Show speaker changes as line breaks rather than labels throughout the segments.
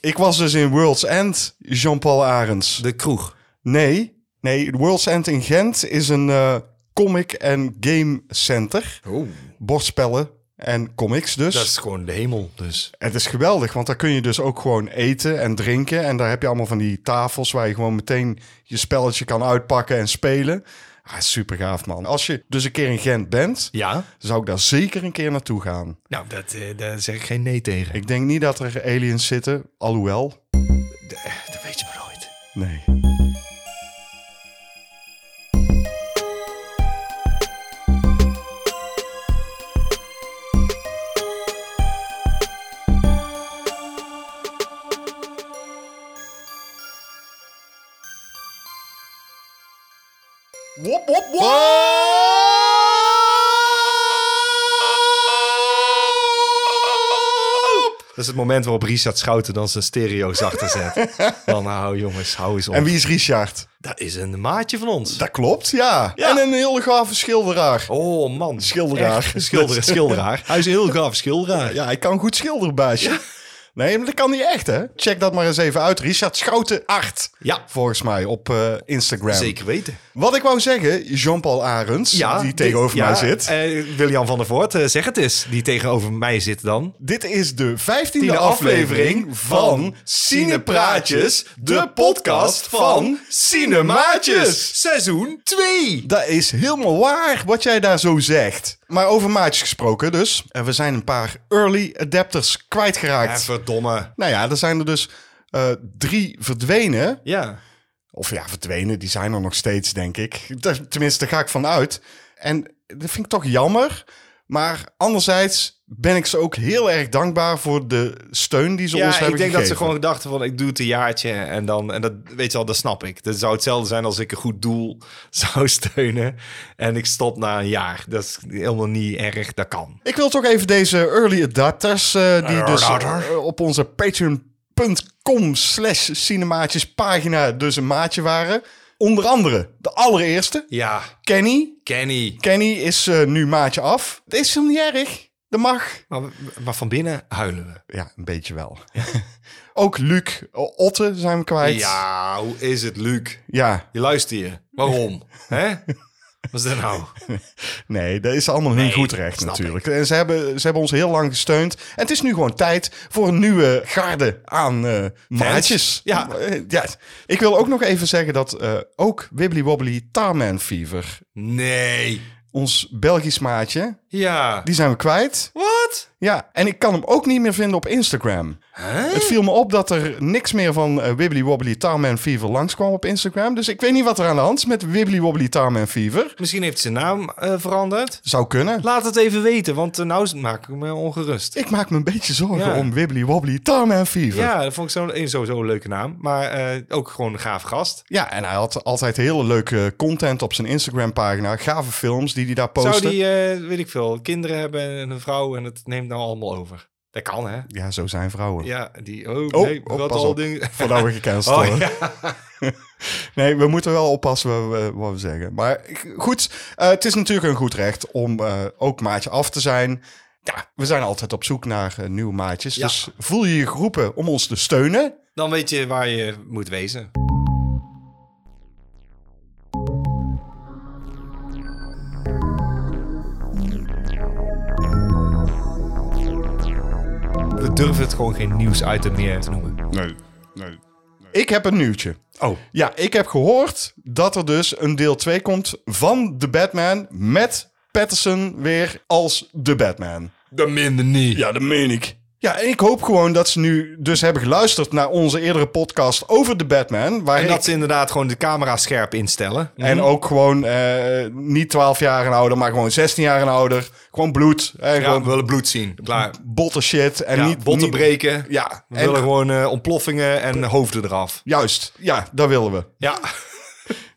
Ik was dus in World's End, Jean-Paul Arends.
De kroeg.
Nee, nee, World's End in Gent is een eh, comic en game center.
Oh.
Bordspellen en comics dus.
Dat is gewoon de hemel, dus.
Het is geweldig, want daar kun je dus ook gewoon eten en drinken. En daar heb je allemaal van die tafels waar je gewoon meteen je spelletje kan uitpakken en spelen. Ah, super gaaf man. Als je dus een keer in Gent bent,
Ja?
zou ik daar zeker een keer naartoe gaan.
Nou, dat, eh, daar zeg ik geen nee tegen.
Ik denk niet dat er aliens zitten, alhoewel.
Eh, dat weet je maar nooit.
Nee. Wop, wop, wop!
Dat is het moment waarop Richard Schouten dan zijn stereo's achterzet. Dan nou jongens, hou eens op.
En wie is Richard?
Dat is een maatje van ons.
Dat klopt, ja.
Ja.
En een heel gave schilderaar.
Oh man.
Schilderaar.
Echt, Schilder, schilderaar. Hij is een heel gaaf schilderaar.
Ja, hij kan goed schilderen, baasje. Nee, maar dat kan niet echt, hè? Check dat maar eens even uit. Richard Schouten 8.
Ja.
Volgens mij op eh, Instagram.
Zeker weten.
Wat ik wou zeggen, Jean-Paul Arends, die tegenover
dit-
mij
ja,
zit.
eh, William van der Voort, eh, zeg het eens. Die tegenover mij zit dan.
Dit is de vijftiende
tiende
aflevering van Cinepraatjes, de podcast van Cinemaatjes.
Seizoen 2.
Dat is helemaal waar wat jij daar zo zegt. Maar over maatjes gesproken dus. En we zijn een paar early adapters kwijtgeraakt.
verdomme.
Nou ja, er zijn er dus eh, drie verdwenen.
Ja.
Of ja, verdwenen, die zijn er nog steeds, denk ik. Daar- Tenminste, daar ga ik van uit. En dat vind ik toch jammer. Maar anderzijds ben ik ze ook heel erg dankbaar voor de steun die ze ons
Ja, ik
hebben
denk dat ze
gegeven.
gewoon dachten van ik doe het een jaartje en dan, en dat weet je al, dat snap ik. Dat zou hetzelfde zijn als ik een goed doel zou steunen en ik stop na een jaar. Dat is helemaal niet erg, dat kan.
Ik wil toch even deze early adapters, eh, die dus
Adapter.
eh, op onze patreon.com slash cinemaatjes pagina dus een maatje waren. Onder andere de allereerste,
Ja,
Kenny.
Kenny.
Kenny is eh, nu maatje af. Het is hem niet erg, dat mag.
Maar, maar van binnen huilen we.
Ja, een beetje wel. Ook Luc eh, Otte zijn we kwijt.
Ja, hoe is het, Luc?
Ja,
Je luister je. Waarom? Hè? Wat is dat nou?
nee, dat is allemaal hun goed recht
snap
natuurlijk. En ze hebben, ze hebben ons heel lang gesteund. En het is nu gewoon tijd voor een nieuwe garde aan eh, maatjes.
Ja.
Eh, ja. Ik wil ook nog even zeggen dat eh, ook Wibbly Wobbly Tarman Fever,
Nee.
ons Belgisch maatje,
Ja.
die zijn we kwijt.
Wat?
Ja, en ik kan hem ook niet meer vinden op Instagram. Het viel me op dat er niks meer van eh, Wibbly Wobbly Tarman Fever langskwam op Instagram. Dus ik weet niet wat er aan de hand is met Wibbly Wobbly Tarman Fever.
Misschien heeft zijn naam eh, veranderd.
Zou kunnen.
Laat het even weten, want eh, nou maak ik me ongerust.
Ik maak me een beetje zorgen
Ja.
om Wibbly Wobbly Tarman Fever.
Ja, dat vond ik zo, eh, sowieso een leuke naam. Maar eh, ook gewoon een gaaf gast.
Ja, en hij had altijd hele leuke content op zijn Instagram pagina. Gave films die hij daar
Zou
postte.
die, eh, weet ik veel, kinderen hebben en een vrouw en het neemt nou allemaal over. Dat kan, hè?
Ja, zo zijn vrouwen.
Ja, die... Oh,
Oh,
nee,
oh,
wat
pas
al
op.
dingen...
Voordat we gecanceld
Oh,
worden.
ja.
Nee, we moeten wel oppassen wat we, wat we zeggen. Maar goed, eh, het is natuurlijk een goed recht om eh, ook maatje af te zijn. Ja, we zijn altijd op zoek naar eh, nieuwe maatjes.
Ja.
Dus voel je je geroepen om ons te steunen?
Dan weet je waar je moet wezen. We durven het gewoon geen nieuwsitem meer te noemen.
Ik heb een nieuwtje.
Oh.
Ja, ik heb gehoord dat er dus een deel 2 komt van de Batman met Patterson weer als de Batman.
Dat minder niet.
Ja, dat meen ik. Ja, en ik hoop gewoon dat ze nu dus hebben geluisterd naar onze eerdere podcast over de Batman. Waar
En
ik-
dat ze inderdaad gewoon de camera scherp instellen.
En ook gewoon eh, niet 12 jaar en ouder, maar gewoon 16 jaar en ouder. Gewoon bloed. Eh,
ja, we
Gewoon
willen bloed zien. Klaar.
botte shit. En
Ja,
niet
botten
niet-
breken.
Ja,
We
en-
willen gewoon eh, ontploffingen en hoofden eraf.
juist. Ja, dat willen we.
Ja.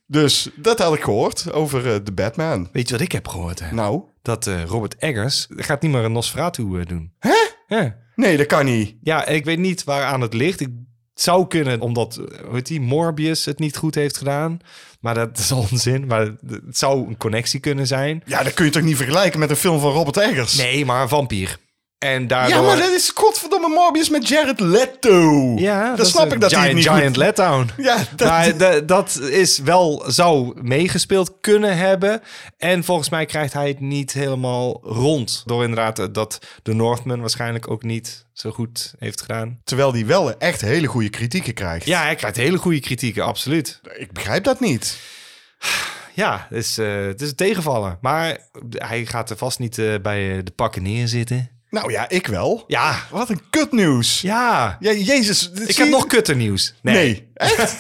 Dus dat had ik gehoord over eh, de Batman.
Weet je wat ik heb gehoord? Hè?
Nou,
Dat eh, Robert Eggers gaat niet meer een Nosferatu eh, doen. Hè? Ja.
nee, dat kan niet.
Ja, ik weet niet waaraan het ligt. Ik het zou kunnen omdat, eh, hoe heet die, Morbius het niet goed heeft gedaan. Maar dat is onzin. Maar het zou een connectie kunnen zijn.
Ja, dat kun je toch niet vergelijken met een film van Robert Eggers?
Nee, maar een vampier. En daardoor...
Ja, maar dat is godverdomme Morbius met Jared Leto.
Ja,
dat, snap
is
ik dat
giant,
hij het niet
Giant
goed-
letdown.
Ja, dat-
Maar de- dat is wel, zou meegespeeld kunnen hebben. En volgens mij krijgt hij het niet helemaal rond. Door inderdaad eh, dat de Northman waarschijnlijk ook niet zo goed heeft gedaan.
Terwijl hij wel echt hele goede kritieken krijgt.
Ja, hij krijgt hele goede kritieken, absoluut.
Ik begrijp dat niet.
Ja, het is, eh, het is een tegenvaller. Maar hij gaat er vast niet eh, bij eh, de pakken neerzitten.
Nou ja, ik wel.
Ja,
Wat een kutnieuws.
ja.
Ja, jezus.
Ik heb nog kutter nieuws.
Nee.
nee.
Echt?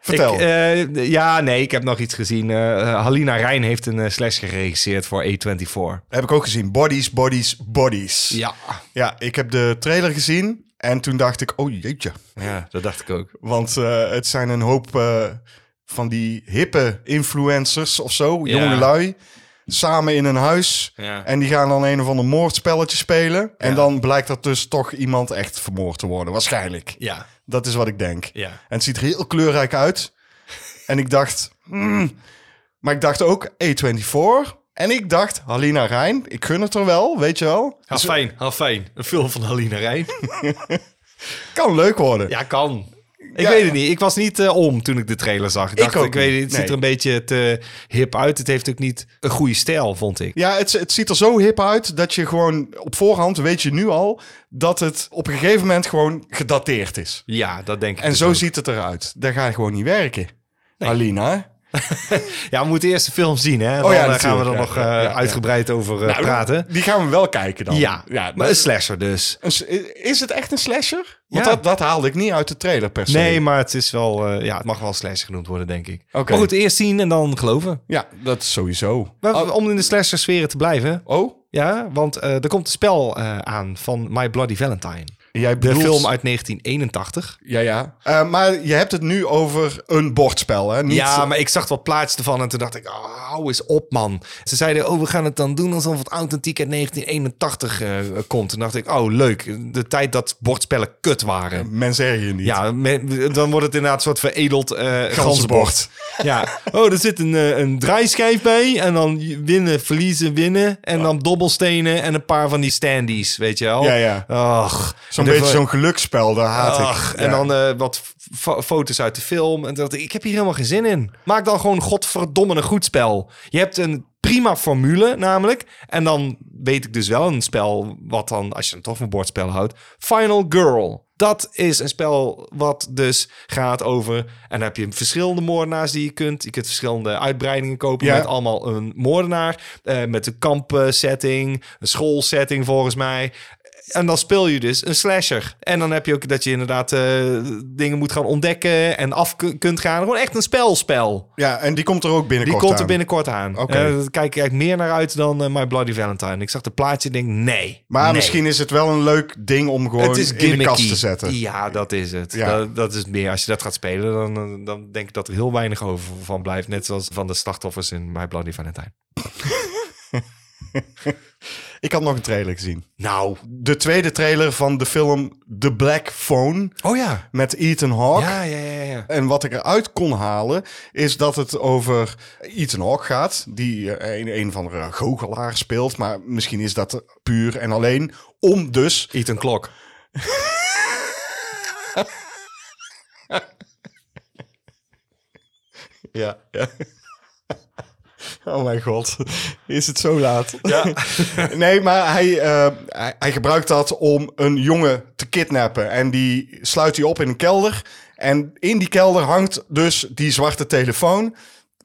Vertel.
Ik, eh, ja, nee, ik heb nog iets gezien. Eh, eh, Halina Rijn heeft een eh, slash geregisseerd voor A24.
Heb ik ook gezien. Bodies, bodies, bodies.
Ja.
Ja, ik heb de trailer gezien. En toen dacht ik, oh jeetje.
ja, dat dacht ik ook.
Want eh, het zijn een hoop eh, van die hippe influencers of zo.
Ja.
Jonge lui. Samen in een huis.
Ja.
En die gaan dan een of ander moordspelletje spelen. En dan blijkt er dus toch iemand echt vermoord te worden. Waarschijnlijk.
Ja,
Dat is wat ik denk.
ja.
En het ziet er heel kleurrijk uit. En ik dacht... mm. Maar ik dacht ook E24. En ik dacht, Halina Rijn, ik gun het er wel, weet je wel.
Half fijn, half Dus- fijn. Een film van Halina Rijn.
Kan leuk worden.
ja, kan. Ik
Ja.
weet het niet. Ik was niet eh, om toen ik de trailer zag. Ik dacht,
ook
ik weet
niet.
het, het
Nee.
ziet er een beetje te hip uit. Het heeft ook niet een goede stijl, vond ik.
Ja, het, het ziet er zo hip uit dat je gewoon op voorhand weet je nu al dat het op een gegeven moment gewoon gedateerd is.
Ja, dat denk ik.
En
dus
zo
ook.
ziet het eruit. Daar ga je gewoon niet werken.
Nou,
Alina.
Ja, we moeten eerst de film zien, hè? Dan
Oh ja,
eh, gaan we
natuurlijk.
er
Ja,
nog
ja,
eh,
ja, ja.
uitgebreid over eh, praten.
Die gaan we wel kijken dan.
Ja,
ja
maar een
maar
slasher dus.
is, is het echt een slasher? Want
Ja.
dat, dat haalde ik niet uit de trailer per se.
Nee, maar het is wel, eh, ja, het mag wel slasher genoemd worden, denk ik.
Oké.
Maar goed, eerst zien en dan geloven.
Ja, dat is sowieso.
Maar om in de slasher sferen te blijven,
Oh,
ja, want eh, er komt een spel eh, aan van My Bloody Valentine.
jij
De
bedoelt...
film uit 1981.
Ja, ja. Eh, maar je hebt het nu over een bordspel, hè? Niet,
Ja, maar ik zag wat plaatjes ervan en toen dacht ik, oh, hou eens op, man. Ze zeiden, oh, we gaan het dan doen alsof het authentiek uit 1981 eh, komt. Toen dacht ik, oh, leuk. De tijd dat bordspellen kut waren.
Mensen ergen je niet.
Ja, me- dan wordt het inderdaad een soort veredeld eh ganzenbord. Ja. Oh, er zit een, eh, een draaischijf bij. En dan winnen, verliezen, winnen. En dan dobbelstenen en een paar van die standees, weet je wel?
Ja, ja.
Ach.
Zo'n
En
beetje
dan-
zo'n geluksspel, daar haat
Ach,
ik.
en
Ja.
dan eh, wat fo- foto's uit de film. En dat, ik heb hier helemaal geen zin in. Maak dan gewoon godverdomme een goed spel. Je hebt een prima formule namelijk. En dan weet ik dus wel een spel wat dan, als je het toch van bordspel houdt, Final Girl. Dat is een spel wat dus gaat over... en dan heb je verschillende moordenaars die je kunt. Je kunt verschillende uitbreidingen kopen
Ja.
met allemaal een moordenaar. eh, met een kampsetting, een schoolsetting volgens mij. En dan speel je dus een slasher. En dan heb je ook dat je inderdaad eh, dingen moet gaan ontdekken en af ku- kunt gaan. Gewoon echt een spelspel.
Ja, en die komt er ook
Die
binnenkort
komt er
aan.
binnenkort aan.
Oké.
Eh, daar kijk ik eigenlijk meer naar uit dan eh, My Bloody Valentine. Ik zag de plaatje en denk, nee.
Maar
nee.
misschien is het wel een leuk ding om gewoon in de kast
gimmicky.
te zetten.
Ja, dat is het.
Ja.
Dat, dat is het meer. Als je dat gaat spelen, dan, dan- eh, dan denk ik dat er heel weinig over van blijft. Net zoals van de slachtoffers in My Bloody Valentine.
Ik had nog een trailer gezien.
Nou.
De tweede trailer van de film The Black Phone
Oh ja.
met Ethan Hawke.
Ja, ja, ja, ja.
En wat ik eruit kon halen, is dat het over Ethan Hawke gaat. Die eh, een, een van de goochelaar speelt. Maar misschien is dat puur en alleen om dus...
Ethan Klok.
Ja, ja. Oh mijn god, is het zo laat? Ja. nee, maar hij, eh, hij, hij gebruikt dat om een jongen te kidnappen. En die sluit hij op in een kelder. En in die kelder hangt dus die zwarte telefoon.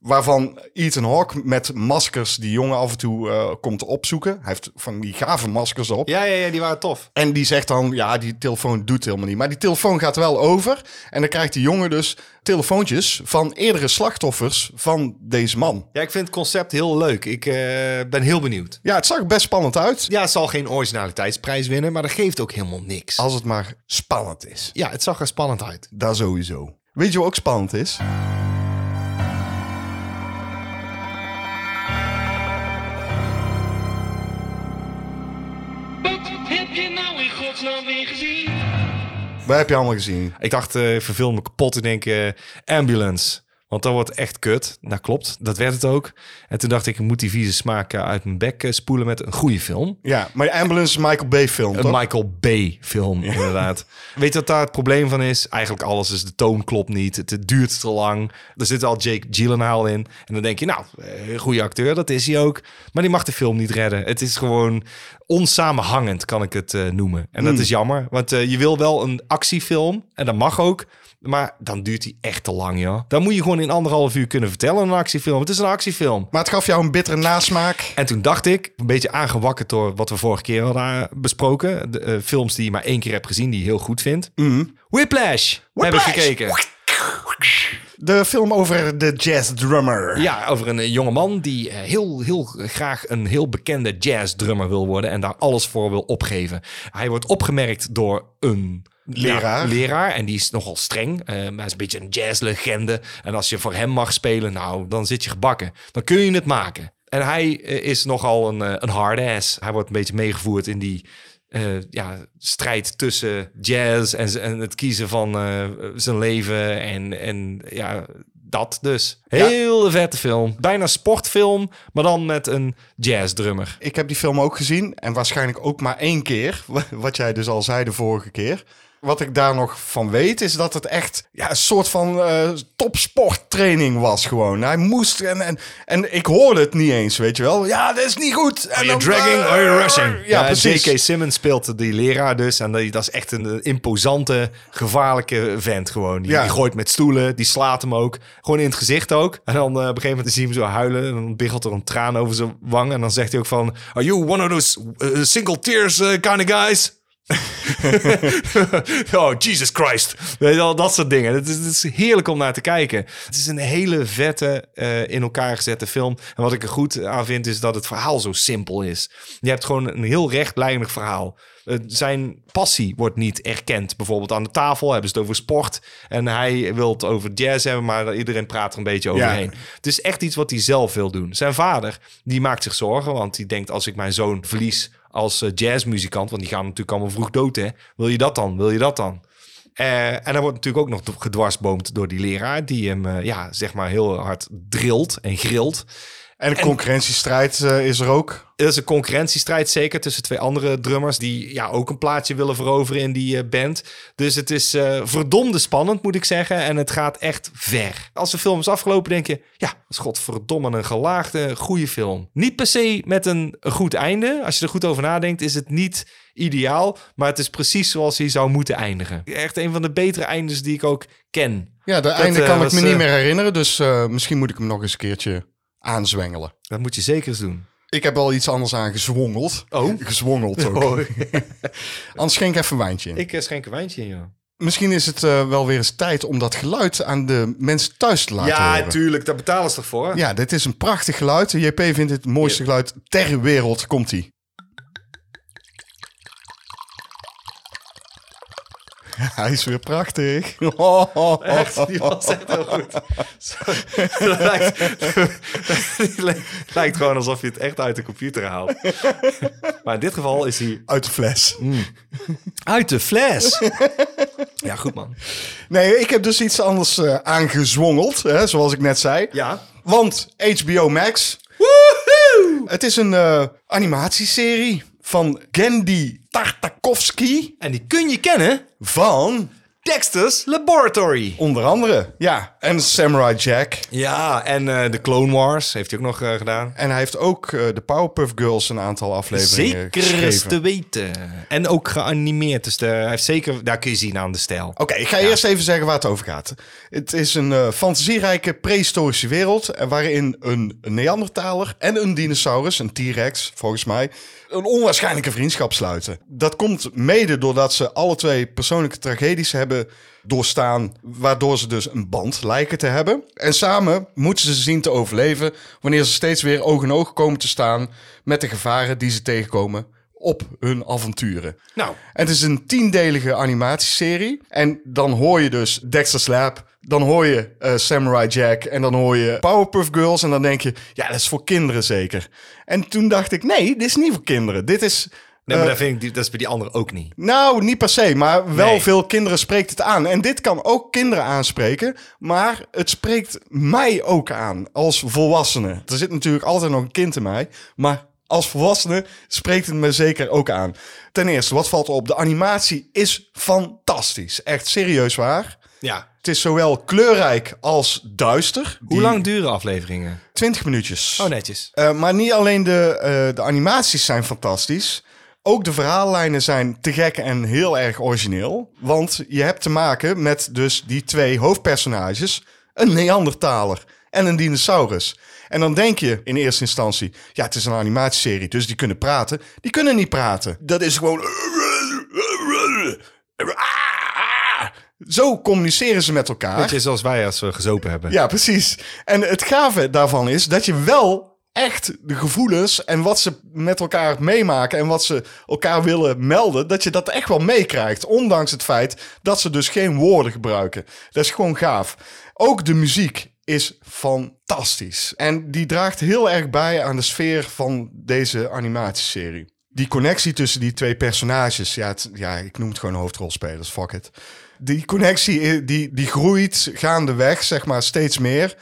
Waarvan Ethan Hawke met maskers die jongen af en toe eh, komt opzoeken. Hij heeft van die gave maskers op.
Ja, ja, ja, die waren tof.
En die zegt dan, ja, die telefoon doet helemaal niet. Maar die telefoon gaat wel over. En dan krijgt die jongen dus telefoontjes van eerdere slachtoffers van deze man.
Ja, ik vind het concept heel leuk. Ik eh, ben heel benieuwd.
Ja, het zag er best spannend uit.
Ja, het zal geen originaliteitsprijs winnen, maar dat geeft ook helemaal niks.
Als het maar spannend is.
Ja, het zag er spannend uit.
Daar sowieso. Weet je wat ook spannend is?
Wat heb je nou in godsnaam weer gezien?
Wat heb je allemaal gezien?
Ik dacht, eh verveel me kapot. Ik denk, eh, ambulance. Want dat wordt echt kut. Nou klopt, dat werd het ook. En toen dacht ik, ik moet die vieze smaak eh, uit mijn bek eh, spoelen met een goede film.
Ja, maar de Ambulance is een Michael Bay film,
Een
toch?
Michael Bay film, inderdaad. Weet je wat daar het probleem van is? Eigenlijk alles is de toon klopt niet. Het, het duurt te lang. Er zit al Jake Gyllenhaal in. En dan denk je, nou, eh, goede acteur, dat is hij ook. Maar die mag de film niet redden. Het is gewoon onsamenhangend, kan ik het eh, noemen. En dat is jammer, want eh, je wil wel een actiefilm. En dat mag ook. Maar dan duurt die echt te lang, joh. Dan moet je gewoon in anderhalf uur kunnen vertellen, een actiefilm. Het is een actiefilm.
Maar het gaf jou een bittere nasmaak.
En toen dacht ik, een beetje aangewakkerd door wat we vorige keer hadden eh, besproken. De, eh, films die je maar één keer hebt gezien, die je heel goed vindt. Whiplash,
Whiplash!
heb ik gekeken.
De film over de jazz drummer.
Ja, over een eh, jongeman die eh, heel, heel graag een heel bekende jazzdrummer wil worden. En daar alles voor wil opgeven. Hij wordt opgemerkt door een...
Leraar.
ja, leraar. En die is nogal streng. Eh, maar hij is een beetje een jazzlegende. En als je voor hem mag spelen, nou, dan zit je gebakken. Dan kun je het maken. En hij eh, is nogal een, eh, een hard ass. Hij wordt een beetje meegevoerd in die eh, ja, strijd tussen jazz en, z- en het kiezen van eh, zijn leven. En, en ja, dat dus. Heel vette film. Bijna sportfilm, maar dan met een jazzdrummer.
Ik heb die film ook gezien en waarschijnlijk ook maar één keer. Wat jij dus al zei de vorige keer. Wat ik daar nog van weet is dat het echt ja, een soort van eh, topsporttraining was gewoon. Hij moest en, en, en ik hoorde het niet eens, weet je wel. Ja, dat is niet goed. En
Are you
dan- eh,
dragging or are you rushing?
Ja, precies.
J.K. Simmons speelt die leraar dus. En die- dat is echt een eh, imposante, gevaarlijke vent gewoon. Die,
Ja.
die gooit met stoelen, die slaat hem ook. Gewoon in het gezicht ook. En dan eh, op een gegeven moment zien we hem zo huilen. En dan biggelt er een traan over zijn wang. En dan zegt hij ook van... Are you one of those eh, single tears eh, kind of guys? oh, Jesus Christ. Weet je wel, dat soort dingen. Het is, het is heerlijk om naar te kijken. Het is een hele vette, eh, in elkaar gezette film. En wat ik er goed aan vind, is dat het verhaal zo simpel is. Je hebt gewoon een heel rechtlijnig verhaal. Eh, zijn passie wordt niet erkend. Bijvoorbeeld aan de tafel hebben ze het over sport. En hij wil het over jazz hebben, maar iedereen praat er een beetje overheen. Het is echt iets wat hij zelf wil doen. Zijn vader, die maakt zich zorgen, want die denkt als ik mijn zoon verlies als eh, jazzmuzikant, want die gaan natuurlijk allemaal vroeg dood, hè? Wil je dat dan? Wil je dat dan? Eh, en hij wordt natuurlijk ook nog do- gedwarsboomd door die leraar, die hem eh, ja, zeg maar heel hard drilt en grilt.
En de concurrentiestrijd eh, is er ook.
Er is een concurrentiestrijd zeker tussen twee andere drummers die ja, ook een plaatsje willen veroveren in die eh, band. Dus het is eh, verdomde spannend moet ik zeggen en het gaat echt ver. Als de film is afgelopen denk je, ja, dat is godverdomme een gelaagde goede film. Niet per se met een goed einde. Als je er goed over nadenkt is het niet ideaal, maar het is precies zoals hij zou moeten eindigen. Echt een van de betere eindes die ik ook ken.
Ja, de
Dat,
einde
eh,
kan ik
was,
me niet
eh,
meer herinneren. Dus eh, misschien moet ik hem nog eens een keertje aanzwengelen.
Dat moet je zeker eens doen.
Ik heb wel iets anders aan gezwongeld.
Oh.
Gezwongeld ook. Anders schenk even een wijntje in.
Ik eh, schenk een wijntje in jou.
Misschien is het eh, wel weer eens tijd om dat geluid aan de mensen thuis te laten horen.
tuurlijk, daar betalen ze toch voor?
Ja, dit is een prachtig geluid. JP vindt het mooiste geluid ter wereld. Komt-ie. Hij is weer prachtig.
Echt, die was echt heel goed. Het lijkt, het lijkt- lijkt gewoon alsof je het echt uit de computer haalt. Maar in dit geval is hij...
Uit de fles.
Uit de fles! Ja, goed man.
Nee, ik heb dus iets anders eh, aangezwongeld, hè, zoals ik net zei.
Ja.
Want HBO Max, het is een eh, animatieserie van Gendy Tartakovsky
En die kun je kennen.
van
Dexter's Laboratory.
onder andere, ja, en Samurai Jack.
Ja, en eh de Clone Wars heeft hij ook nog eh, gedaan.
En hij heeft ook eh, de Powerpuff Girls een aantal afleveringen
Zeker eens
eh, geschreven.
te weten. En ook geanimeerd. Dus de, hij heeft zeker, daar kun je zien aan de stijl.
Oké, ik ga eerst even zeggen waar het over gaat. Het is een eh, fantasierijke prehistorische wereld eh, waarin een Neandertaler en een dinosaurus, een T-Rex volgens mij, een onwaarschijnlijke vriendschap sluiten. Dat komt mede doordat ze alle twee persoonlijke tragedies hebben doorstaan, waardoor ze dus een band lijken te hebben. En samen moeten ze zien te overleven wanneer ze steeds weer oog in oog komen te staan met de gevaren die ze tegenkomen op hun avonturen.
Nou,
Het is een tiendelige animatieserie. En dan hoor je dus Dexter's Lab. Dan hoor je eh, Samurai Jack. En dan hoor je Powerpuff Girls. En dan denk je, ja, dat is voor kinderen zeker. En toen dacht ik, nee, dit is niet voor kinderen. Dit is
Nee, maar
Eh,
dat, vind ik, die- dat is bij die anderen ook niet.
Nou, niet per se, maar wel
Nee.
veel kinderen spreekt het aan. En dit kan ook kinderen aanspreken, maar het spreekt mij ook aan als volwassene. Er zit natuurlijk altijd nog een kind in mij, maar als volwassene spreekt het me zeker ook aan. Ten eerste, wat valt op? De animatie is fantastisch. Echt serieus waar.
Ja.
Het is zowel kleurrijk als duister.
Hoe
Die-
lang duren afleveringen?
20 minuutjes.
Oh, netjes.
Eh, maar niet alleen de, eh, de animaties zijn fantastisch. Ook de verhaallijnen zijn te gek en heel erg origineel. Want je hebt te maken met dus die twee hoofdpersonages. Een Neandertaler en een dinosaurus. En dan denk je in eerste instantie... ja, het is een animatieserie, dus die kunnen praten. Die kunnen niet praten. Dat is gewoon... Zo communiceren ze met elkaar.
Beetje zoals wij als we gezopen hebben.
Ja, precies. En het gave daarvan is dat je wel echt de gevoelens en wat ze met elkaar meemaken en wat ze elkaar willen melden, dat je dat echt wel meekrijgt. Ondanks het feit dat ze dus geen woorden gebruiken. Dat is gewoon gaaf. Ook de muziek is fantastisch. En die draagt heel erg bij aan de sfeer van deze animatieserie. Die connectie tussen die twee personages, ja, het- ja ik noem het gewoon hoofdrolspelers, fuck it die connectie eh, die, die groeit gaandeweg, zeg maar, steeds meer.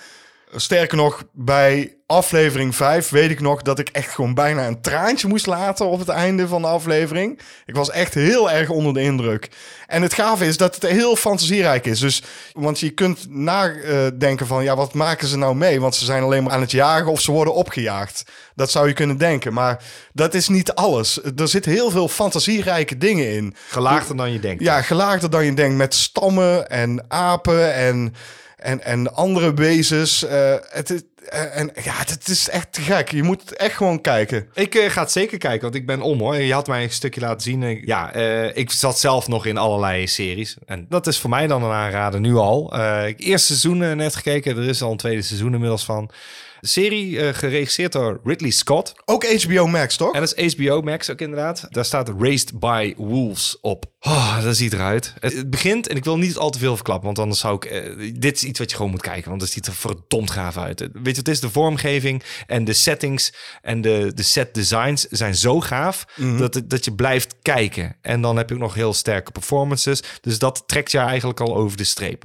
Sterker nog, bij aflevering 5 weet ik nog dat ik echt gewoon bijna een traantje moest laten op het einde van de aflevering. Ik was echt heel erg onder de indruk. En het gave is dat het heel fantasierijk is. Dus, want je kunt nadenken van, ja, wat maken ze nou mee? Want ze zijn alleen maar aan het jagen of ze worden opgejaagd. Dat zou je kunnen denken. Maar dat is niet alles. Er zitten heel veel fantasierijke dingen in.
Gelaagder dan je denkt.
Ja, gelaagder dan je denkt met stammen en apen en, en, en andere wezens. Eh, het, is- eh, en, ja, het, het is echt te gek. Je moet echt gewoon kijken.
Ik eh, ga het zeker kijken, want ik ben om hoor. Je had mij een stukje laten zien. Ik- ja, eh, ik zat zelf nog in allerlei series. En dat is voor mij dan een aanrader nu al. Eh, ik eerste seizoen eh, net gekeken. Er is al een tweede seizoen inmiddels van. De serie eh, geregisseerd door Ridley Scott.
Ook HBO Max, toch?
En dat is HBO Max ook inderdaad. Daar staat Raised by Wolves op. Oh, dat ziet eruit. Het, het begint, en ik wil niet al te veel verklappen, want anders zou ik... eh, dit is iets wat je gewoon moet kijken, want het ziet er verdomd gaaf uit. Het- Weet je, het is de vormgeving en de settings en de, de set designs zijn zo gaaf dat, het- dat je blijft kijken. En dan heb je ook nog heel sterke performances. Dus dat trekt je eigenlijk al over de streep.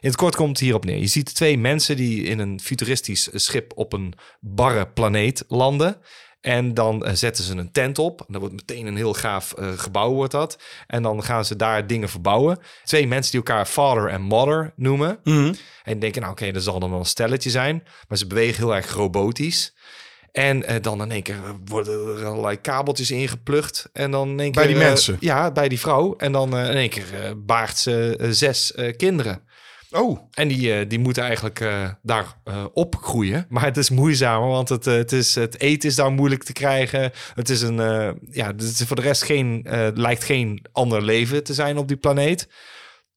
In het kort komt het hierop neer. Je ziet twee mensen die in een futuristisch schip op een barre planeet landen. En dan eh, zetten ze een tent op. En dat wordt meteen een heel gaaf eh, gebouw wordt dat. En dan gaan ze daar dingen verbouwen. Twee mensen die elkaar father en mother noemen.
Mhm.
En denken, nou oké, dat zal dan wel een stelletje zijn. Maar ze bewegen heel erg robotisch. En eh, dan in één keer worden er allerlei kabeltjes ingeplucht. En dan in één
Bij
keer,
die
eh,
mensen?
ja, bij die vrouw. En dan eh, in één keer eh, baart ze eh, zes eh, kinderen.
Oh,
En die, eh, die moeten eigenlijk eh, daar eh, opgroeien. Maar het is moeizamer, want het, eh, het, is, het eten is daar moeilijk te krijgen. Het is een, eh, ja, het is voor de rest geen, eh, lijkt geen ander leven te zijn op die planeet.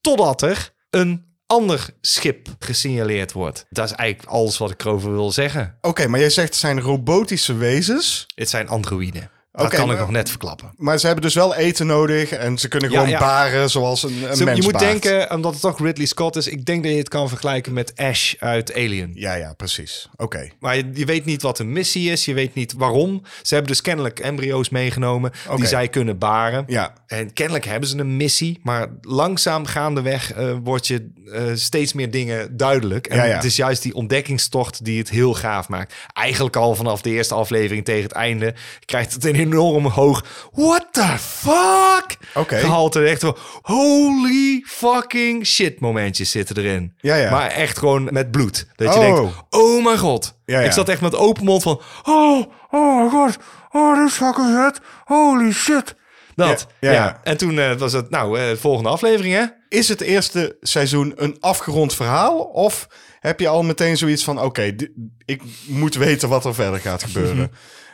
Totdat er een ander schip gesignaleerd wordt. Dat is eigenlijk alles wat ik erover wil zeggen.
oké, maar jij zegt het zijn robotische wezens.
Het zijn androïden. Dat
Oké,
kan ik
maar-
nog net verklappen.
Maar ze hebben dus wel eten nodig en ze kunnen
Ja,
gewoon
ja.
baren zoals een, een
Zo,
mens
je moet
baart.
denken, omdat het toch Ridley Scott is... ik denk dat je het kan vergelijken met Ash uit Alien.
Ja, ja, precies. Oké.
Maar je, je weet niet wat de missie is, je weet niet waarom. Ze hebben dus kennelijk embryo's meegenomen
Oké.
die zij kunnen baren.
Ja,
En kennelijk hebben ze een missie, maar langzaam gaandeweg eh wordt je eh, steeds meer dingen duidelijk. En
Ja, ja.
het is juist die ontdekkingstocht die het heel gaaf maakt. Eigenlijk al vanaf de eerste aflevering tegen het einde krijgt het een enorm hoog what the fuck
Oké.
gehalte. Echt wel holy fucking shit momentjes zitten erin.
Ja, ja.
Maar echt gewoon met bloed. Dat je
Oh.
denkt, oh mijn god.
Ja, ja.
Ik zat echt met open mond van, oh, oh my god, oh dit is fucking vet, holy shit. Dat,
Ja,
ja.
ja, ja.
En toen eh, was het, nou, eh, volgende aflevering hè.
Is het eerste seizoen een afgerond verhaal? Of heb je al meteen zoiets van: oké, di- ik moet weten wat er verder gaat gebeuren?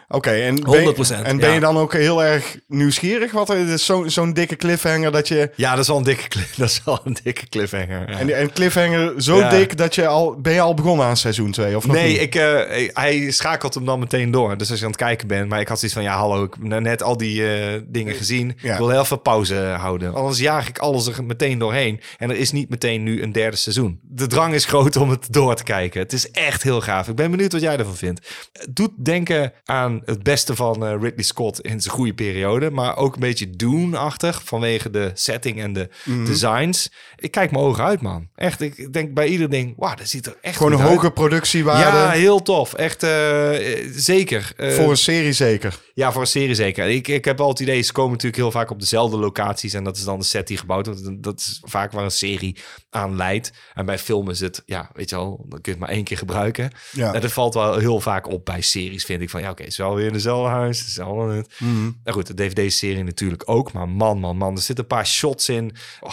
Oké, en ben,
100%,
en ben
ja.
je dan ook heel erg nieuwsgierig? Wat er het is? Zo, zo'n dikke cliffhanger dat je.
Ja, dat is wel een dikke, cli- dat is wel een dikke cliffhanger. ja.
En, die- en cliffhanger zo
Ja.
dik dat je al. Ben je al begonnen aan seizoen 2? Of nog
Nee,
niet?
ik, eh, hij schakelt hem dan meteen door. Dus als je aan het kijken bent. Maar ik had zoiets van, ja hallo, ik heb net al die eh, dingen gezien.
Ja.
Ik wil heel even pauze houden. Anders jaag ik alles er meteen doorheen. En er is niet meteen nu een derde seizoen. De drang is groot om het door te kijken. Het is echt heel gaaf. Ik ben benieuwd wat jij ervan vindt. Het doet denken aan aan het beste van eh, Ridley Scott in zijn goede periode. Maar ook een beetje Dune-achtig vanwege de setting en de
Mhm.
designs. Ik kijk mijn ogen uit, man. Echt, ik denk bij ieder ding, wauw, dat ziet er echt
Gewoon een
goed uit.
hoge productiewaarde.
Ja, heel tof. Echt, eh, eh, zeker. Eh,
voor een serie zeker.
ja, voor een serie zeker. Ik, ik heb wel het idee, ze komen natuurlijk heel vaak op dezelfde locaties. En dat is dan de set die gebouwd wordt. Dat- Dat is vaak waar een serie aan leidt. En bij film is het, ja, weet je wel, dan kun je het maar één keer gebruiken.
Ja.
En dat valt wel heel vaak op bij series, vind ik. Van ja, oké, het is wel weer in dezelfde huis. Het is allemaal het.
Mhm.
Nou goed, de DVD-serie natuurlijk ook. Maar man, man, man, er zitten een paar shots in. Oh,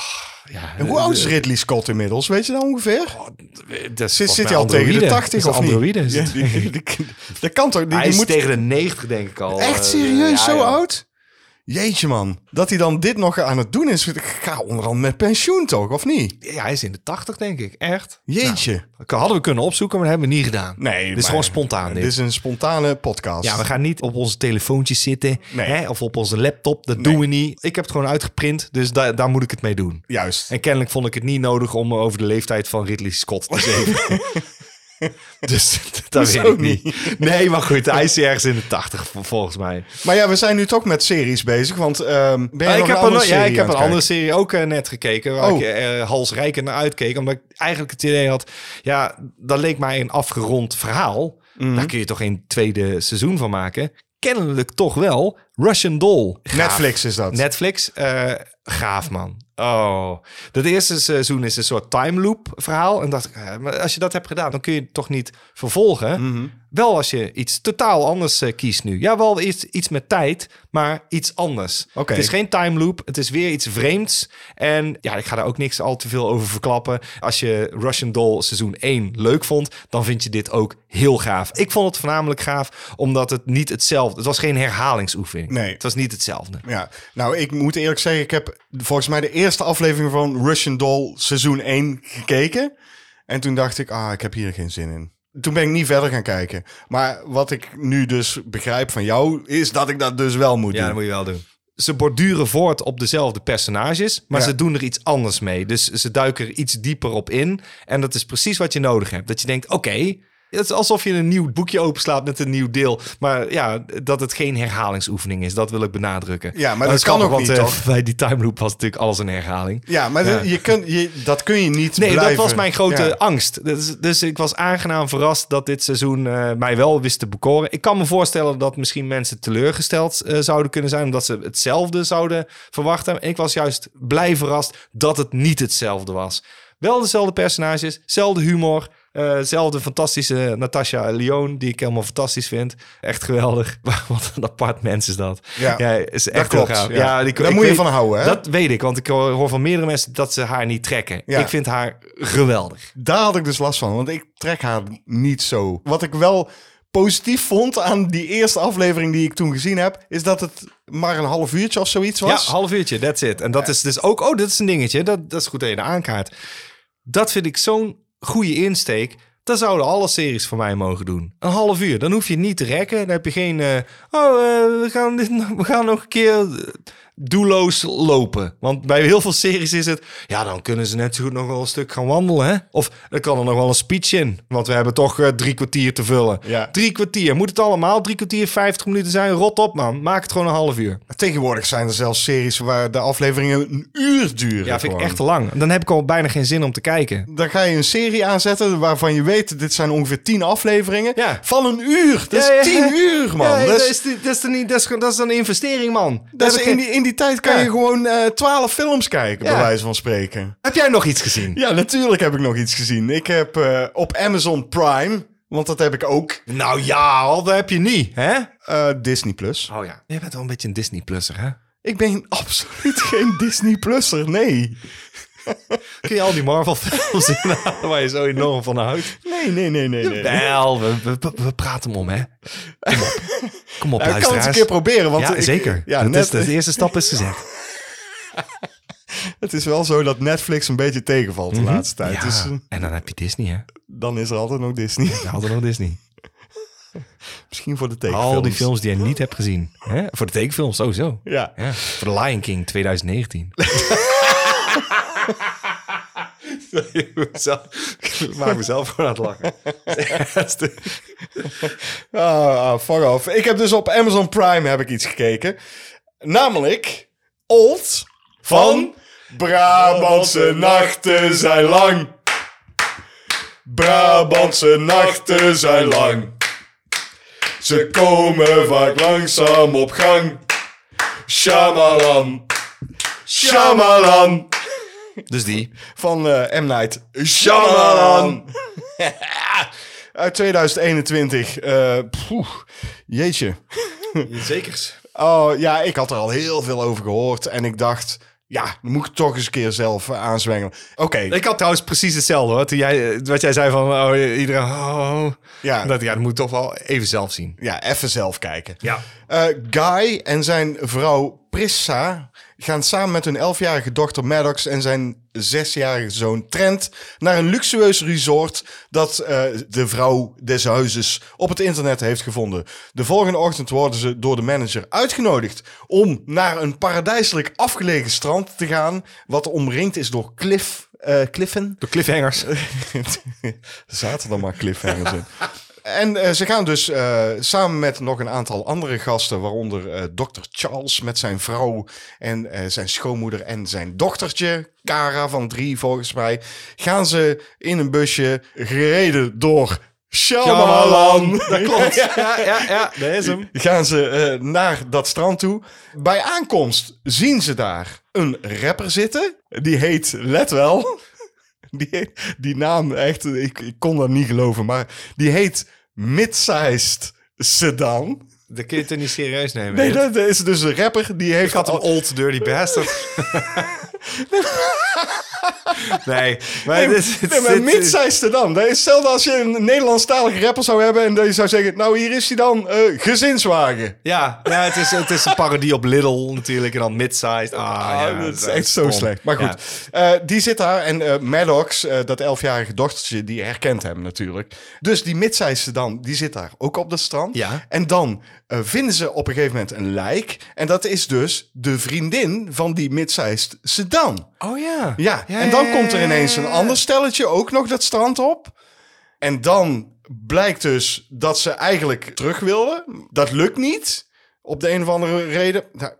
ja,
En hoe
de-
oud is Ridley Scott inmiddels? Weet je dat ongeveer?
de- dat Oh, is
Zit,
volgens
zit
mij
hij al tegen de
androïde.
80
Dat is
of niet?
androïde, is
Ja,
het.
die- die- die- dat kan toch? Die,
Hij
die
is
moet
tegen de 90, denk ik al.
echt
Eh,
serieus
ja,
zo
joh.
oud? Jeetje man, dat hij dan dit nog aan het doen is. Ik ga onderhand met pensioen toch, of niet?
Ja, hij is in de 80, denk ik. Echt.
Jeetje.
Nou, hadden we kunnen opzoeken, maar dat hebben we niet gedaan.
nee,
Dit is
maar-
gewoon spontaan. Dit.
Dit is een spontane podcast.
Ja, we gaan niet op onze telefoontjes zitten
Nee.
hè, of op onze laptop. Dat doen we niet. Ik heb het gewoon uitgeprint, dus da- daar moet ik het mee doen.
Juist.
En kennelijk vond ik het niet nodig om over de leeftijd van Ridley Scott te zeggen. dus dat weet
Hoezo
ik niet. Nee, maar goed, hij is ergens in de 80 vol- volgens mij.
Maar ja, we zijn nu toch met series bezig. Want ehm ben jij
Ah,
nog
ik heb
een
een,
andere
ja,
serie
ik heb
aan
een
het
andere
kijken?
serie ook eh, net gekeken. Waar
Oh.
ik eh, halsrijkend naar uitkeek. Omdat ik eigenlijk het idee had... Ja, dat leek mij een afgerond verhaal.
Mhm.
Daar kun je toch geen tweede seizoen van maken? Kennelijk toch wel. Russian Doll. Gaaf.
Netflix is dat.
Netflix. eh, gaaf, man. Oh. Dat eerste seizoen is een soort time loop verhaal. En dacht ik, eh, maar als je dat hebt gedaan, dan kun je het toch niet vervolgen.
Mhm.
Wel als je iets totaal anders eh, kiest nu. Ja, wel iets, iets met tijd, maar iets anders.
Oké.
Het is geen time loop. Het is weer iets vreemds. En ja, ik ga daar ook niks al te veel over verklappen. Als je Russian Doll seizoen 1 leuk vond, dan vind je dit ook heel gaaf. Ik vond het voornamelijk gaaf, omdat het niet hetzelfde... Het was geen herhalingsoefening.
Nee.
Het was niet hetzelfde.
Ja, nou, ik moet eerlijk zeggen, ik heb volgens mij de eerste aflevering van Russian Doll seizoen 1 gekeken. En toen dacht ik, ah, ik heb hier geen zin in. Toen ben ik niet verder gaan kijken. Maar wat ik nu dus begrijp van jou, is dat ik dat dus wel moet
Ja,
doen.
dat moet je wel doen. Ze borduren voort op dezelfde personages, maar
Ja.
ze doen er iets anders mee. Dus ze duiken er iets dieper op in. En dat is precies wat je nodig hebt. Dat je denkt, oké, het is alsof je een nieuw boekje openslaat met een nieuw deel. Maar ja, dat het geen herhalingsoefening is, dat wil ik benadrukken.
Ja, maar dat kan ook
want,
niet,
eh,
toch?
bij die time loop was natuurlijk alles een herhaling.
Ja, maar
Ja.
Je kun, je, dat kun je niet
Nee,
blijven.
dat was mijn grote
Ja.
angst. Dus, dus ik was aangenaam verrast dat dit seizoen eh, mij wel wist te bekoren. Ik kan me voorstellen dat misschien mensen teleurgesteld eh, zouden kunnen zijn... omdat ze hetzelfde zouden verwachten. En ik was juist blij verrast dat het niet hetzelfde was. Wel dezelfde personages, zelfde humor... eh, zelfde fantastische Natasha Lyon, die ik helemaal fantastisch vind. Echt geweldig. Wat een apart mens is dat.
Ja,
is echt
klopt,
heel gaaf.
ja.
Ja. die-
Daar
ik
moet je
weet-
van houden, hè?
Dat weet ik, want ik hoor van meerdere mensen dat ze haar niet trekken.
Ja.
Ik vind haar geweldig.
Daar had ik dus last van, want ik trek haar niet zo. Wat ik wel positief vond aan die eerste aflevering die ik toen gezien heb, is dat het maar een half uurtje of zoiets was.
Ja, half uurtje, that's it. En dat is dus ook, oh, dat is een dingetje. Dat, dat is goed dat je dat aankaart. Dat vind ik zo'n goede insteek. Dat zouden alle series van mij mogen doen. Een half uur. Dan hoef je het niet te rekken. Dan heb je geen. eh, oh, eh, we, gaan dit, nog- we gaan nog een keer eh, doelloos lopen. Want bij heel veel series is het. Ja, dan kunnen ze net zo goed nog wel een stuk gaan wandelen. Hè? Of er kan er nog wel een speech in. Want we hebben toch eh, drie kwartier te vullen.
Ja.
Drie kwartier. Moet het allemaal drie kwartier, vijftig minuten zijn? Rot op, man. Maak het gewoon een half uur.
Tegenwoordig zijn er zelfs series waar de afleveringen een uur duren.
Ja, vind ik
gewoon.
echt te lang. Dan heb ik al bijna geen zin om te kijken.
Dan ga je een serie aanzetten waarvan je weet... dit zijn ongeveer tien afleveringen
Ja.
van een uur. Dat
Ja, ja.
is tien uur, man.
Ja,
dat is,
dat, is dan niet, dat, is, gewoon- dat is dan een investering, man.
dat
heb,
is
ik-
in, die, in die tijd kan
Ja.
je gewoon eh, twaalf films kijken,
Ja.
bij wijze van spreken.
heb jij nog iets gezien?
Ja, natuurlijk heb ik nog iets gezien. Ik heb eh, op Amazon Prime, want dat heb ik ook,
Nou ja, al dat heb je niet, hè?
eh, Disney+. Plus.
Oh ja. Jij bent wel een beetje een Disney-plusser, hè?
Ik ben absoluut geen Disney Plusser, nee.
Kun je al die Marvel-films inhalen waar je zo enorm van houdt?
Nee, nee, nee, nee. nee.
Wel, we, we, we- we praten hem om, hè? Kom op, Kom op
Nou, ik kan het
luisteraars.
een keer proberen, want
ja,
ik-
zeker.
Ja,
Dat
net,
is, de eerste stap is gezet.
Het is wel zo dat Netflix een beetje tegenvalt de laatste tijd.
Mhm. Ja,
Dus eh,
en dan heb je Disney, hè?
dan is er altijd nog Disney.
We hadden nog Disney.
Misschien voor de tekenfilms.
Al die films die jij niet hebt gezien. Hè? Voor de tekenfilms, sowieso.
Ja.
Ja, voor The Lion King 2019. Ik maak mezelf gewoon aan het lachen.
Ah, ah, fuck off. Ik heb dus op Amazon Prime heb ik iets gekeken. Namelijk Old van Brabantse nachten zijn lang. Brabantse nachten zijn lang. Ze komen vaak langzaam op gang. Shamalan. Shamalan.
dus die.
Van eh, M. Night. Shyamalan. Uit 2021. Eh poeh, jeetje.
Zekers.
Oh ja, ik had er al heel veel over gehoord. En ik dacht, ja, dan moet ik toch eens een keer zelf eh, aanzwengelen. Oké,
Ik had trouwens precies hetzelfde hoor. Toen jij, eh, wat jij zei van oh, iedereen. Oh.
Ja.
Dat, ja, dat moet toch wel even zelf zien.
ja, even zelf kijken.
Ja.
Eh, Guy en zijn vrouw Prissa gaan samen met hun 11-jarige dochter Maddox en zijn 6-jarige zoon Trent naar een luxueus resort dat eh, de vrouw des huizes op het internet heeft gevonden. De volgende ochtend worden ze door de manager uitgenodigd om naar een paradijselijk afgelegen strand te gaan, wat omringd is door cliff, eh, kliffen.
Door cliffhangers.
Zaten er maar cliffhangers in. En eh, ze gaan dus eh, samen met nog een aantal andere gasten, waaronder eh, dokter Charles met zijn vrouw en eh, zijn schoonmoeder en zijn dochtertje, Cara van drie volgens mij, gaan ze in een busje gereden door Shyamalan.
Dat klopt. Ja, ja, ja. Dat is hem.
Gaan ze eh, naar dat strand toe. Bij aankomst zien ze daar een rapper zitten. Die heet, let wel, die, die naam echt, ik, ik kon dat niet geloven, maar die heet Midsized Sedan.
Dat kun je toch niet serieus nemen?
Nee, dat is dus een rapper die heeft...
had een
al-
old dirty bastard. nee, maar dit is...
Nee, maar Midsized Sedan, dat is hetzelfde als je een Nederlandstalige rapper zou hebben en dat je zou zeggen, nou hier is hij dan, eh, gezinswagen.
Ja, ja het, is, het is een parodie op Lidl natuurlijk. En dan mid-sized. Ah, ja,
Ah, dat is echt zo
stom.
slecht. Maar
Ja.
goed, eh, die zit daar en eh Maddox, eh, dat elfjarige dochtertje, die herkent hem natuurlijk. Dus die midzijste dan, die zit daar ook op dat strand.
Ja.
En dan eh, vinden ze op een gegeven moment een lijk. En dat is dus de vriendin van die midzijst sedan.
Oh ja.
Ja, en dan komt er ineens een ander stelletje ook nog dat strand op. En dan blijkt dus dat ze eigenlijk terug wilden. Dat lukt niet. Op de een of andere reden. Nou,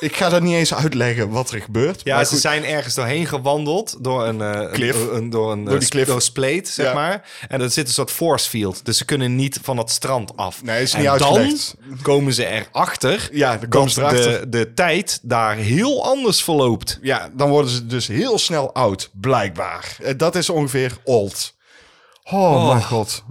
ik ga dat niet eens uitleggen wat er gebeurt.
Ja,
maar
ze
goed.
zijn ergens doorheen gewandeld door een... eh,
Cliff.
Een, een- door een
Door
door
die cliff.
Door een spleet, zeg
Ja.
maar. En er zit een soort force field. Dus ze kunnen niet van dat strand af.
Nee, is
en
niet uitgelegd.
dan komen ze erachter...
Ja, dan komen ze
dat
erachter.
De, de tijd daar heel anders verloopt.
ja, dan worden ze dus heel snel oud, blijkbaar. Eh, Dat is ongeveer old. Oh, mijn god.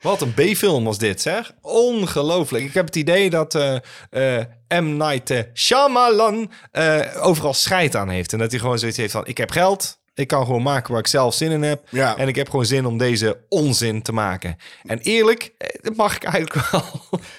Wat een B-film was dit, zeg. Ongelooflijk. Ik heb het idee dat eh, eh, M. Night eh, Shyamalan eh, overal scheid aan heeft. En dat hij gewoon zoiets heeft van... Ik heb geld, ik kan gewoon maken waar ik zelf zin in heb.
Ja.
En ik heb gewoon zin om deze onzin te maken. En eerlijk, eh, dat mag ik eigenlijk wel.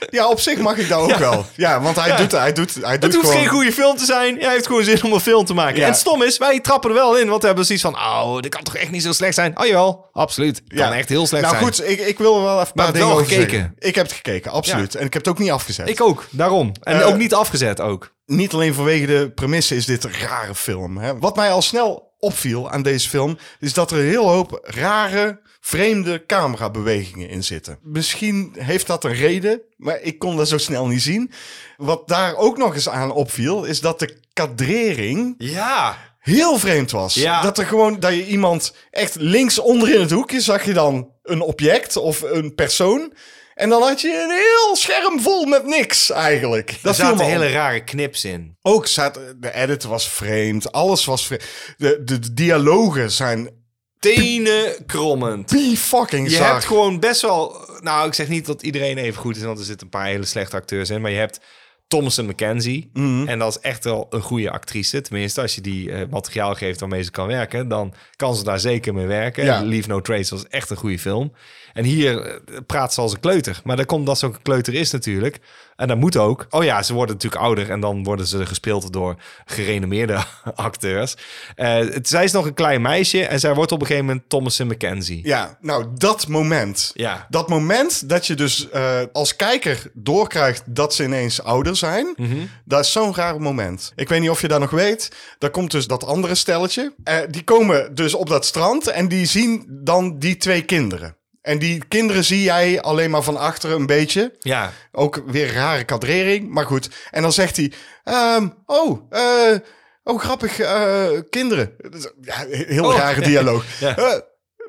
Ja, op zich mag ik dat ook wel. Ja, want hij
Ja.
doet... Hij doet, hij doet
Het hoeft
gewoon...
geen goede film te zijn. Hij heeft gewoon zin om een film te maken.
Ja.
En het stom is, wij trappen er wel in. Want we hebben zoiets van... Oh, dat kan toch echt niet zo slecht zijn? Oh jawel, absoluut. Het kan echt heel slecht
nou,
zijn.
goed, ik, ik wil er wel even een
Maar
paar
we hebben
dingen
wel
over
gekeken.
zeggen. Ik heb het gekeken, absoluut. En ik heb het ook niet afgezet.
Ik ook, daarom. En
Eh,
ook niet afgezet ook.
niet alleen vanwege de premisse is dit een rare film. Hè? Wat mij al snel opviel aan deze film, is dat er een heel hoop rare, vreemde camerabewegingen in zitten. Misschien heeft dat een reden, maar ik kon dat zo snel niet zien. Wat daar ook nog eens aan opviel, is dat de kadrering
Ja.
heel vreemd was.
Ja.
Dat er gewoon dat je iemand echt links onder in het hoekje zag je dan een object of een persoon. En dan had je een heel scherm vol met niks eigenlijk.
Daar
Dat viel me
zaten
op.
hele rare knips in.
Ook zaten, de edit was vreemd, alles was vreemd. De, de, de dialogen zijn
Tenen krommend.
pie fucking
Je
zacht.
hebt gewoon best wel... Nou, ik zeg niet dat iedereen even goed is, want er zitten een paar hele slechte acteurs in. Maar je hebt Thomason McKenzie. En dat is echt wel een goede actrice. Tenminste, als je die eh, materiaal geeft waarmee ze kan werken, dan kan ze daar zeker mee werken.
Ja.
Leave No Trace was echt een goede film. En hier eh, praat ze als een kleuter. Maar dat komt omdat ze ook een kleuter is natuurlijk. En dat moet ook. Oh ja, ze worden natuurlijk ouder en dan worden ze gespeeld door gerenommeerde acteurs. Eh, het, zij is nog een klein meisje en zij wordt op een gegeven moment Thomasin McKenzie.
Ja, nou dat moment.
Ja.
Dat moment dat je dus eh, als kijker doorkrijgt dat ze ineens ouder er zijn.
Mhm.
Dat is zo'n raar moment. Ik weet niet of je dat nog weet. Daar komt dus dat andere stelletje. Eh, die komen dus op dat strand en die zien dan die twee kinderen. En die kinderen zie jij alleen maar van achteren een beetje.
Ja.
Ook weer rare kadrering, maar goed. En dan zegt hij, ehm, oh, eh, oh grappig, eh, kinderen. Ja, heel
Oh,
rare
ja.
dialoog.
Ja.
Eh,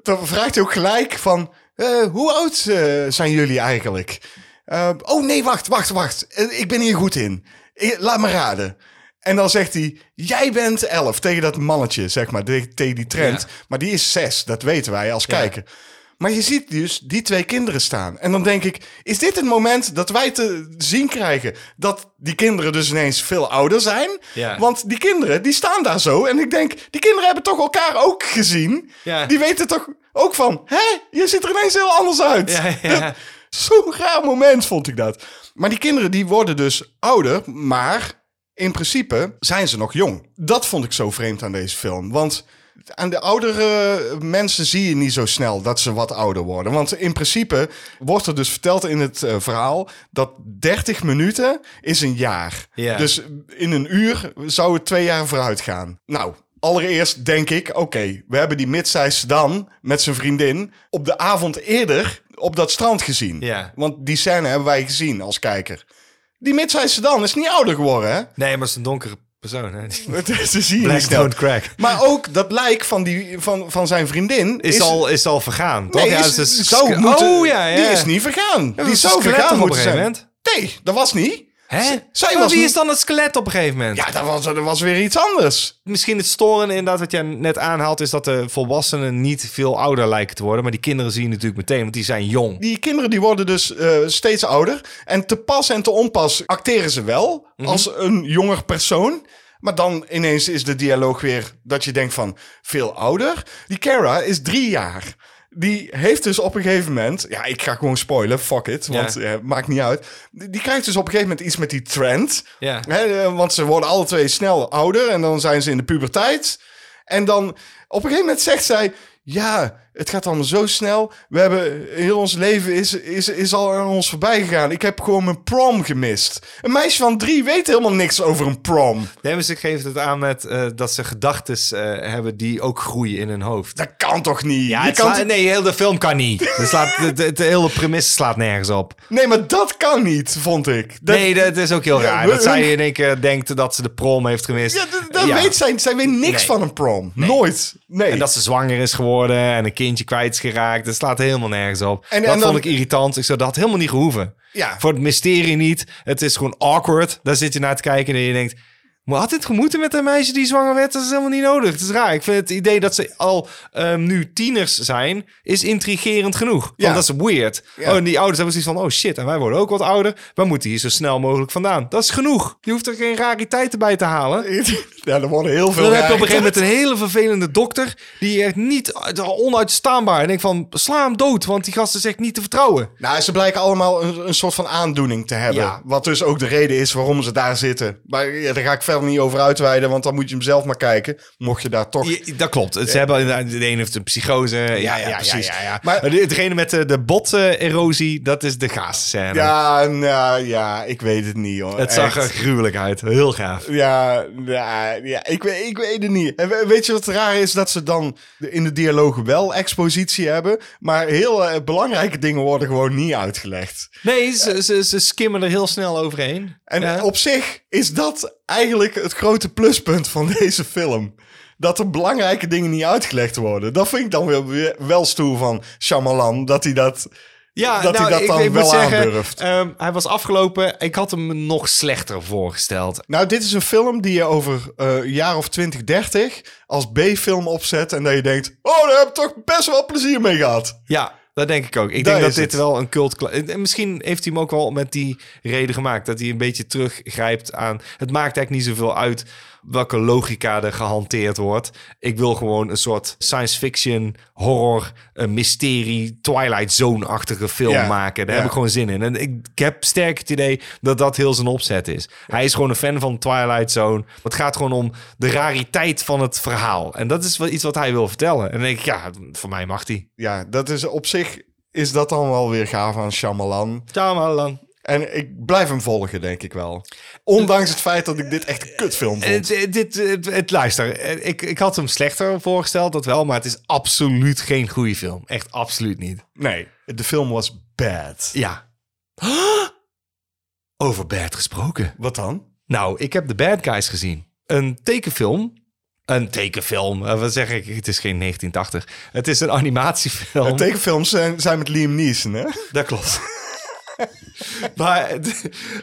dan vraagt hij ook gelijk van, eh, hoe oud eh, zijn jullie eigenlijk? Eh, oh nee, wacht, wacht, wacht. Eh, ik ben hier goed in. Eh, laat me raden. En dan zegt hij, jij bent elf tegen dat mannetje, zeg maar, tegen tegen die trend.
Ja.
Maar die is zes, dat weten wij als
Ja.
kijker. Maar je ziet dus die twee kinderen staan. En dan denk ik, is dit het moment dat wij te zien krijgen dat die kinderen dus ineens veel ouder zijn?
Ja.
Want die kinderen, die staan daar zo. En ik denk, die kinderen hebben toch elkaar ook gezien?
Ja.
Die weten toch ook van, hè, je ziet er ineens heel anders uit.
Ja, ja.
Dat- Zo'n raar moment vond ik dat. Maar die kinderen die worden dus ouder, maar in principe zijn ze nog jong. Dat vond ik zo vreemd aan deze film. Want aan de oudere mensen zie je niet zo snel dat ze wat ouder worden. Want in principe wordt er dus verteld in het eh, verhaal dat 30 minuten is een jaar.
Ja.
Dus in een uur zou het twee jaar vooruit gaan. Nou, allereerst denk ik, oké, we hebben die midsize dan met zijn vriendin op de avond eerder op dat strand gezien.
Ja.
Want die scène hebben wij gezien als kijker. Die midsize dan is niet ouder geworden, hè?
Nee, maar het is een donkere persoon. Hè? Die
Ze zien je
Black
niet snel.
don't crack.
Maar ook dat lijk van, die, van, van zijn vriendin
Is, al, is al vergaan, toch?
Nee,
Ja, dus
is,
het is-
zou moeten,
Oh, ja, ja.
Die is niet vergaan.
dat
die
is
zou
een skelet
vergaan
toch op
moeten
een
zijn.
gegeven
Nee, dat was niet.
Hè?
Zij
maar
was
wie
niet-
is dan het skelet op een gegeven moment?
Ja, dat was, dat was weer iets anders.
Misschien het storende inderdaad wat jij net aanhaalt... is dat de volwassenen niet veel ouder lijken te worden. Maar die kinderen zien je natuurlijk meteen, want die zijn jong.
Die kinderen die worden dus eh, steeds ouder. En te pas en te onpas acteren ze wel als een jonger persoon. Maar dan ineens is de dialoog weer dat je denkt van veel ouder. Die Kara is drie jaar. Die heeft dus op een gegeven moment... Ja, ik ga gewoon spoilen, fuck it. Want
Ja.
eh, maakt niet uit. Die die krijgt dus op een gegeven moment iets met die trend.
Ja.
Hè, eh, want ze worden alle twee snel ouder en dan zijn ze in de puberteit. En dan op een gegeven moment zegt zij: Ja, het gaat allemaal zo snel. We hebben heel ons leven is, is, is al aan ons voorbij gegaan. Ik heb gewoon mijn prom gemist. Een meisje van drie weet helemaal niks over een prom.
Nee, maar ze geeft het aan met eh, dat ze gedachtes eh, hebben die ook groeien in hun hoofd.
Dat kan toch niet?
Ja,
Je
het
kan
sla-
toch-
nee, heel de film kan niet. Het slaat, de, de, de hele premisse slaat nergens op.
nee, maar dat kan niet, vond ik. Dat,
nee, dat is ook heel
Ja,
raar.
we-
Dat zij in één keer denkt dat ze de prom heeft gemist.
ja, dat, dat
Ja.
weet zij. Zij weet niks
Nee.
van een prom. Nooit. Nee.
En dat ze zwanger is geworden en een kindje kwijtgeraakt. Dat slaat helemaal nergens op.
En-
dat
en dan-
vond ik irritant. Ik zou dat had helemaal niet gehoeven.
Ja.
Voor het mysterie niet. Het is gewoon awkward. Daar zit je naar te kijken en je denkt... Maar had dit gemoeten met een meisje die zwanger werd? Dat is helemaal niet nodig. Het is raar. Ik vind het idee dat ze al ehm, nu tieners zijn, is intrigerend genoeg.
Ja.
Want dat is weird.
Ja.
Oh, en die ouders hebben zoiets van, oh shit, en wij worden ook wat ouder. We moeten hier zo snel mogelijk vandaan. Dat is genoeg. Je hoeft er geen rariteiten bij te halen.
ja, er worden heel veel
Dan heb je op een
rare-
gegeven moment een hele vervelende dokter. Die echt niet eh, onuitstaanbaar. En denk van, sla hem dood. Want die gast is echt niet te vertrouwen.
Nou, ze blijken allemaal een, een soort van aandoening te hebben.
Ja.
Wat dus ook de reden is waarom ze daar zitten. Maar ja, daar ga ik verder niet over uitweiden, want dan moet je hem zelf maar kijken. Mocht je daar toch...
Ja, dat klopt. Ze hebben inderdaad- de ene heeft een psychose. Ja, ja,
ja,
precies.
ja, ja.
Maar de- degene met de, de boterosie, dat is de gaasscène.
Ja, nou ja, ik weet het niet hoor.
het zag er
Echt.
gruwelijk uit. Heel gaaf.
Ja, ja, ja ik, weet, ik weet het niet. En we- weet je wat raar is? Dat ze dan in de dialogen wel expositie hebben, maar heel eh, belangrijke dingen worden gewoon niet uitgelegd.
Nee, ze, ze, ze skimmen er heel snel overheen.
En
Ja.
op zich is dat eigenlijk het grote pluspunt van deze film. Dat er belangrijke dingen niet uitgelegd worden. Dat vind ik dan wel, weer- wel stoer van Shyamalan. Dat hij dat...
Ja,
dat
nou,
hij dat
ik,
dan
ik
wel
moet zeggen,
aandurft.
ehm, hij was afgelopen. Ik had hem nog slechter voorgesteld.
Nou, dit is een film die je over eh, een jaar of 20, 30 als B-film opzet. En dat je denkt, oh, daar heb ik toch best wel plezier mee gehad.
Ja, dat denk ik ook. Ik
Daar
denk dat
is
dit
het.
wel een cult... en- en Misschien heeft hij hem ook wel met die reden gemaakt. Dat hij een beetje teruggrijpt aan... Het maakt eigenlijk niet zoveel uit welke logica er gehanteerd wordt. Ik wil gewoon een soort science fiction, horror, eh, mysterie... Twilight Zone-achtige film
Ja,
maken. Daar
ja.
heb ik gewoon zin in. En ik, ik heb sterk het idee dat dat heel zijn opzet is. Hij is gewoon een fan van Twilight Zone. Het gaat gewoon om de rariteit van het verhaal. En dat is wel iets wat hij wil vertellen. En dan denk ik, ja, voor mij mag hij.
Ja, dat is op zich... Is dat dan wel weer gaaf aan Shyamalan?
Shyamalan.
En ik blijf hem volgen, denk ik wel. Ondanks het feit dat ik dit echt een kutfilm vond.
Het, het- Eh, dit, het, het- luister, eh, ik, ik had hem slechter voorgesteld, dat wel, maar het is absoluut geen goede film. Echt absoluut niet.
Nee, de film was bad.
Ja. Over Bert gesproken.
Wat dan?
Nou, ik heb The Bad Guys gezien. Een tekenfilm. Een tekenfilm. Eh, wat zeg ik? Het is geen 1980. Het is een animatiefilm.
De tekenfilms zijn, zijn met Liam Neeson, hè?
Dat klopt. maar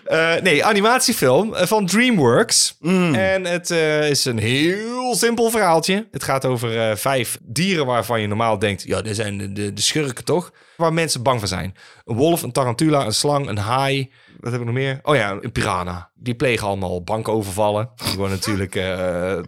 eh, nee, animatiefilm eh, van DreamWorks.
Mm.
En het eh, is een heel simpel verhaaltje. Het gaat over eh, vijf dieren waarvan je normaal denkt... ja, dit zijn de, de, de schurken toch? Waar mensen bang voor zijn. Een wolf, een tarantula, een slang, een haai. Wat heb ik nog meer? Oh ja, een piranha. Die plegen allemaal bankovervallen. Die worden natuurlijk eh, eh,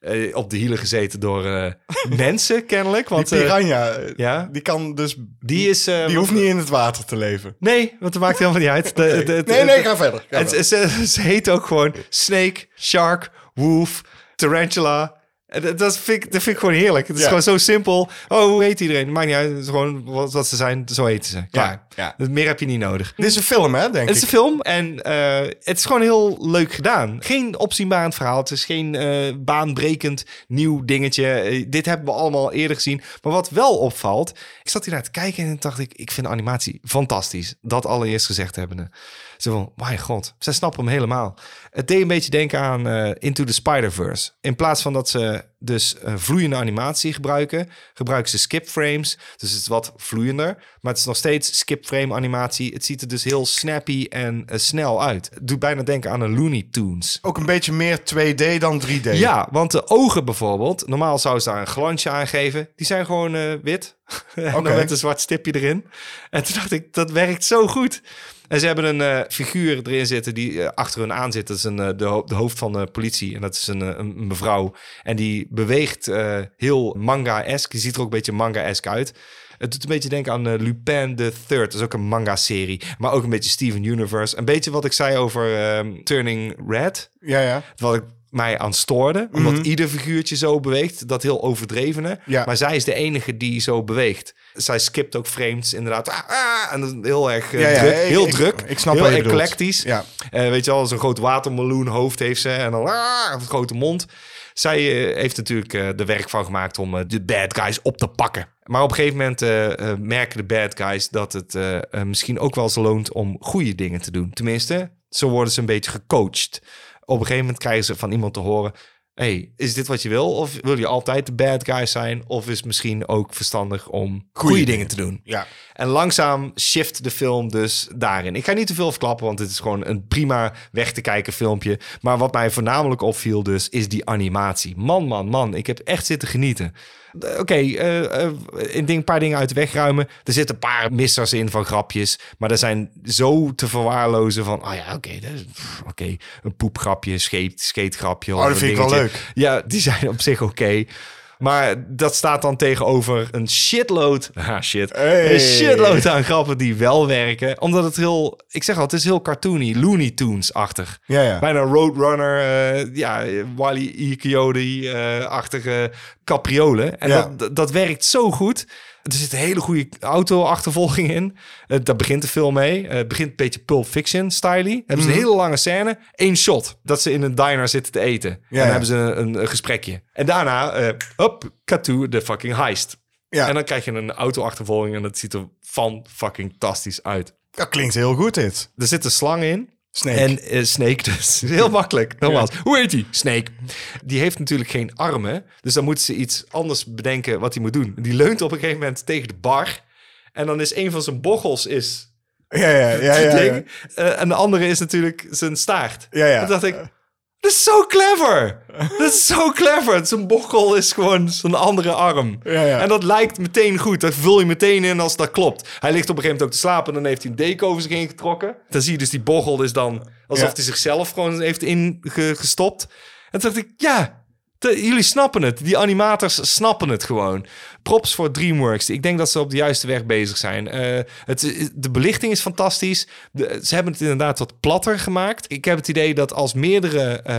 eh, op de hielen gezeten door eh, mensen kennelijk.
Die
Want, eh,
piranha, eh,
ja?
die kan dus...
die is... eh,
Die hoeft niet in het water te leven.
Nee, want dat maakt helemaal niet uit. De- de- de-
Nee, nee,
de-
ga verder. Ga
het,
verder.
ze, ze heet ook gewoon Snake, Shark, Wolf, Tarantula. En Dat, dat, vind ik, dat vind ik gewoon heerlijk. Het is
Ja.
gewoon zo simpel. Oh, hoe heet iedereen? Maakt niet uit. Het is gewoon wat, wat ze zijn, zo heten ze. Klaar.
ja.
Dus Meer heb je niet nodig.
Dit is een film, hè, denk
Het
ik.
is een film en eh, het is gewoon heel leuk gedaan. Geen opzienbarend verhaal. Het is geen eh, baanbrekend nieuw dingetje. Eh, dit hebben we allemaal eerder gezien. Maar wat wel opvalt, ik zat hier naar te kijken en dacht ik, ik vind animatie fantastisch. Dat allereerst gezegd hebbende. Zo van, mijn god, zij snappen hem helemaal. Het deed een beetje denken aan eh, Into the Spider-Verse. In plaats van dat ze dus eh, vloeiende animatie gebruiken, gebruiken ze skip frames. Dus het is wat vloeiender, maar het is nog steeds skip frame animatie. Het ziet er dus heel snappy en eh, snel uit. Het doet bijna denken aan een Looney Tunes.
Ook een beetje meer 2D dan 3D.
Ja, want de ogen bijvoorbeeld, normaal zou ze daar een glansje aan geven. Die zijn gewoon eh, wit. en
Oké.
dan met een zwart stipje erin. En toen dacht ik, dat werkt zo goed. En ze hebben een eh, figuur erin zitten die eh, achter hun aan zit. Dat is een, eh, de, ho- de hoofd van de politie. En dat is een, eh, een, een mevrouw. En die beweegt eh, heel manga-esque. Die ziet er ook een beetje manga-esque uit. Het doet een beetje denken aan eh, Lupin the Third. Dat is ook een manga-serie. Maar ook een beetje Steven Universe. Een beetje wat ik zei over ehm, Turning Red
Ja, ja.
wat ik mij aan stoorde. Omdat ieder figuurtje zo beweegt. Dat heel overdrevene.
Mhm. Ja.
Maar zij is de enige die zo beweegt. Zij skipt ook frames inderdaad. Ah, ah, en dan heel erg eh,
Ja, ja,
druk.
ik-
heel
ik-
druk.
ik snap
heel
wat je bedoelt.
eclectisch.
Ja.
Eh, weet je wel, zo'n groot watermeloen hoofd heeft ze. En dan ah, een grote mond. Zij eh, heeft natuurlijk eh er werk van gemaakt om eh, de bad guys op te pakken. Maar op een gegeven moment eh, eh, merken de bad guys dat het eh, eh, misschien ook wel eens loont om goede dingen te doen. Tenminste, zo worden ze een beetje gecoacht. Op een gegeven moment krijgen ze van iemand te horen: hey, is dit wat je wil? Of wil je altijd de bad guy zijn? Of is het misschien ook verstandig om goede, dingen te doen?
Ja.
En langzaam shift de film dus daarin. Ik ga niet te veel verklappen, want het is gewoon een prima weg te kijken filmpje. Maar wat mij voornamelijk opviel dus, is die animatie. Man, man, man, ik heb echt zitten genieten. D- Oké, eh, eh, een ding, een paar dingen uit de weg ruimen. Er zitten een paar missers in van grapjes. Maar er zijn zo te verwaarlozen van... Ah ja, oké, dat is- pff, oké, een poepgrapje, scheet, scheetgrapje. of
Oh, dat
een
vind ik wel
dingetje.
leuk.
Ja, die zijn op zich oké. Maar dat staat dan tegenover een shitload... Ah, shit.
Hey.
Een shitload aan grappen die wel werken. Omdat het heel... Ik zeg al, het is heel cartoony. Looney Tunes-achtig.
Ja, ja.
Bijna Roadrunner, eh, ja, Wally E. Coyote-achtige capriolen. En
Ja.
dat, dat, dat werkt zo goed. Er zit een hele goede auto-achtervolging in. Eh, daar begint de film mee. Eh, het begint een beetje Pulp Fiction-stylie. Hebben
Mhm.
ze een hele lange scène. Eén shot. Dat ze in een diner zitten te eten. en dan
ja.
hebben ze een, een, een gesprekje. En daarna, eh up, katoe, de fucking heist.
Ja.
En dan krijg je een auto-achtervolging en dat ziet er van fucking fantastisch uit.
Dat klinkt heel goed, dit.
Er zit een slang in.
Snake.
En eh, Snake dus. Heel makkelijk, nogmaals. Hoe heet die? Snake. Die heeft natuurlijk geen armen. Dus dan moeten ze iets anders bedenken wat hij moet doen. Die leunt op een gegeven moment tegen de bar. En dan is een van zijn bochels is
Ja, ja, ja. ja,
het
ja,
ding. Eh, en de andere is natuurlijk zijn staart.
Ja, ja.
Toen dacht ik, dat is zo clever. Dat is zo clever. Zijn bochel is gewoon zijn andere arm.
Ja, ja.
En dat lijkt meteen goed. Dat vul je meteen in als dat klopt. Hij ligt op een gegeven moment ook te slapen. Dan heeft hij een deken over zich heen getrokken. Dan zie je dus die bochel is dan alsof
Ja.
hij zichzelf gewoon heeft ingestopt. En toen dacht ik, ja... de- jullie snappen het. Die animators snappen het gewoon. props voor DreamWorks. Ik denk dat ze op de juiste weg bezig zijn. Eh, het, is- de belichting is fantastisch. De- ze hebben het inderdaad wat platter gemaakt. Ik heb het idee dat als meerdere eh,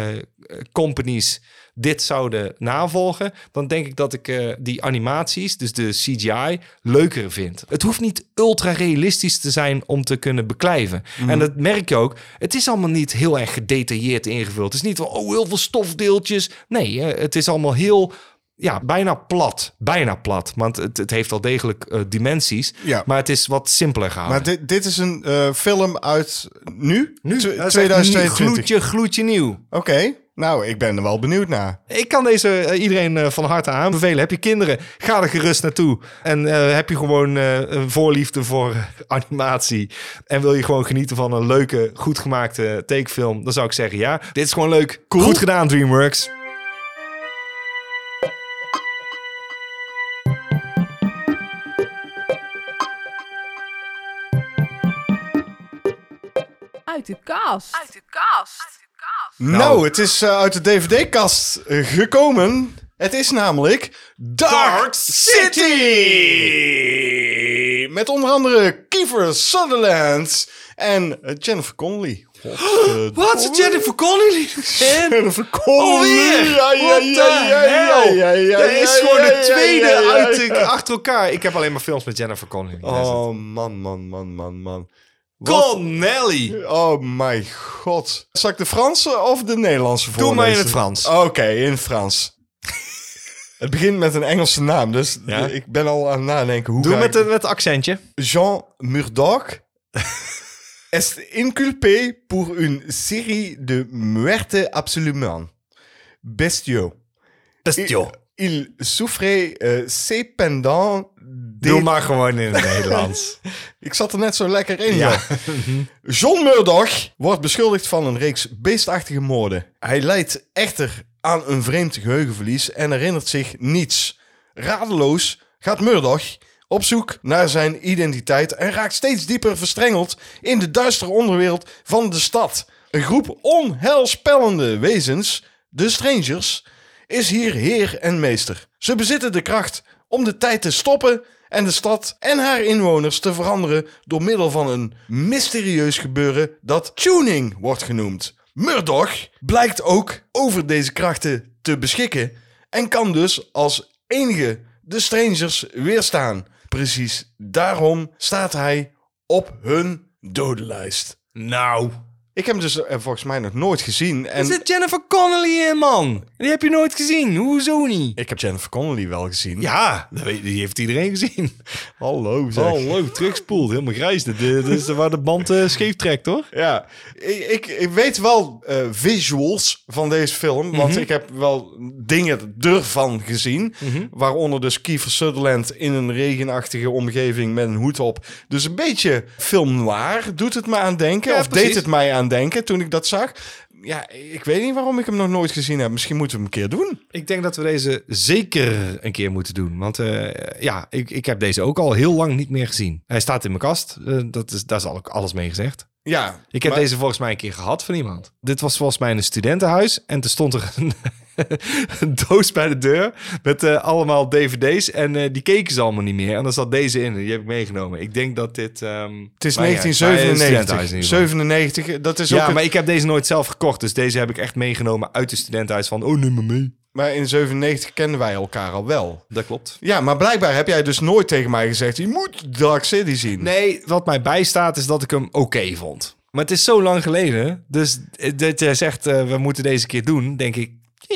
companies dit zouden navolgen, dan denk ik dat ik eh, die animaties, dus de CGI, leuker vind. Het hoeft niet ultra realistisch te zijn om te kunnen beklijven.
Mhm.
En dat merk je ook. Het is allemaal niet heel erg gedetailleerd ingevuld. Het is niet van, oh, heel veel stofdeeltjes. Nee, eh, het is allemaal heel ja, bijna plat. Bijna plat. Want het, het heeft wel degelijk eh, dimensies.
Ja.
Maar het is wat simpeler gehouden.
Maar dit, dit is een eh, film uit nu?
Nu,
Tw-
dat is echt
2022.
nieuw, Gloedje, gloedje nieuw.
Oké, nou, ik ben er wel benieuwd naar.
Ik kan deze eh, iedereen eh, van harte aanbevelen. Heb je kinderen, ga er gerust naartoe. En eh, heb je gewoon eh, een voorliefde voor eh, animatie... en wil je gewoon genieten van een leuke, goed gemaakte takefilm... dan zou ik zeggen, ja, dit is gewoon leuk. Goed gedaan, DreamWorks.
Uit de kast.
Nou, het is eh, uit de DVD-kast eh, gekomen. Het is namelijk Dark,
Dark
City. Met onder andere Kiefer Sutherland en eh, Jennifer Connelly.
Wat is Jennifer Connelly?
Jennifer Connelly.
Alweer?
Ja, ja,
What the
ja, ja, ja,
hell?
ja, ja,
Dat is
ja,
gewoon
ja,
de
ja,
tweede
ja, ja,
uit
ja.
de- achter elkaar. Ik heb alleen maar films met Jennifer Connelly.
Oh, man, man, man, man, man. Wat-
Connelly!
Oh mijn god. Zal ik de Franse of de Nederlandse voorlezen?
maar in het Frans.
Oké, in het Frans. het begint met een Engelse naam, dus
Ja?
ik ben al aan het nadenken. Hoe
Doe
ga
met
ik-
een met een accentje.
Jean Murdoch est inculpé pour une série de muerte absolument. Bestiaux.
Bestio.
Il souffrait euh, cependant des
Doe maar gewoon in het Nederlands.
Ik zat er net zo lekker in, ja. John Murdoch wordt beschuldigd van een reeks beestachtige moorden. Hij lijdt echter aan een vreemd geheugenverlies en herinnert zich niets. Radeloos gaat Murdoch op zoek naar zijn identiteit en raakt steeds dieper verstrengeld in de duistere onderwereld van de stad. Een groep onheilspellende wezens, de Strangers, is hier heer en meester. Ze bezitten de kracht om de tijd te stoppen en de stad en haar inwoners te veranderen door middel van een mysterieus gebeuren dat tuning wordt genoemd. Murdoch blijkt ook over deze krachten te beschikken en kan dus als enige de strangers weerstaan. Precies daarom staat hij op hun dodenlijst.
nou.
Ik heb hem dus eh, volgens mij nog nooit gezien. En
Er zit Jennifer Connelly in, man. Die heb je nooit gezien. Hoezo niet?
ik heb Jennifer Connelly wel gezien.
Ja, dat weet- die heeft iedereen gezien.
Hallo zeg.
Hallo, terugspoelt. Helemaal grijs. Dit dit is waar de band eh, scheef trekt, hoor.
Ja, ik, ik, ik weet wel eh, visuals van deze film. Want
Mhm.
ik heb wel dingen ervan gezien.
Mhm.
Waaronder dus Kiefer Sutherland in een regenachtige omgeving met een hoed op. Dus een beetje film noir doet het me aan denken.
Ja,
of
precies.
deed het mij aan denken toen ik dat zag. Ja, ik weet niet waarom ik hem nog nooit gezien heb. Misschien moeten we hem een keer doen.
Ik denk dat we deze zeker een keer moeten doen. Want eh, ja, ik, ik heb deze ook al heel lang niet meer gezien. Hij staat in mijn kast. Eh, dat is, daar is al- alles mee gezegd.
Ja,
Ik heb
maar-
deze volgens mij een keer gehad van iemand. Dit was volgens mij in een studentenhuis. En er stond er een, een doos bij de deur met eh, allemaal dvd's. En eh, die keken ze allemaal niet meer. En daar zat deze in. Die heb ik meegenomen. Ik denk dat dit... ehm,
het is
maar ja, bij een studentenhuis in
1997.
ieder geval.
97, dat is ook...
Ja,
het-
maar ik heb deze nooit zelf gekocht. Dus deze heb ik echt meegenomen uit de studentenhuis. Van, oh, neem me mee.
maar in 97 kennen wij elkaar al wel.
Dat klopt.
Ja, maar blijkbaar heb jij dus nooit tegen mij gezegd... je moet Dark City zien.
Nee, wat mij bijstaat is dat ik hem oké vond. Maar het is zo lang geleden. Dus dat jij zegt, eh, we moeten deze keer doen, denk ik.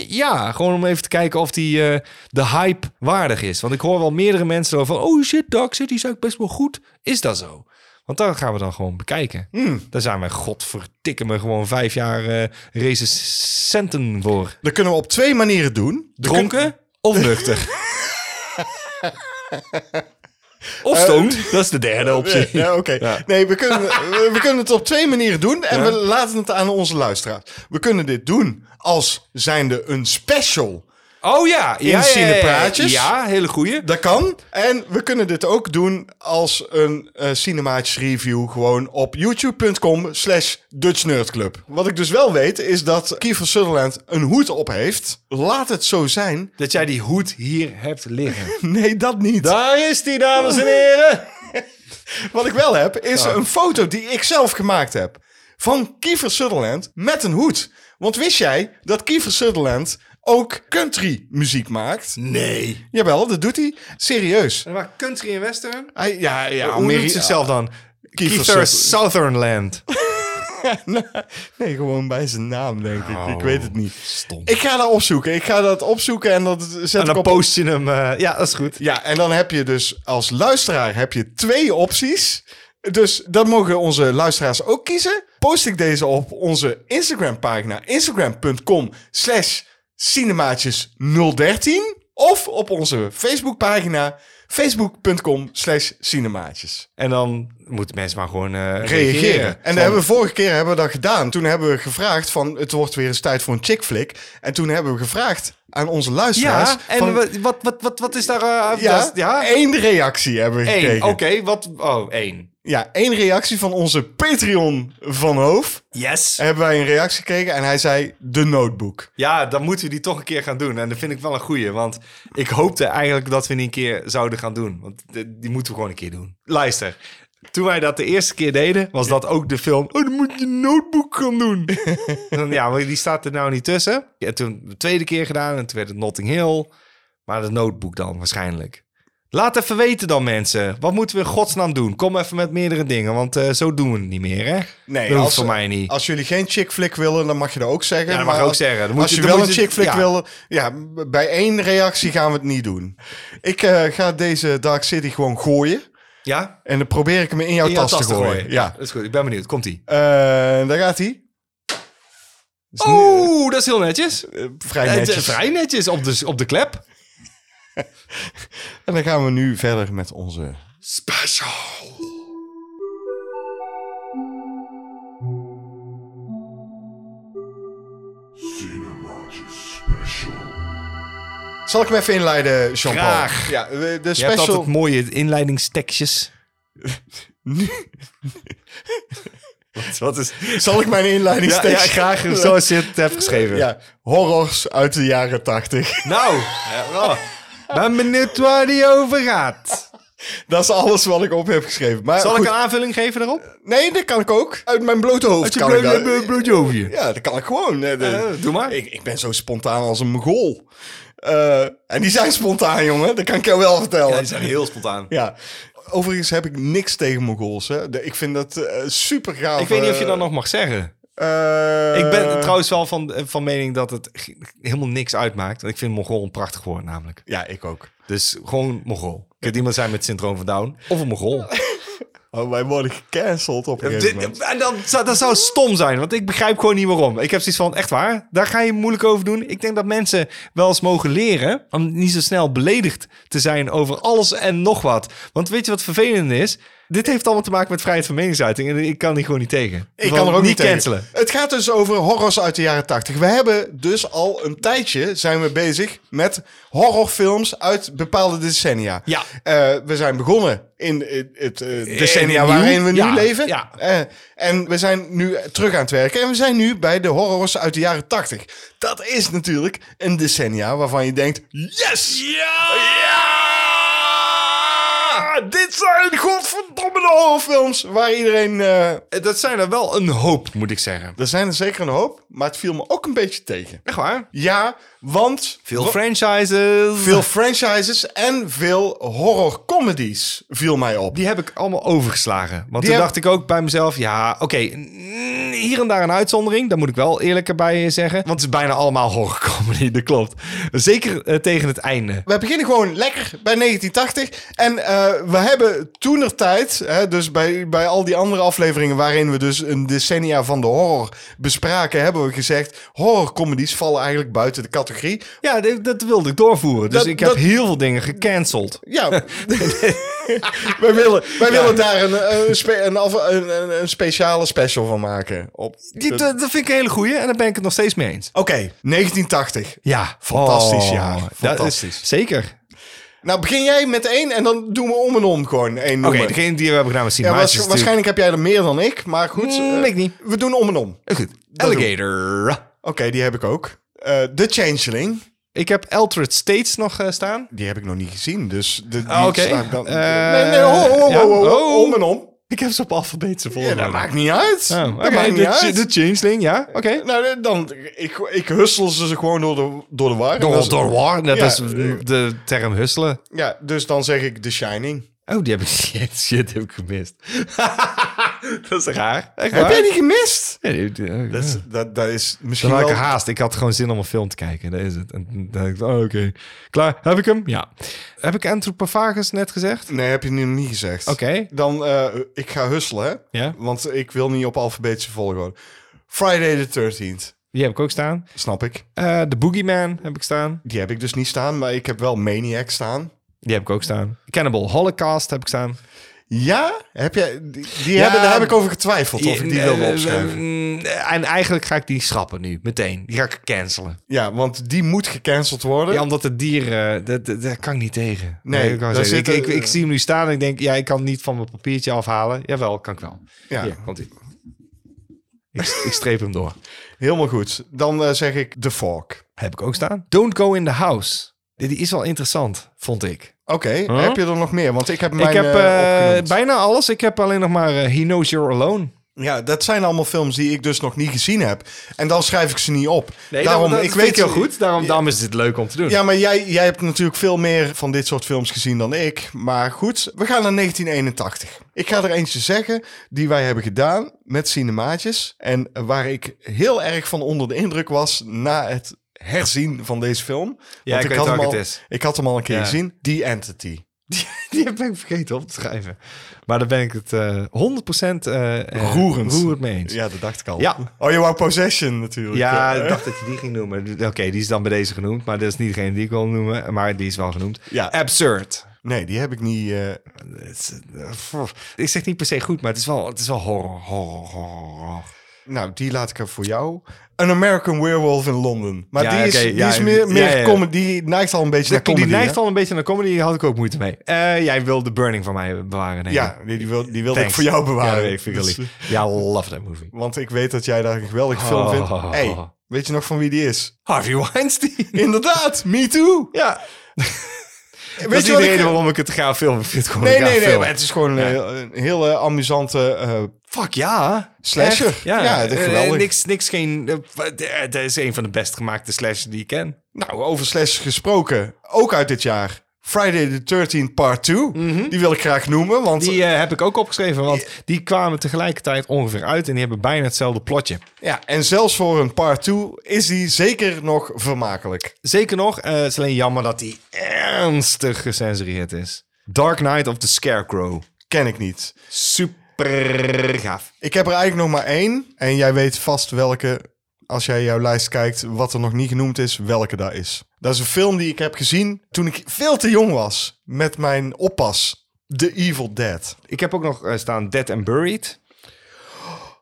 Ja, gewoon om even te kijken of die eh, de hype waardig is. Want ik hoor wel meerdere mensen over... Oh shit, Dark City is eigenlijk best wel goed. Is dat zo? Want dan gaan we dan gewoon bekijken.
Hmm.
Daar zijn we, godverdikke me, gewoon vijf jaar eh recensenten voor.
Dat kunnen we op twee manieren doen. Dan kun-
Dronken of nuchter? of stoned, dat is de derde optie.
Eh, Ja, oké.
Ja.
Nee, we kunnen, we, we kunnen het op twee manieren doen. En we laten het aan onze luisteraars. We kunnen dit doen als zijnde een special
Oh ja, ja, ja, ja, ja, ja.
Cinepraatjes.
Ja, hele goeie.
Dat kan. En we kunnen dit ook doen als een eh cinematisch review gewoon op youtube.com slash Dutch Nerd Club. Wat ik dus wel weet is dat Kiefer Sutherland een hoed op heeft. Laat het zo zijn.
Dat jij die hoed hier hebt liggen.
Nee, dat niet.
Daar is die, dames en heren.
Wat ik wel heb is
Oh.
een foto die ik zelf gemaakt heb. Van Kiefer Sutherland met een hoed. Want wist jij dat Kiefer Sutherland ook country muziek maakt?
Nee.
Jawel, dat doet hij. Serieus.
Maar country en western?
Hij, ja, ja,
Hoe
Ameri-
noemt zichzelf dan?
Kiefer Sutherland.
Kiefer Southernland.
Nee, gewoon bij zijn naam, denk ik. Ik weet het niet.
Oh, Stom.
Ik ga dat opzoeken. Ik ga dat opzoeken en dat zet
En
ik
dan
op.
post je hem. eh, ja, dat is goed.
Ja, en dan heb je dus als luisteraar heb je twee opties. Dus dat mogen onze luisteraars ook kiezen. Post ik deze op onze Instagram-pagina. Instagram.com slash cinemaatjes 013. Of op onze Facebookpagina. Facebook.com slash cinemaatjes.
En dan moeten mensen maar gewoon eh, reageren.
reageren. En
Van-
dat hebben we vorige keer hebben we dat gedaan. Toen hebben we gevraagd van het wordt weer eens tijd voor een chick flick. En toen hebben we gevraagd aan onze luisteraars.
Ja, en
van,
wat- wat, wat, wat, wat is daar... eh,
ja,
dat- ja?
één reactie hebben we
Eén.
gekregen.
Oké, wat... Oh, één.
Ja, één reactie van onze Patreon van Hoof.
Yes.
Hebben wij een reactie gekregen en hij zei de notebook.
Ja, dan moeten we die toch een keer gaan doen. En dat vind ik wel een goeie. Want ik hoopte eigenlijk dat we die een keer zouden gaan doen. Want de- die moeten we gewoon een keer doen. Luister, toen wij dat de eerste keer deden, was dat ook de film... Oh, dan moet je een notebook gaan doen. En dan, ja, maar die staat er nou niet tussen. Ja, toen de tweede keer gedaan en toen werd het Notting Hill. Maar de notebook dan waarschijnlijk. Laat even weten dan mensen. Wat moeten we in godsnaam doen? Kom even met meerdere dingen, want eh, zo doen we het niet meer, hè?
Nee,
dat
als-
hoeft voor mij niet.
Als jullie geen chick flick willen, dan mag je dat ook zeggen.
Ja, dat mag
maar
je ook
als-
zeggen. Dan moet
Als je,
je- dan
wel
moet
een
je-
chick flick
ja.
wil, ja, b- bij één reactie gaan we het niet doen. Ik eh, ga deze Dark City gewoon gooien.
ja?
En dan probeer ik hem in jouw,
In jouw
tas, te gooien. Ja.
dat is goed. Ik ben benieuwd. Komt-ie.
Eh, daar gaat hij.
Oeh, Oh, dat is heel netjes.
Vrij
Eh,
netjes.
Vrij netjes op de, op de klep.
En dan gaan we nu verder met onze...
Special.
Zal ik hem even inleiden, Jean-Paul?
Graag.
Ja, we- de
Je hebt altijd
special...
mooie inleidingstekstjes. wat, wat is...
Zal ik mijn inleiding
Ja,
steeds...
ja, graag zoals je het hebt geschreven.
Ja, horrors uit de jaren tachtig.
Nou, ja, oh. ben benieuwd waar die over gaat.
Dat is alles wat ik op heb geschreven. Maar
Zal
goed.
ik een aanvulling geven daarop?
Nee, dat kan ik ook. Uit mijn blote hoofd
Als je
kan
blo-
ik dat.
blo- blootje over je.
Ja, dat kan ik gewoon. Eh, de-
Eh, doe maar.
Ik, ik ben zo spontaan als een mogol. Eh, en die zijn spontaan, jongen. Dat kan ik jou wel vertellen.
die zijn heel spontaan.
Ja. Overigens heb ik niks tegen Mongols. Hè. De- Ik vind dat eh, super gaaf.
Ik weet niet of je
eh,
dat nog mag zeggen.
eh,
Ik ben trouwens wel van, van mening dat het g- helemaal niks uitmaakt. Want ik vind Mongool een prachtig woord namelijk.
Ja, ik ook.
Dus gewoon Mongool. Kunt iemand zijn met syndroom van Down of een Mongool.
Oh, wij worden gecanceld op een gegeven moment.
en dan zou, dat zou stom zijn, want ik begrijp gewoon niet waarom. Ik heb zoiets van, echt waar, daar ga je moeilijk over doen. Ik denk dat mensen wel eens mogen leren om niet zo snel beledigd te zijn over alles en nog wat. Want weet je wat vervelend is? Dit heeft allemaal te maken met vrijheid van meningsuiting en ik kan die gewoon niet tegen.
Ik
Van,
kan er ook niet tegen.
cancelen.
Het gaat dus over horrors uit de jaren 80. We hebben dus al een tijdje zijn we bezig met horrorfilms uit bepaalde decennia.
Ja.
Eh, we zijn begonnen in eh, het eh, decennia
nieuw.
waarin we nu
Ja,
leven.
ja.
Eh, en we zijn nu terug aan het werken. En we zijn nu bij de horrors uit de jaren 80. Dat is natuurlijk een decennia waarvan je denkt... Yes!
Ja!
Ah, dit zijn godverdomme horrorfilms waar iedereen... eh,
Dat zijn er wel een hoop, moet ik zeggen.
er zijn er zeker een hoop, maar het viel me ook een beetje tegen.
Echt waar?
Ja, want
Veel franchises.
veel franchises en veel horrorcomedies viel mij op.
Die heb ik allemaal overgeslagen. Want toen
heb-
dacht ik ook bij mezelf, ja, oké, mm, hier en daar een uitzondering. Daar moet ik wel eerlijker bij zeggen. Want het is bijna allemaal horrorcomedy, dat klopt. Zeker eh, tegen het einde.
We beginnen gewoon lekker bij 1980. En eh, we hebben toenertijd, hè, dus bij, bij al die andere afleveringen waarin we dus een decennia van de horror bespraken, hebben we gezegd, horrorcomedies vallen eigenlijk buiten de categorie.
Ja, dit- dat wilde ik doorvoeren. Dus
Dat-
ik heb
dat-
heel veel dingen gecanceld.
Ja, wij willen, wij willen daar een, eh, een, spe- een, af- een, een, een speciale special van maken. Op
Die- Dat, dat vind ik een hele goeie en daar ben ik het nog steeds mee eens.
Oké, 1980.
Ja,
fantastisch jaar.
dat is-
Fantastisch.
zeker.
Nou, begin jij met één en dan doen we om en om gewoon één
Oké,
nummer.
degene die we hebben gedaan was Steve
ja,
Maatjes
waars- waarschijnlijk heb jij er meer dan ik, maar goed.
Mm,
eh,
ik niet.
We doen om en om. Oké,
natuurlijk. Goed. Alligator.
die heb ik ook. Eh The Changeling,
Ik heb Eldred States nog eh, staan.
die heb ik nog niet gezien, dus... De, die
Ah, oké.
staat dan-
Eh,
nee, nee, ho, ho, ho,
ja.
ho, ho,
Oh.
om en om.
Ik heb ze op alfabetische
Ja, dat maakt niet uit.
Oh,
dat
oké,
maakt niet
de,
uit.
de Changeling, ja. Oké.
Nou, dan, ik, ik hustel ze ze gewoon door de, door de war. En dat is-
war. Dat
Ja.
is de term husselen.
Ja, dus dan zeg ik The Shining.
Oh, die heb ik, shit, shit, heb ik gemist. dat is raar. Echt
Heb
waar?
jij die gemist?
Ja, die- die- oh, ja.
Dat is, dat, dat is misschien
Dan had ik
wel...
haast. Ik had gewoon zin om een film te kijken. Dat is het. En toen dacht ik, oh, oké. Klaar. Heb ik hem? Ja. Heb ik Anthropophagus net gezegd?
Nee, heb je nu niet gezegd.
Oké.
Dan, eh, ik ga hustelen, hè?
Ja.
Want ik wil niet op alfabetische volgorde. Friday the 13th,
Die heb ik ook staan.
snap ik.
Eh The Boogeyman heb ik staan.
Die heb ik dus niet staan, maar ik heb wel Maniac staan.
Die heb ik ook staan. Cannibal Holocaust heb ik staan.
Ja? Heb jij, die die
Ja.
hebben, daar heb ik over getwijfeld of ik die wilde opschrijven.
Eh, En eigenlijk ga ik die schrappen nu, meteen. Die ga ik cancelen.
Ja, want die moet gecanceld worden.
Ja, omdat het dier, eh, dat, dat, dat kan ik niet tegen.
Nee,
ik, kan
daar
zeggen, ik,
zitten-
ik, ik zie hem nu staan en ik denk, ja, ik kan niet van mijn papiertje afhalen. Jawel, kan ik wel.
Ja.
Hier, komt ie. Ik, ik streep hem door.
Helemaal goed. Dan eh, zeg ik The Fork.
Heb ik ook staan. Don't go in the house. Die die is wel interessant, vond ik.
Oké,
Huh?
heb je er nog meer? Want ik heb mijn
ik heb
eh,
eh,
opgenoemd.
bijna alles. Ik heb alleen nog maar eh, He Knows You're Alone.
Ja, dat zijn allemaal films die ik dus nog niet gezien heb. En dan schrijf ik ze niet op.
Daarom, daarom is dit leuk om te doen.
Ja, maar jij, jij hebt natuurlijk veel meer van dit soort films gezien dan ik. Maar goed, we gaan naar 1981. Ik ga er eentje zeggen die wij hebben gedaan met Cinemaatjes. En waar ik heel erg van onder de indruk was na het herzien van deze film.
Ja, ik weet
had hem
welke
al,
het is.
Ik had hem al een keer
Ja.
gezien. Die Entity.
Die, die heb ik vergeten op te schrijven. Maar daar ben ik het eh 100% eh, eh,
Roerend.
roerend mee eens.
Ja, dat dacht ik al.
Ja.
Oh, je wou Possession natuurlijk. eh.
Ja, ik dacht dat je die ging noemen. Oké, die is dan bij deze genoemd, maar dat is niet degene die ik wil noemen, maar die is wel genoemd.
Ja.
Absurd.
Nee, die heb ik niet... eh,
Het is, eh, pff. Ik zeg niet per se goed, maar het is wel, het is wel horror, horror, horror. horror.
Nou, die laat ik er voor jou. An American Werewolf in London. Maar
Ja,
die, is,
oké,
die
ja,
is meer,
ja,
meer
ja.
comedy. Die neigt al een beetje naar comedy.
die neigt
hè?
al een beetje naar comedy, daar had ik ook moeite mee. Eh, jij wil The Burning van mij bewaren, denk ik.
Ja, die, die wil, die wilde
Thanks.
ik voor jou bewaren.
Ja, ik vind het
Dus, eh,
lief. Ja, love that movie.
want ik weet dat jij daar een geweldig film vindt.
Oh.
hey, weet je nog van wie die is?
Harvey Weinstein.
Inderdaad, Me Too.
ja, dat
Weet
is
je
niet
wat
de
ik-
reden waarom ik het gaaf film vind. Ik vind het gewoon
Nee,
een gaaf
nee, nee.
film.
maar het is gewoon een, heel- een heel eh, amusante... eh,
Fuck ja.
Slasher.
Echt? Ja,
Ja, dat is
Eh,
geweldig.
niks, niks, geen. eh, Dat is een van de best gemaakte slashers die ik ken.
nou, over slash gesproken. Ook uit dit jaar. Friday the 13th Part 2. Die wil ik graag noemen, want...
Mhm. Die eh, heb ik ook opgeschreven, want die kwamen tegelijkertijd ongeveer uit en die hebben bijna hetzelfde plotje.
Ja,
eh,
en zelfs voor een Part 2 is die zeker nog vermakelijk.
Zeker nog, eh, het is alleen jammer dat die ernstig gecensureerd is. Dark Knight of the Scarecrow.
Ken ik niet.
Super gaaf.
Ik heb er eigenlijk nog maar één. En jij weet vast welke, als jij jouw lijst kijkt, wat er nog niet genoemd is, welke daar is. Dat is een film die ik heb gezien toen ik veel te jong was. Met mijn oppas, The Evil Dead.
Ik heb ook nog eh, staan Dead and Buried.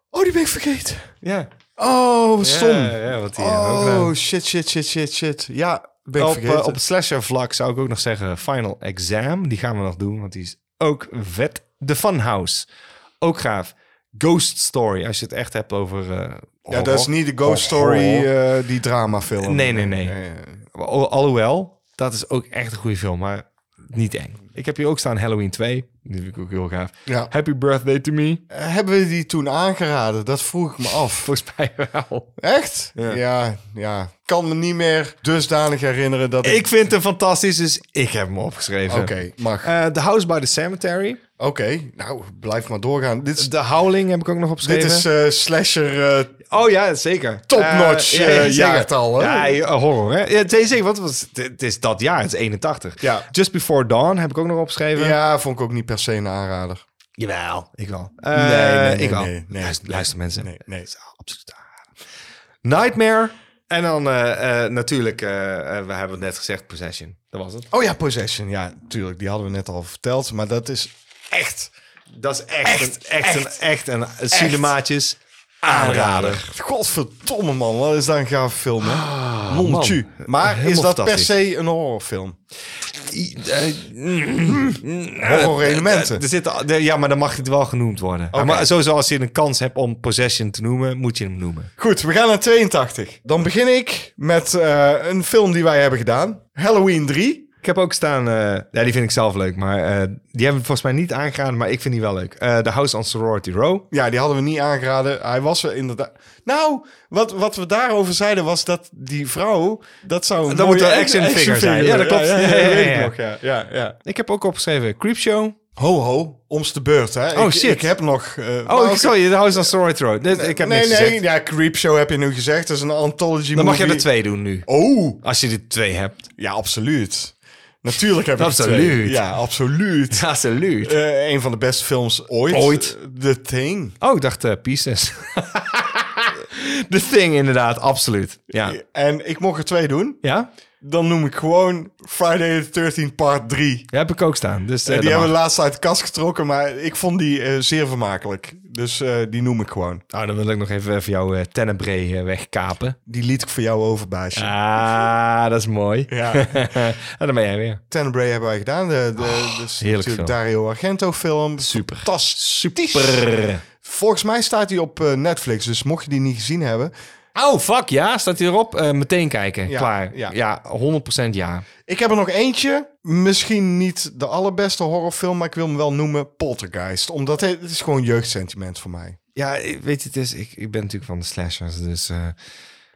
Oh, die ben ik vergeten.
Ja.
Oh, stom.
Ja, ja, wat die hebben ook gedaan.
oh, shit, shit, shit, shit, shit. Ja, ben ik
Op,
vergeten.
eh, op slasher vlak zou ik ook nog zeggen Final Exam. Die gaan we nog doen, want die is ook vet. The Funhouse. Ook gaaf. Ghost Story, als je het echt hebt over... eh,
ja, dat is
horror.
niet de Ghost Story, eh, die dramafilm.
Oh, Nee, nee, nee.
Eh,
Al- Alhoewel, dat is ook echt een goede film, maar niet eng. Ik heb hier ook staan Halloween 2. Die vind ik ook heel gaaf.
Ja.
Happy Birthday to Me.
Eh,
Oh,
Hebben we die toen aangeraden? Dat vroeg ik me af.
Volgens mij wel.
Echt?
Ja.
Ja. ja, Ik kan me niet meer dusdanig herinneren dat
Ik vind hem fantastisch, dus ik heb hem opgeschreven.
Oké, mag.
Eh, the House by the Cemetery.
Oké, nou, blijf maar doorgaan. Dit is,
The Howling heb ik ook nog opgeschreven.
dit is eh, slasher... eh,
Oh ja, zeker.
Topnotch,
Eh,
eh,
zeker.
jaartal, hè?
Ja, eh, horror, hè? Ja, het is zeker, want het, was, het is dat jaar, het is 81.
Ja.
Just Before Dawn heb ik ook nog opgeschreven.
ja, vond ik ook niet per se een aanrader.
Jawel, ik wel. Eh,
nee, nee,
ik wel.
nee, nee.
luister, luister, mensen.
Nee, nee.
Het is absoluut een aanrader. Nightmare En dan eh, eh, natuurlijk, eh, eh, we hebben het net gezegd, Possession. Dat was het.
Oh ja, Possession. Ja, tuurlijk. Die hadden we net al verteld. Maar dat is echt
Dat is echt,
Echt,
een, echt, een, echt een cinemaatjes aanrader.
aanrader. eh, Godverdomme, man. Wat is dat een gaaf film, hè? Mon
man.
Dieu. Maar
Helemaal
is dat per
fantastisch.
se een horrorfilm?
I- eh,
Eh, Horror-elementen.
Er zitten, de- ja, maar dan mag het wel genoemd worden.
Oké.
Maar sowieso als je een kans hebt om Possession te noemen, moet je hem noemen.
Goed, we gaan naar 82. Dan begin ik met eh, een film die wij hebben gedaan. Halloween 3.
Ik heb ook staan, eh, ja, die vind ik zelf leuk, maar eh, die hebben we volgens mij niet aangeraden, maar ik vind die wel leuk. Eh The House on Sorority Row.
Ja, die hadden we niet aangeraden. Hij was er inderdaad... Nou, wat, wat we daarover zeiden was dat die vrouw... Dat zou een
Dat
mooie
moet een action figure zijn. Ja, dat klopt.
Ja, ja, ja,
Ja, ja,
weet ik
ja.
nog, ja. ja, ja.
Ik heb ook opgeschreven Creepshow.
Ho, ho, om's de beurt, hè?
Oh,
ik,
shit.
Ik heb nog... eh,
Oh,
maar
ik- sorry, The House on Sorority Row. Dit- ik heb
nee,
niks
nee,
gezegd.
ja, Creepshow heb je nu gezegd. Dat is een anthology
Dan mag je
movie.
er twee doen nu.
Oh,
Als je er twee hebt.
ja, absoluut. Natuurlijk heb ik er twee.
Absoluut.
Ja, absoluut.
Absoluut.
Eh, een van de beste films ooit.
Ooit.
The Thing.
Oh, ik dacht eh Pieces. The Thing inderdaad, absoluut. Ja.
En ik mocht er twee doen.
Ja?
Dan noem ik gewoon Friday the 13th part 3.
Ja, heb ik ook staan. Dus, eh,
En die
dat
hebben we
mag.
laatst uit de kast getrokken, maar ik vond die eh, zeer vermakelijk. Dus eh, die noem ik gewoon.
Oh, dan wil ik nog even voor jou eh Tenebrae eh, wegkapen.
Die liet ik voor jou over, baasje.
Ah, dat is mooi.
Ja.
en dan ben jij weer.
Tenebrae hebben wij gedaan. De, de, dus
Oh, heerlijk
natuurlijk Dario Argento film. Super. Fantastisch.
Brrr.
Volgens mij staat die op eh, Netflix, dus mocht je die niet gezien hebben.
Oh, fuck, ja. Staat hij erop? Eh, meteen kijken.
Ja,
Klaar.
ja.
Ja. 100% ja.
Ik heb er nog eentje. Misschien niet de allerbeste horrorfilm, maar ik wil hem wel noemen Poltergeist. Omdat het, het is gewoon jeugdsentiment voor mij.
Ja, ik- weet je, het is... Ik, ik ben natuurlijk van de slashers, dus... eh,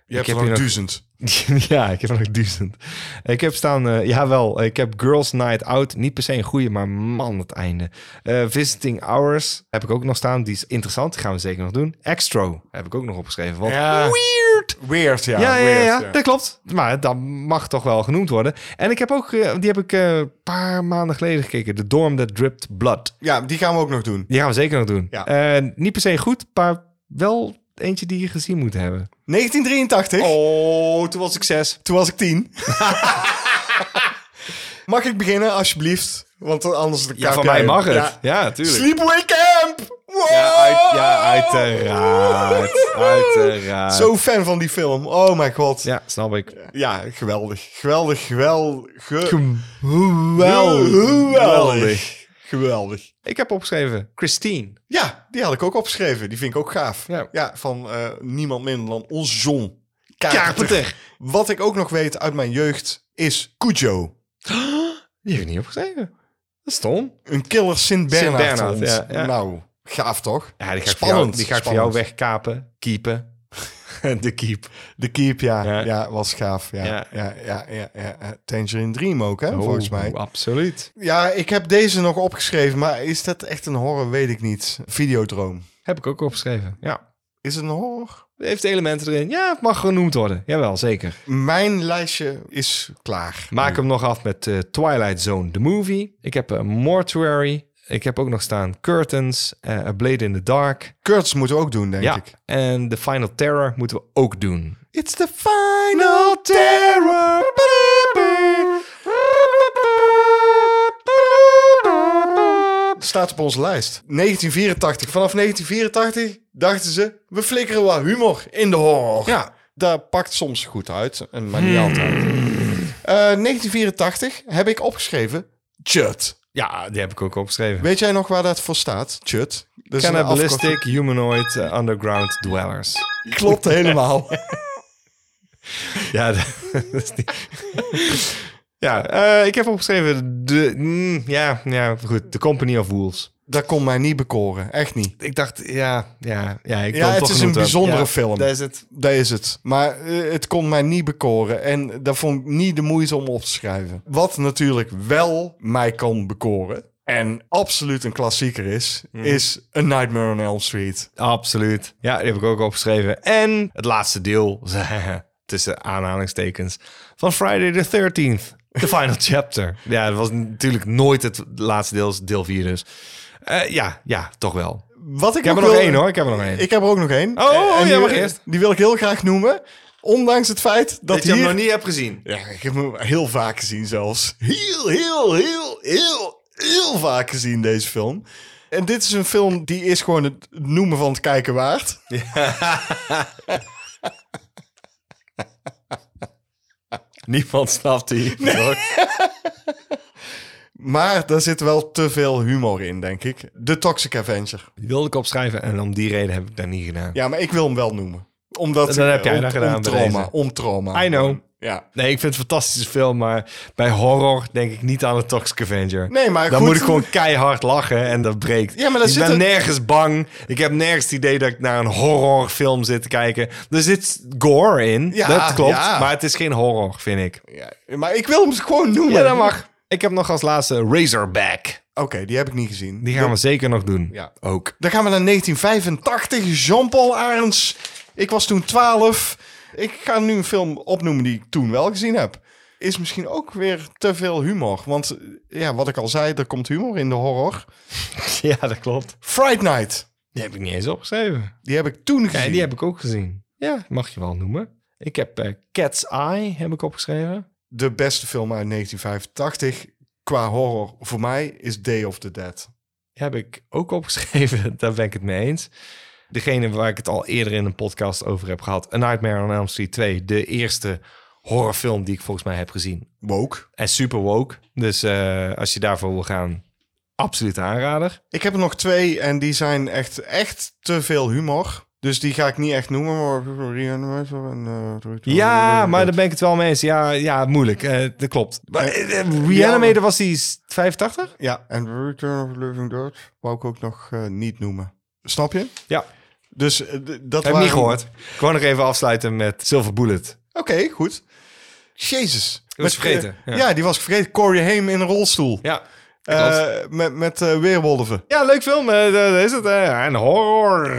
Je hebt
heb
er nog
hier nog-
duizend.
ja, ik heb er nog duizend. Ik heb staan, eh, jawel, ik heb Girls Night Out. Niet per se een goede, maar man, het einde. Eh, Visiting Hours heb ik ook nog staan. Die is interessant, die gaan we zeker nog doen. Extro heb ik ook nog opgeschreven. Want
Ja.
Weird!
Weird, ja.
Ja, ja, ja,
Ah, weird,
ja, dat klopt. Maar dat mag toch wel genoemd worden. En ik heb ook, eh, die heb ik eh, een paar maanden geleden gekeken. The Dorm That Dripped Blood.
Ja, die gaan we ook nog doen.
Die gaan we zeker nog doen.
Ja.
Eh, niet per se goed, maar wel eentje die je gezien moet hebben.
1983,
Oh, toen was succes.
toen was ik tien. mag ik beginnen, alsjeblieft? Want anders... dan
Ja,
kaap
van
jij
mij
hem.
mag het. Ja,
Ja.
tuurlijk.
Sleepaway Camp! Wow!
Ja, uit- ja, uiteraard. Uiteraard.
Zo fan van die film. Oh mijn god. Ja,
Ja, snap ik.
geweldig. Geweldig, geweldig.
Geweldig.
Geweldig. Geweldig.
Ik heb opgeschreven Christine.
Ja, die had ik ook opgeschreven. Die vind ik ook gaaf. Ja,
Ja.
van eh, niemand minder dan ons John
Carpenter.
Wat ik ook nog weet uit mijn jeugd is Cujo.
Die heb ik niet opgeschreven. Dat is stom.
Een killer Sint-Bernard.
Sint-Bernard, ja, ja.
Nou, gaaf toch?
Ja, die ga ik, voor, jou,
Spannend,
die ga ik voor jou
spannend.
wegkapen. Keepen. De keep.
De Keep, ja. Ja,
Ja.
was gaaf. Ja, ja.
Ja.
Ja, ja, ja, ja. Tangerine Dream ook, hè, volgens mij.
Oh, Absoluut.
Ja, ik heb deze nog opgeschreven, maar is dat echt een horror? Weet ik niet. Videodroom.
Heb ik ook opgeschreven. Ja.
Is het een horror?
Heeft elementen erin. Ja, het mag genoemd worden. Jawel, zeker.
Mijn lijstje is klaar.
Maak hem nog af met eh, Twilight Zone, The Movie. Ik heb eh, Mortuary. Ik heb ook nog staan Curtains, eh, A Blade in the Dark.
Kurtz moeten we ook doen, denk
ja,
ik.
en The Final Terror moeten we ook doen.
It's the final terror. Staat op onze lijst. 1984. Vanaf 1984 dachten ze, we flikkeren wat humor in de horror.
Ja. Hmm.
Daar pakt soms goed uit, en maar niet altijd. Eh, 1984 heb ik opgeschreven Chut.
Ja, die heb ik ook opgeschreven.
Weet jij nog waar dat voor staat? Chut. Dat is een
Cannibalistic, humanoid, eh, underground dwellers.
afkort- Klopt helemaal.
Ja, dat is niet... ja eh, ik heb opgeschreven de... mm, ja, ja, goed. The Company of Wolves.
dat kon mij niet bekoren. Echt niet.
Ik dacht, ja, ja, ja. Ik wil
Ja,
hem
het
toch
is een
genoemd hebben.
bijzondere
Ja,
film.
Dat is het.
Dat is het. Maar eh, het kon mij niet bekoren. En dat vond ik niet de moeite om op te schrijven. Wat natuurlijk wel mij kan bekoren. En absoluut een klassieker is.
Mhm.
Is A Nightmare on Elm Street.
Absoluut. Ja, die heb ik ook opgeschreven. En het laatste deel, tussen aanhalingstekens, van Friday the 13th. The final chapter. Ja, dat was natuurlijk nooit het laatste deel, is deel 4 dus. Eh, ja, ja, toch wel.
Wat ik,
Ik heb er nog één hoor, ik heb er nog één.
Ik heb er ook nog één. Eh,
Oh,
En
jij
die-
mag eerst.
Die wil ik heel graag noemen. Ondanks het feit dat,
Dat je hem
hier...
nog niet hebt gezien.
Ja, ik heb hem heel vaak gezien zelfs. Heel, heel, heel, heel, heel vaak gezien deze film. En dit is een film die is gewoon het noemen van het kijken waard.
Niemand snapt die.
Maar daar zit wel te veel humor in, denk ik. De Toxic Avenger.
Die wilde ik opschrijven en om die reden heb ik dat niet gedaan.
Ja, maar ik wil hem wel noemen. Omdat... eh,
Dan heb jij
om-
dat gedaan
Om
bij
trauma,
deze.
om trauma.
I know.
Ja.
Nee, ik vind het een fantastische film, maar bij horror denk ik niet aan de Toxic Avenger.
Nee, maar
Dan
goed.
moet ik gewoon keihard lachen en dat breekt.
Ja, maar daar
ik
zit
ben
een-
nergens bang. Ik heb nergens het idee dat ik naar een horrorfilm zit te kijken. Er zit gore in,
Ja,
dat klopt.
ja.
Maar het is geen horror, vind ik.
Ja, maar ik wil hem gewoon noemen.
Ja, dat mag. Ik heb nog als laatste Razorback.
Oké, die heb ik niet gezien.
Die gaan we zeker nog doen.
Ja.
Ook.
Dan gaan we naar 1985. Jean-Paul Arends. Ik was toen 12. Ik ga nu een film opnoemen die ik toen wel gezien heb. Is misschien ook weer te veel humor. Want eh, ja, wat ik al zei, er komt humor in de horror.
Ja, dat klopt.
Fright Night.
Die heb ik niet eens opgeschreven.
Die heb ik toen gezien.
Ja, die heb ik ook gezien. Ja, mag je wel noemen. Ik heb eh, Cat's Eye heb ik opgeschreven.
De beste film uit 1985 qua horror voor mij is Day of the Dead.
heb ik ook opgeschreven. Daar ben ik het mee eens. Degene waar ik het al eerder in een podcast over heb gehad. A Nightmare on Elm Street 2. De eerste horrorfilm die ik volgens mij heb gezien.
Woke.
En super woke. Dus eh, als je daarvoor wil gaan, absoluut een aanrader.
Ik heb er nog twee en die zijn echt, echt te veel humor. Dus die ga ik niet echt noemen. Maar...
Ja, maar daar ben ik het wel mee eens. Ja, ja moeilijk. Eh, dat klopt. Maar, eh, eh, Reanimator was die s- 85?
Ja, en The Return of the Living Dead wou ik ook nog eh, niet noemen. Snap je?
Ja.
Dus eh, d- dat
Heb ik
waren-
niet gehoord. Ik wou nog even afsluiten met Silver Bullet.
Oké, goed. Jezus.
was
Met-
vergeten,
eh,
ja.
ja. die was ik vergeten. Corey Haim in een rolstoel.
Ja, klopt.
Eh, met met eh, weerwolven.
Ja, leuk film. eh, dat is het. eh, en horror.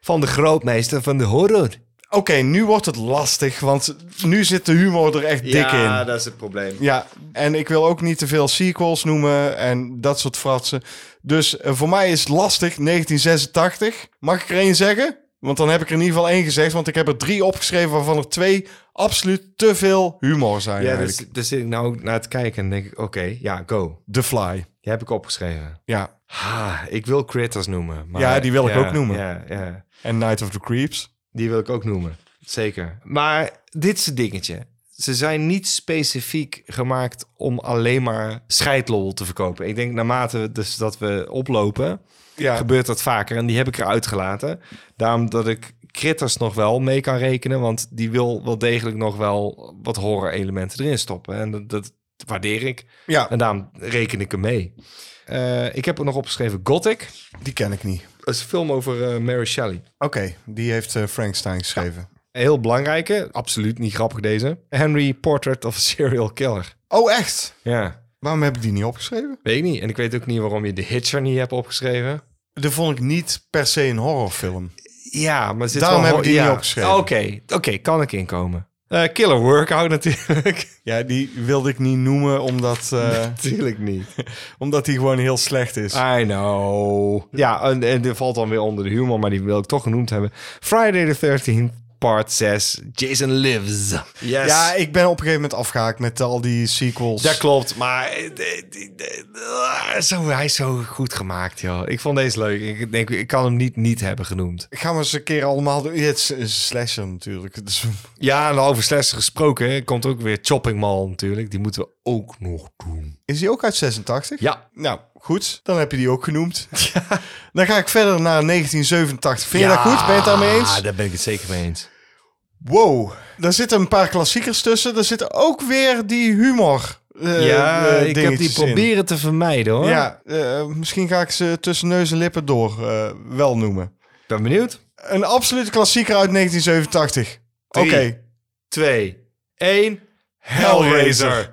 Van de grootmeester van de horror.
Oké, nu wordt het lastig, want nu zit de humor er echt dik in.
dat is het probleem.
Ja, en ik wil ook niet te veel sequels noemen en dat soort fratsen. Dus eh, voor mij is het lastig, 1986. Mag ik er één zeggen? Want dan heb ik er in ieder geval één gezegd, want ik heb er drie opgeschreven waarvan er twee absoluut te veel humor zijn.
Ja, dus,
eigenlijk.
daar zit ik nou ook naar te kijken en denk ik, oké, ja, go.
The Fly.
Die heb ik opgeschreven.
Ja,
Ha, ik wil Critters noemen. Maar
Ja, die wil ik ook noemen.
Ja, ja,
en Night of the Creeps.
die wil ik ook noemen. Zeker. Maar dit is het dingetje. Ze zijn niet specifiek gemaakt om alleen maar scheidlol te verkopen. Ik denk naarmate we- dus dat we oplopen,
Ja,
gebeurt dat vaker. En die heb ik eruit gelaten. Daarom dat ik Critters nog wel mee kan rekenen. Want die wil wel degelijk nog wel wat horror-elementen erin stoppen. En dat, dat waardeer ik.
ja
En daarom reken ik hem mee. Eh, ik heb er nog opgeschreven Gothic.
die ken ik niet.
Dat is een film over eh, Mary Shelley.
Oké, die heeft eh, Frankenstein geschreven.
Een heel belangrijke. Absoluut niet grappig deze. Henry Portrait of a Serial Killer.
Oh, echt?
Ja,
Waarom heb ik die niet opgeschreven?
weet ik niet. En ik weet ook niet waarom je The Hitcher niet hebt opgeschreven.
Dat vond ik niet per se een horrorfilm.
Ja, maar zit
Daarom
wel...
heb ik die
ja.
niet opgeschreven.
Oké, oké, kan ik inkomen. Eh, killer Workout natuurlijk.
Ja, die wilde ik niet noemen omdat... eh,
Natuurlijk niet.
Omdat die gewoon heel slecht is.
I know. Ja, en, en die valt dan weer onder de humor, maar die wil ik toch genoemd hebben. Friday the 13th, part 6. Jason lives. Yes.
Ja,
Ja,
ik ben op een gegeven moment afgehaakt met al die sequels.
dat klopt, maar eh, die- die- die- ah, zo, hij is zo goed gemaakt, joh. Ik vond deze leuk. Ik denk, ik kan hem niet niet hebben genoemd.
Gaan we eens een keer allemaal doen. Ja, het is een slasher natuurlijk. Dus,
Ja, en over slechts gesproken hè, komt ook weer Chopping Mall natuurlijk. Die moeten we ook nog doen.
is die ook uit 86?
Ja.
Nou, goed. Dan heb je die ook genoemd. Dan ga ik verder naar 1987. Vind je dat goed? Ben je het daarmee eens?
Ja, daar ben ik het zeker mee eens.
Wow. Daar zitten een paar klassiekers tussen. Daar zit ook weer die humor eh,
ja,
eh,
ik heb die
dingetjes in.
proberen te vermijden, hoor.
Ja, eh, misschien ga ik ze tussen neus en lippen door eh, wel noemen.
Ik ben benieuwd.
Een absolute klassieker uit 1987. Oké.
Drie. 2, 1.
Hellraiser.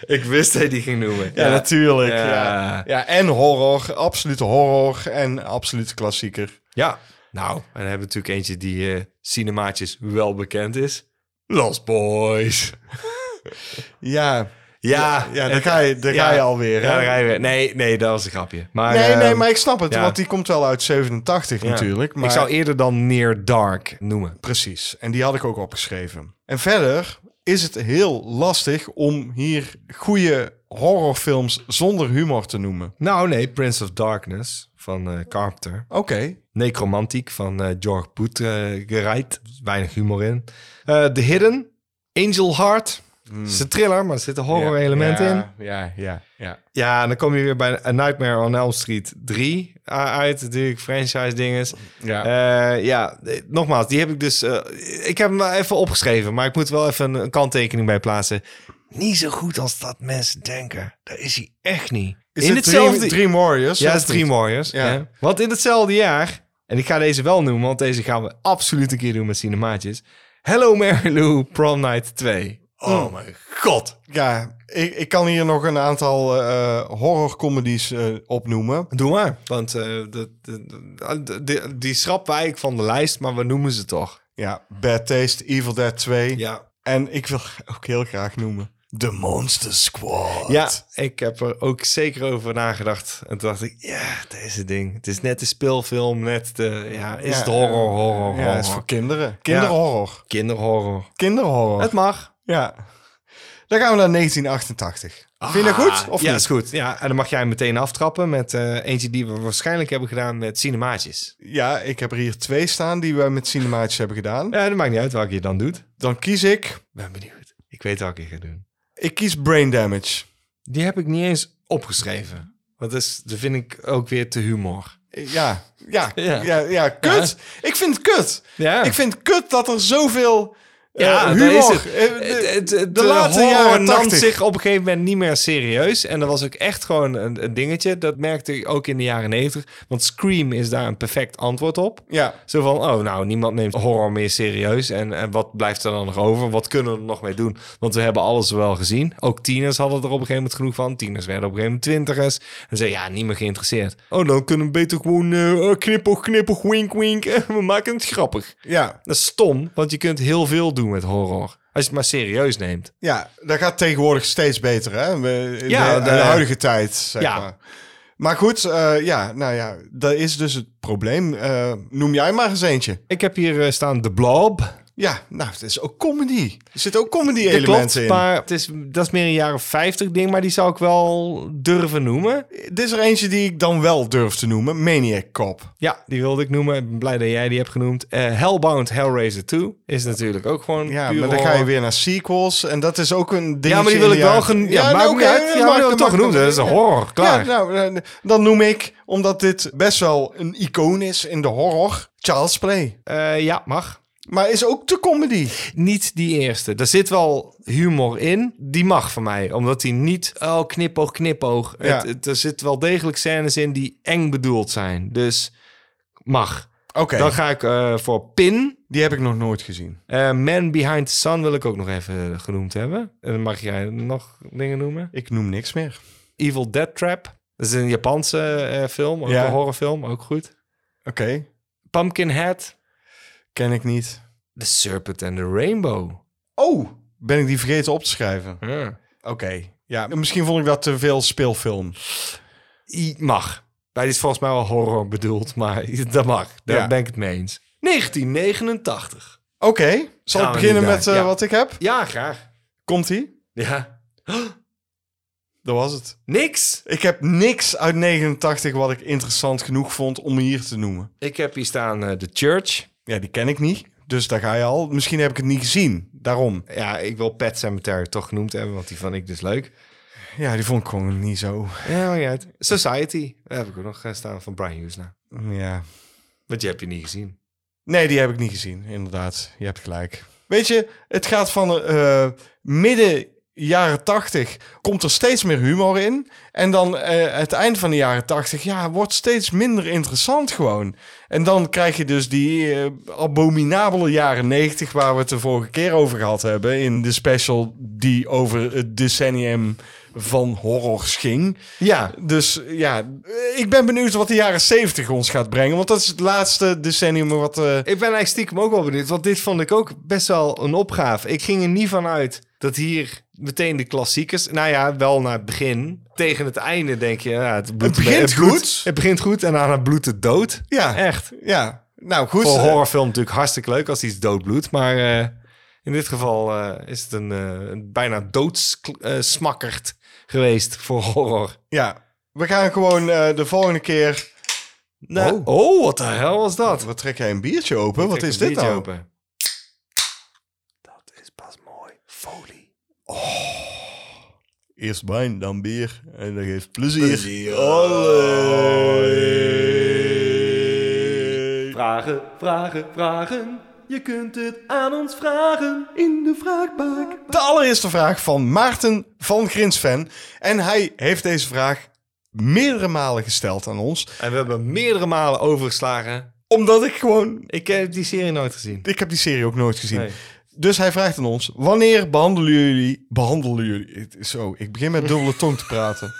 Ik wist dat hij die ging noemen.
Ja, natuurlijk.
Ja.
Ja. Ja. en horror. Absolute horror en absolute klassieker.
Ja. Nou, en dan hebben we natuurlijk eentje die eh, cinemaatjes wel bekend is. Lost Boys.
Ja,
Ja,
Ja, daar ga je, daar ga je alweer.
Ja,
hè?
daar ga je weer. Nee, nee, dat was een grapje. Maar,
nee,
ehm,
nee, maar ik snap het.
ja.
Want die komt wel uit 87
ja.
natuurlijk. Maar
Ik zou eerder dan Near Dark noemen.
Precies. En die had ik ook opgeschreven. En verder is het heel lastig om hier goede horrorfilms zonder humor te noemen.
Nou nee, Prince of Darkness van eh, Carpenter.
Oké.
Necromantiek van eh, George Boetgerijt. Weinig humor in. Eh, The Hidden. Angel Heart. Het is een thriller, maar er zitten horror elementen in.
Ja, ja, ja.
Ja, en dan kom je weer bij A Nightmare on Elm Street 3 a- uit. Natuurlijk franchise dinges.
Ja.
Eh, ja, eh, nogmaals, die heb ik dus... eh, ik heb hem wel even opgeschreven, maar ik moet wel even een, een kanttekening bij plaatsen. Niet zo goed als dat mensen denken. Dat is hij echt niet.
Is het hetzelfde... Dream, Dream Warriors?
ja,
of
het is
niet?
Dream Warriors.
Ja.
hè. Want in hetzelfde jaar, en ik ga deze wel noemen, want deze gaan we absoluut een keer doen met cinemaatjes. Hello Mary Lou, Prom Night 2. Oh mijn god.
Ja, ik, ik kan hier nog een aantal eh, horrorcomedies eh, opnoemen.
Doe maar. Want eh, de, de, de- de- die schrappen wij eigenlijk van de lijst, maar we noemen ze toch.
Ja, Bad Taste, Evil Dead 2.
Ja.
En ik wil ook heel graag noemen... The Monster Squad.
Ja, ik heb er ook zeker over nagedacht. En toen dacht ik, ja, deze ding. Het is net de speelfilm, net de... Ja, is
Ja,
het horror, horror, horror.
Ja, is voor kinderen. Kinderhorror.
kinderhorror.
Kinderhorror.
Het mag.
Ja. Dan gaan we naar 1988. Vind je dat Ah, goed? Of
ja,
niet?
is goed. Ja, en dan mag jij meteen aftrappen met eh, eentje die we waarschijnlijk hebben gedaan met cinemaatjes.
Ja, ik heb er hier twee staan die we met Cinemaatjes hebben gedaan.
Ja, dat maakt niet uit welke je dan doet.
Dan kies ik...
Ben benieuwd. Ik weet welke ik ga doen.
Ik kies Brain Damage.
Die heb ik niet eens opgeschreven. Want dat, is, dat vind ik ook weer te humor.
Ja, ja, ja,
Ja.
ja, kut. Ik vind het kut.
Ja.
Ik vind het kut dat er zoveel eh,
Ja, dat
humor...
is het.
eh,
De,
de-
de,
de
laatste
horror
jaren nam
80.
zich op een gegeven moment niet meer serieus. En dat was ook echt gewoon een, een dingetje. Dat merkte ik ook in de jaren 90. Want Scream is daar een perfect antwoord op.
Ja,
Zo van, oh nou, niemand neemt horror meer serieus. En, en wat blijft er dan nog over? Wat kunnen we er nog mee doen? Want we hebben alles wel gezien. Ook tieners hadden er op een gegeven moment genoeg van. Tieners werden op een gegeven moment twintigers. En zeiden, ja, niet meer geïnteresseerd. Oh, dan kunnen we beter gewoon eh knippig, knippig, wink, wink. We maken het grappig.
ja,
Dat is stom, want je kunt heel veel doen met horror. Als je het maar serieus neemt.
ja, dat gaat tegenwoordig steeds beter, hè? We, in
Ja,
de, de
de-
huidige tijd, zeg
Ja.
maar. Maar goed, eh, ja, nou ja, dat is dus het probleem. Eh, noem jij maar eens eentje.
Ik heb hier eh, staan The Blob.
Ja, nou, het is ook comedy. Er zitten ook
Dat
comedy-elementen
klopt,
in.
maar het is, dat is meer een jaren 50 ding, maar die zou ik wel durven noemen.
Dit is er eentje die ik dan wel durf te noemen. Maniac Cop.
Ja, die wilde ik noemen. Ik ben blij dat jij die hebt genoemd. Eh, Hellbound Hellraiser 2 is natuurlijk ook gewoon
Ja,
puur
maar dan ga je
horror.
weer naar sequels. En dat is ook een ding.
Ja, maar die wil ik wel genoemd. Ja,
nou,
maakt niet uit. Ja, maar die wil ik toch genoemd. Dat is een horror, klaar.
Ja, nou, eh, dan noem ik, omdat dit best wel een icoon is in de horror, Charles Play.
Eh, ja, mag.
Maar is ook de comedy.
Niet die eerste. Daar zit wel humor in. Die mag van mij. Omdat die niet... Oh, knipoog, knipoog.
Ja.
Het, het- er zit wel degelijk scènes in die eng bedoeld zijn. Dus mag.
Oké,
Dan ga ik eh, voor Pin.
die heb ik nog nooit gezien.
Eh, Man Behind the Sun wil ik ook nog even genoemd hebben. En dan mag jij nog dingen noemen.
Ik noem niks meer.
Evil Dead Trap. Dat is een Japanse eh, film. Ook
Ja.
een horrorfilm. Ook goed.
Oké,
Pumpkinhead.
ken ik niet.
The Serpent and the Rainbow.
Oh, ben ik die vergeten op te schrijven?
Ja.
Oké, ja. Misschien vond ik dat te veel speelfilm.
I- mag. Bij is volgens mij wel horror bedoeld, maar dat mag. Daar
Ja.
ben ik het mee eens. 1989.
Oké, zal
Gaan
ik
we
beginnen
niet
met
naar-
eh,
ja.
wat ik heb?
Ja, graag.
Komt-ie?
Ja.
Dat was het.
Niks.
Ik heb niks uit 89 wat ik interessant genoeg vond om hier te noemen.
Ik heb hier staan eh, The Church.
Ja, die ken ik niet. Dus daar ga je al. Misschien heb ik het niet gezien. Daarom.
Ja, ik wil Pet Cemetery toch genoemd hebben, want die vond ik dus leuk.
Ja, die vond ik gewoon niet zo.
Ja, maar uit. Society. Daar heb ik ook nog eh, staan van Brian Hughes. Nou.
Ja.
Want die heb je niet gezien.
Nee, die heb ik niet gezien. Inderdaad. Je hebt gelijk. Weet je, het gaat van eh, midden jaren 80 komt er steeds meer humor in. En dan eh, het eind van de jaren 80, ja, wordt steeds minder interessant gewoon. En dan krijg je dus die eh, abominabele jaren 90 waar we het de vorige keer over gehad hebben in de special die over het decennium van horrors ging.
Ja.
Dus ja, ik ben benieuwd wat de jaren 70 ons gaat brengen. Want dat is het laatste decennium wat... eh,
Ik ben eigenlijk stiekem ook wel benieuwd, want dit vond ik ook best wel een opgave. Ik ging er niet van uit dat hier meteen de klassiekers... Nou ja, wel naar het begin. Tegen het einde denk je... Ja, het, bloedt-
begint
bloedt-
goed.
het begint goed en aan het bloedt het dood.
Ja.
Echt.
Ja, nou goed.
Eh. Voor een
eh,
horrorfilm natuurlijk hartstikke leuk als iets doodbloedt. Maar eh, in dit geval eh, is het een, eh, een bijna doodsmakkerd geweest voor horror.
ja, we gaan gewoon eh, de volgende keer...
Nou,
Oh.
oh. wat de hel was dat?
We trekken een biertje open. Wat
Ik trek
is dit
een biertje
nou?
open. Dat is pas mooi. Folie.
Eerst wijn, dan bier. En dat geeft plezier. Allee.
Vragen, vragen, vragen. Je kunt het aan ons vragen in de vraagbak.
De allereerste vraag van Maarten van Grinsven. En hij heeft deze vraag meerdere malen gesteld aan ons.
En we hebben meerdere malen overgeslagen.
Omdat ik gewoon...
Ik heb die serie nooit gezien.
Ik heb die serie ook nooit gezien.
Nee.
Dus hij vraagt aan ons... Wanneer behandelen jullie... Behandelen jullie... het is Zo, ik begin met dubbele tong te praten.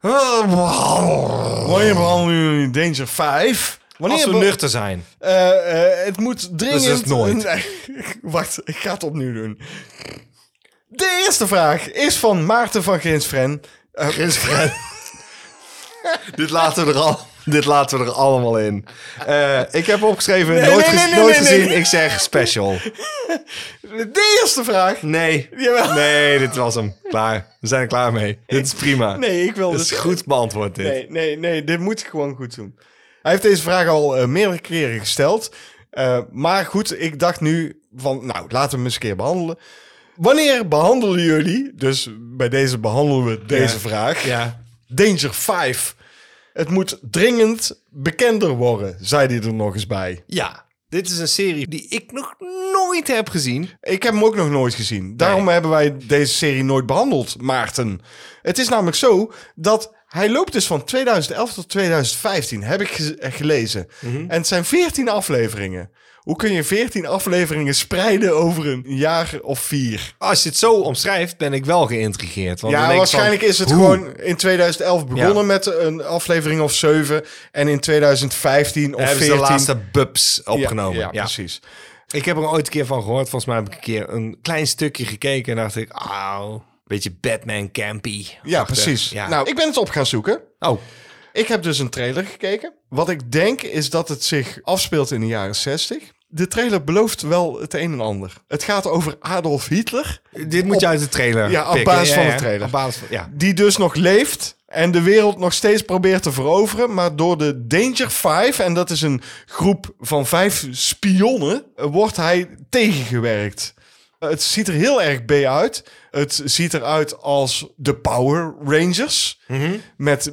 Ah,
Wanneer behandelen jullie Danger 5? Wanneer
Als we
be-
nuchter zijn.
Eh, eh, het moet dringend...
Dus is het nooit.
Nee, wacht, ik ga het opnieuw doen. De eerste vraag is van Maarten van Grinsfren. Eh,
Dit laten we er, al, dit laten we er allemaal in. Eh, ik heb opgeschreven, nooit,
nee,
gez-
nee, nee,
nooit
nee,
gezien,
nee.
ik zeg special.
de eerste vraag.
Nee.
Jawel.
Nee, dit was hem. Klaar. We zijn er klaar mee. Dit is prima.
Nee, ik wil
Dit
dus...
is goed beantwoord, dit.
Nee, nee, nee, dit moet ik gewoon goed doen. Hij heeft deze vraag al eh, meerdere keren gesteld. Eh, maar goed, ik dacht nu van, nou, laten we hem eens een keer behandelen. Wanneer behandelen jullie, dus bij deze behandelen we deze
Ja.
vraag,
Ja.
Danger 5. Het moet dringend bekender worden, zei hij er nog eens bij.
Ja. Dit is een serie die ik nog nooit heb gezien.
Ik heb hem ook nog nooit gezien. Daarom hebben wij deze serie nooit behandeld, Maarten. Het is namelijk zo dat hij loopt dus van 2011 tot 2015, heb ik ge- eh, gelezen.
Mhm.
En het zijn 14 afleveringen. Hoe kun je 14 afleveringen spreiden over een jaar of vier?
Als je het zo omschrijft, ben ik wel geïntrigeerd. Want dan
Ja,
denk ik
waarschijnlijk
van,
is het
hoe?
gewoon in 2011 begonnen
Ja.
met een aflevering of 7. En in 2015 of
Hebben
14...
ze de laatste bubs opgenomen.
Ja, ja,
Ja.
precies.
Ik heb er ooit een keer van gehoord. Volgens mij heb ik een keer een klein stukje gekeken. En dacht ik, auw, beetje Batman campy.
Ja,
Achter.
precies.
Ja.
Nou, ik ben het op gaan zoeken.
oh,
Ik heb dus een trailer gekeken. Wat ik denk is dat het zich afspeelt in de jaren 60. De trailer belooft wel het een en ander. Het gaat over Adolf Hitler,
dit moet je uit de trailer
Ja, op
pikken.
basis van de
ja.
trailer.
Op basis van, ja.
die dus nog leeft en de wereld nog steeds probeert te veroveren. Maar door de Danger Five, en dat is een groep van vijf spionnen, eh, wordt hij tegengewerkt. Eh, Het ziet er heel erg B uit. Het ziet eruit als de Power Rangers.
Mhm.
Met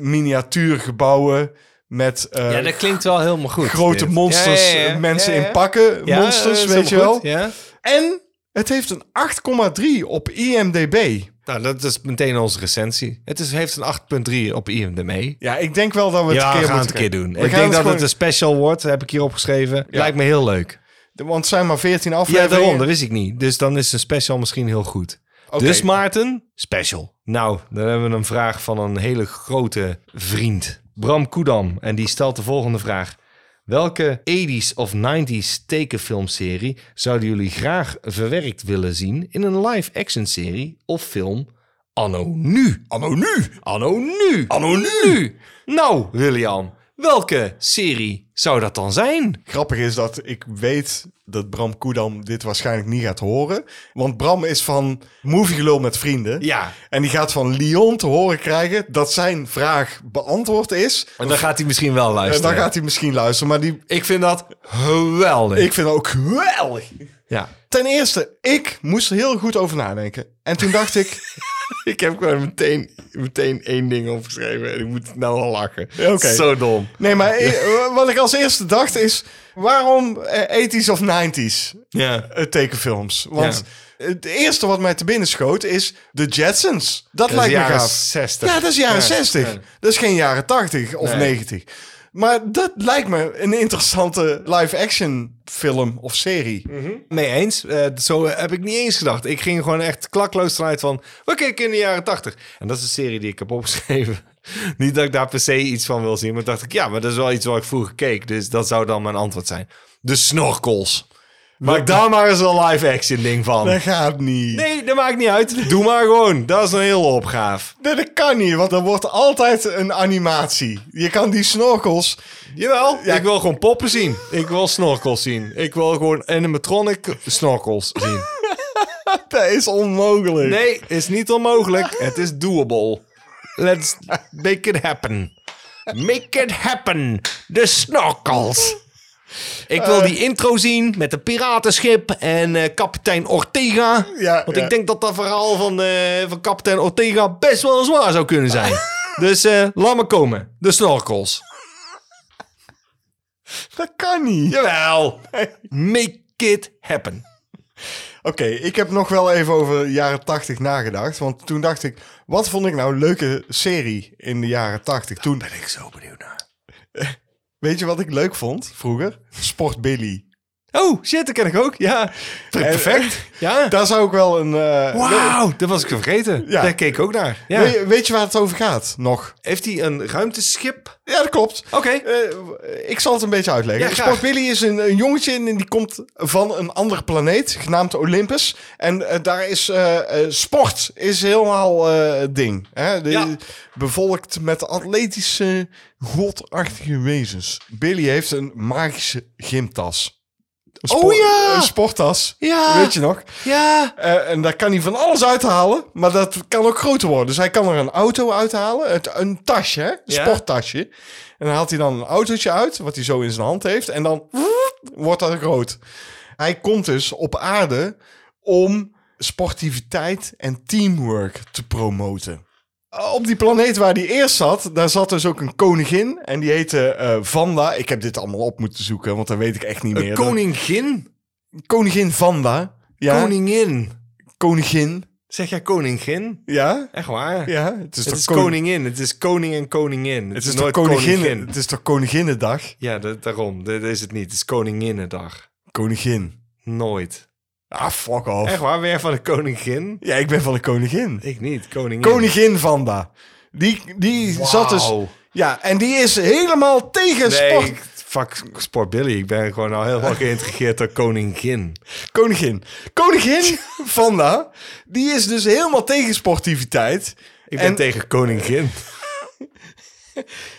miniatuurgebouwen. Met eh,
ja, dat klinkt wel helemaal goed.
grote
dit.
monsters, eh,
Ja, ja, ja.
mensen
Ja, ja.
in pakken,
Ja,
monsters,
eh,
weet je wel.
helemaal goed, Ja.
En het heeft een 8,3 op IMDb.
Nou, dat is meteen onze recensie. Het is, heeft een 8.3 op IMDb.
Ja, ik denk wel dat we het
ja,
een
we
keer
gaan
moeten
het een keer doen.
We
ik
gaan
denk dat
gewoon-
het een special wordt, heb ik hier opgeschreven. Lijkt me heel leuk.
Want het zijn maar 14
dus- Ja,
afleveringen.
daarom, dat wist ik niet. Dus dan is een special misschien heel goed.
Oké.
Dus Maarten, special. Nou, dan hebben we een vraag van een hele grote vriend. Bram Koedam. En die stelt de volgende vraag. Welke 80s of 90s tekenfilmserie zouden jullie graag verwerkt willen zien in een live-action serie of film anno nu?
Anno nu!
Anno nu!
Anno nu!
Nou, William, welke serie zou dat dan zijn?
Grappig is dat ik weet dat Bram Koedam dit waarschijnlijk niet gaat horen. Want Bram is van Moviegelul met Vrienden.
Ja.
En die gaat van Lyon te horen krijgen dat zijn vraag beantwoord is.
En dan gaat hij misschien wel
En
luisteren.
dan gaat hij misschien luisteren, maar die,
Ik vind dat geweldig.
ik vind dat ook geweldig.
Ja.
Ten eerste, ik moest er heel goed over nadenken. En toen dacht ik,
Ik heb gewoon meteen, meteen één ding opgeschreven en ik moet nou al lachen.
Oké.
Zo dom.
nee, maar eh, wat ik als eerste dacht is, waarom eh, 80s of 90s
Ja.
eh, tekenfilms? Want het eerste wat mij te binnen schoot is de Jetsons. Dat,
is
lijkt me
jaren
gaaf.
60.
Ja, dat is jaren
Ja,
60.
ja.
Dat is geen jaren 80 of
Nee.
90. Maar dat lijkt me een interessante live-action film of serie.
Mee eens. Eh, zo heb ik niet eens gedacht. Ik ging gewoon echt klakloos vanuit van, we kijken in de jaren 80. En dat is een serie die ik heb opgeschreven. niet dat ik daar per se iets van wil zien, maar dacht ik, ja, maar dat is wel iets waar ik vroeger keek. Dus dat zou dan mijn antwoord zijn. De snorkels. Maak daar maar eens een live action ding van.
Dat gaat niet. Nee.
Nee, dat maakt niet uit. Doe maar gewoon. Dat is een hele opgave.
dat kan niet, want er wordt altijd een animatie. Je kan die snorkels...
Jawel, ik wil gewoon poppen zien. Ik wil snorkels zien. Ik wil gewoon animatronic snorkels zien.
Dat is onmogelijk.
Nee, is niet onmogelijk. Het is doable. Let's make it happen. Make it happen. De snorkels. Ik wil die intro zien met een piratenschip en eh, kapitein Ortega.
Ja,
want
ja.
ik denk dat dat verhaal van, eh, van kapitein Ortega best wel zwaar zou kunnen zijn. Dus eh, laat me komen. De snorkels.
Dat kan niet.
Jawel. Make it happen.
Oké, ik heb nog wel even over jaren 80 nagedacht. Want toen dacht ik, wat vond ik nou een leuke serie in de jaren 80? Toen,
Ben ik zo benieuwd naar.
weet je wat ik leuk vond vroeger? Sport Billy.
Oh, shit, dat ken ik ook. Ja. Perfect. Ja.
Daar zou ik wel een... eh,
Wauw, dat was ik vergeten.
Ja.
Daar keek ik ook naar. Ja.
Weet, je- weet je waar het over gaat nog?
Heeft hij een ruimteschip?
Ja, dat klopt.
Oké.
Eh, ik zal het een beetje uitleggen.
Ja, graag.
Sport Billy is een, een jongetje en die komt van een andere planeet, genaamd Olympus. En eh, daar is eh, eh, sport is helemaal eh, het ding. Hè? De-
Ja.
Bevolkt met atletische, godachtige wezens. Billy heeft een magische gymtas. Een
Oh
spor-
ja!
Een sporttas.
Ja.
Weet je nog?
Ja.
Eh, en daar kan hij van alles uithalen, maar dat kan ook groter worden. Dus hij kan er een auto uithalen, het, een tasje, hè? een
Ja.
sporttasje. En dan haalt hij dan een autootje uit, wat hij zo in zijn hand heeft, en dan wordt dat groot. Hij komt dus op aarde om sportiviteit en teamwork te promoten. Eh, Op die planeet waar die eerst zat, daar zat dus ook een koningin. En die heette eh, Vanda. Ik heb dit allemaal op moeten zoeken, want dat weet ik echt niet meer.
koningin?
Koningin Vanda. Ja,
Koningin.
koningin.
Zeg jij koningin?
Ja,
Echt waar?
ja. Het is,
Het
toch
is
koning-
koningin. Het is koning en koningin.
Het is, toch koninginnen, Het is toch koninginnedag?
Ja, dat, daarom. Dat is het niet. Het is koninginnedag.
Koningin.
Nooit.
Ah, fuck off.
Echt waar? Ben jij van de koningin?
Ja, ik ben van de koningin.
Ik niet. Koningin.
Koningin Vanda. Die, die
Wauw.
zat dus... Ja, en die is helemaal tegen
Nee,
sport.
ik- fuck Sport Billy. Ik ben gewoon al helemaal geïntrigeerd door koningin.
Koningin. Koningin Vanda, die is dus helemaal tegen sportiviteit.
Ik ben
En-
tegen koningin.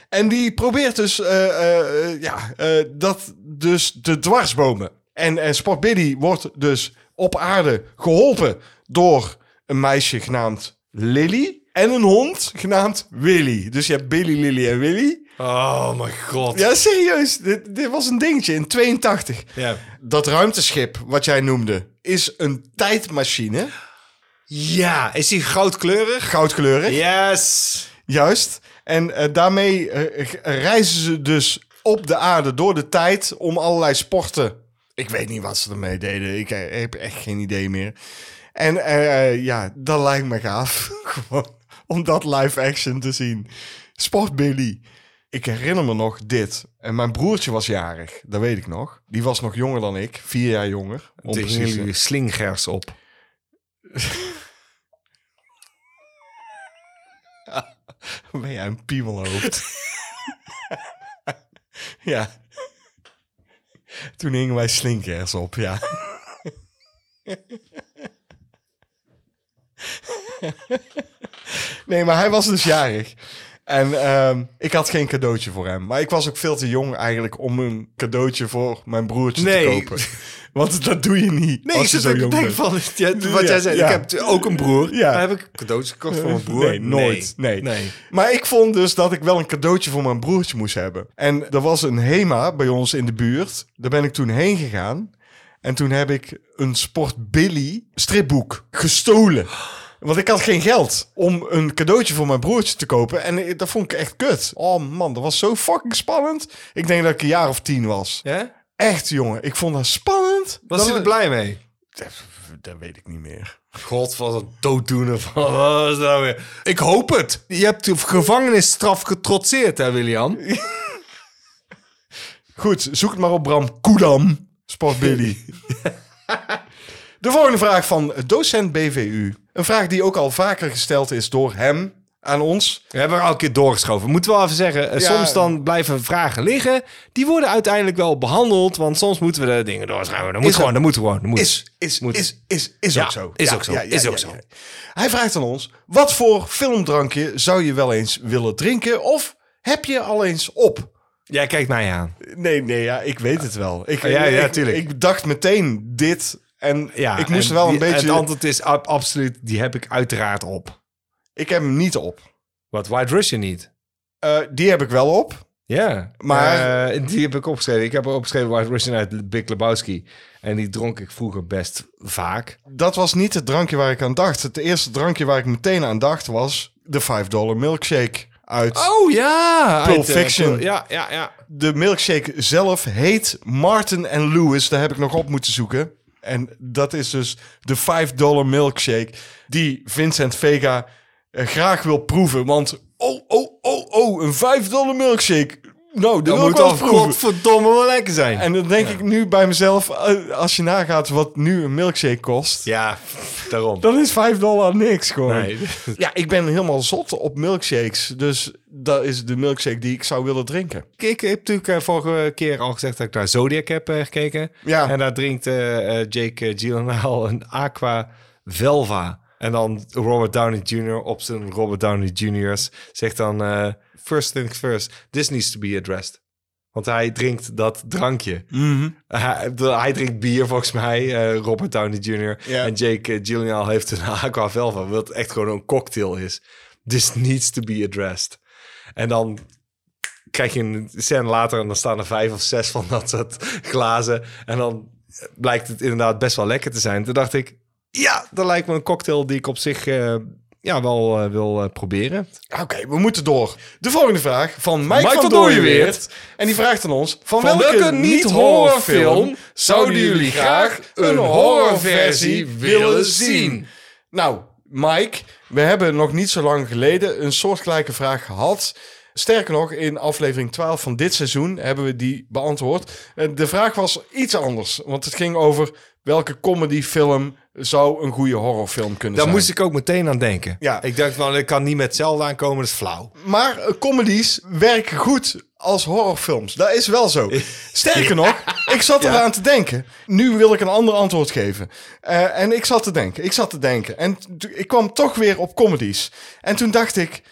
En die probeert dus eh, eh, eh, ja, eh, dat dus te dwarsbomen. En eh, Sport Biddy wordt dus op aarde geholpen door een meisje genaamd Lily. En een hond genaamd Willy. Dus je hebt Billy, Lily en Willy.
Oh mijn god.
Ja, serieus. Dit, dit was een dingetje in 82.
Ja.
Dat ruimteschip wat jij noemde is een tijdmachine.
Ja, is die goudkleurig?
Goudkleurig.
Yes!
Juist. En eh, daarmee eh, g- reizen ze dus op de aarde door de tijd om allerlei sporten. Ik weet niet wat ze ermee deden. Ik eh, heb echt geen idee meer. En eh, eh, ja, dat lijkt me gaaf. Gewoon om dat live action te zien. Sport Billy. Ik herinner me nog dit. En mijn broertje was jarig, dat weet ik nog. Die was nog jonger dan ik, vier jaar jonger. om
Om
precies te-
jullie slingers op.
Ben jij een piemelhoofd? ja. Toen hingen wij slinkers op, ja. nee, maar hij was dus jarig. En ehm, ik had geen cadeautje voor hem. Maar ik was ook veel te jong eigenlijk om een cadeautje voor mijn broertje
Nee.
te kopen. Want dat doe je niet
Nee, ik
als je
zit
zo
te
jong
denken
bent.
van, ja, wat
Ja,
jij zei,
ja.
ik heb ook een broer.
Ja.
Daar heb ik cadeautjes gekocht voor mijn broer.
Nee, nooit. Nee.
nee.
Maar ik vond dus dat ik wel een cadeautje voor mijn broertje moest hebben. En er was een HEMA bij ons in de buurt. Daar ben ik toen heen gegaan. En toen heb ik een Sport Billy stripboek gestolen. Want ik had geen geld om een cadeautje voor mijn broertje te kopen. En eh, dat vond ik echt kut. Oh man, dat was zo fucking spannend. Ik denk dat ik een jaar of tien was.
Ja?
Echt jongen, ik vond dat spannend.
Was
Dat-
hij er blij mee?
Dat, dat weet ik niet meer.
God, wat een dooddoener van, wat is dat nou weer? Ik hoop het. Je hebt de gevangenisstraf getrotseerd, hè, William?
Goed, zoek het maar op Bram Koedam, Sportbilly. De volgende vraag van docent BVU. Een vraag die ook al vaker gesteld is door hem aan ons.
We hebben er al een keer doorgeschoven. Moeten we wel even zeggen, eh,
Ja.
soms dan blijven vragen liggen. Die worden uiteindelijk wel behandeld, want soms moeten we de dingen doorschuiven. Dat moet
Is
gewoon,
zo.
dat moet gewoon. Dat moet.
Is, is,
Moet.
is, is, is
Ja,
ook zo.
is ook zo, is ook zo.
Hij vraagt aan ons, wat voor filmdrankje zou je wel eens willen drinken? Of heb je al eens op?
Jij kijkt mij aan.
Nee, nee, ja, ik weet het wel. Ik,
Ja, ja,
ik,
tuurlijk.
Ik dacht meteen dit en
Ja,
ik moest er
en
wel een
die-
beetje...
Het antwoord is ab- absoluut, die heb ik uiteraard op.
Ik heb hem niet op.
Wat White Russian niet.
Eh, die heb ik wel op.
Ja,
Maar-
maar die heb ik opgeschreven. Ik heb opgeschreven White Russian uit Big Lebowski. En die dronk ik vroeger best vaak.
Dat was niet het drankje waar ik aan dacht. Het eerste drankje waar ik meteen aan dacht was de 5 dollar milkshake uit.
Oh ja!
Pulp
uit, eh,
Fiction.
Pul- ja, ja, ja.
De milkshake zelf heet Martin en Lewis. Daar heb ik nog op moeten zoeken. En dat is dus de 5 dollar milkshake die Vincent Vega eh, graag wil proeven. Want oh, oh, oh, oh, een 5 dollar milkshake. Nou, dat
Dat
wil ik
moet
wel
toch
proeven.
godverdomme wel lekker zijn.
En dan denk ik nu bij mezelf, eh, als je nagaat wat nu een milkshake kost,
Ja, daarom.
dan is 5 dollar niks gewoon.
Nee.
Ja, ik ben helemaal zot op milkshakes. Dus dat is de milkshake die ik zou willen drinken.
Ik, ik heb natuurlijk eh, vorige keer al gezegd dat ik naar Zodiac heb eh, gekeken.
Ja.
En daar drinkt eh, eh, Jake eh, Gyllenhaal een Aqua Velva. En dan Robert Downey Jr. op zijn Robert Downey Jr.'s zegt dan... eh, first things first, this needs to be addressed. Want hij drinkt dat drankje.
Mhm.
Hij, de- hij drinkt bier volgens mij, eh, Robert Downey Jr.
Ja.
En Jake eh, Gyllenhaal heeft een Aqua Velva, wat echt gewoon een cocktail is. This needs to be addressed. En dan krijg je een scène later en dan staan er vijf of zes van dat soort glazen. En dan blijkt het inderdaad best wel lekker te zijn. Toen dacht ik, ja, dat lijkt me een cocktail die ik op zich eh, ja, wel eh, wil eh, proberen.
Oké, we moeten door. De volgende vraag van Mike,
Mike
van
van
Dooyeweert.
Dooyeweerd.
En die vraagt aan ons... Van,
Van
welke,
welke
niet-horrorfilm
niet-horrorfilm
zouden jullie graag een horrorversie willen zien? Nou, Mike, we hebben nog niet zo lang geleden een soortgelijke vraag gehad. Sterker nog, in aflevering 12 van dit seizoen hebben we die beantwoord. En De vraag was iets anders, want het ging over welke comedyfilm zou een goede horrorfilm kunnen
Daar
zijn.
moest ik ook meteen aan denken.
Ja.
Ik dacht van, ik kan niet met Zelda aankomen, dat is flauw.
Maar eh, comedies werken goed als horrorfilms. Dat is wel zo. Sterker nog, ik zat eraan te denken. Nu wil ik een ander antwoord geven. Eh, en ik zat te denken, ik zat te denken. En t- ik kwam toch weer op comedies. En toen dacht ik...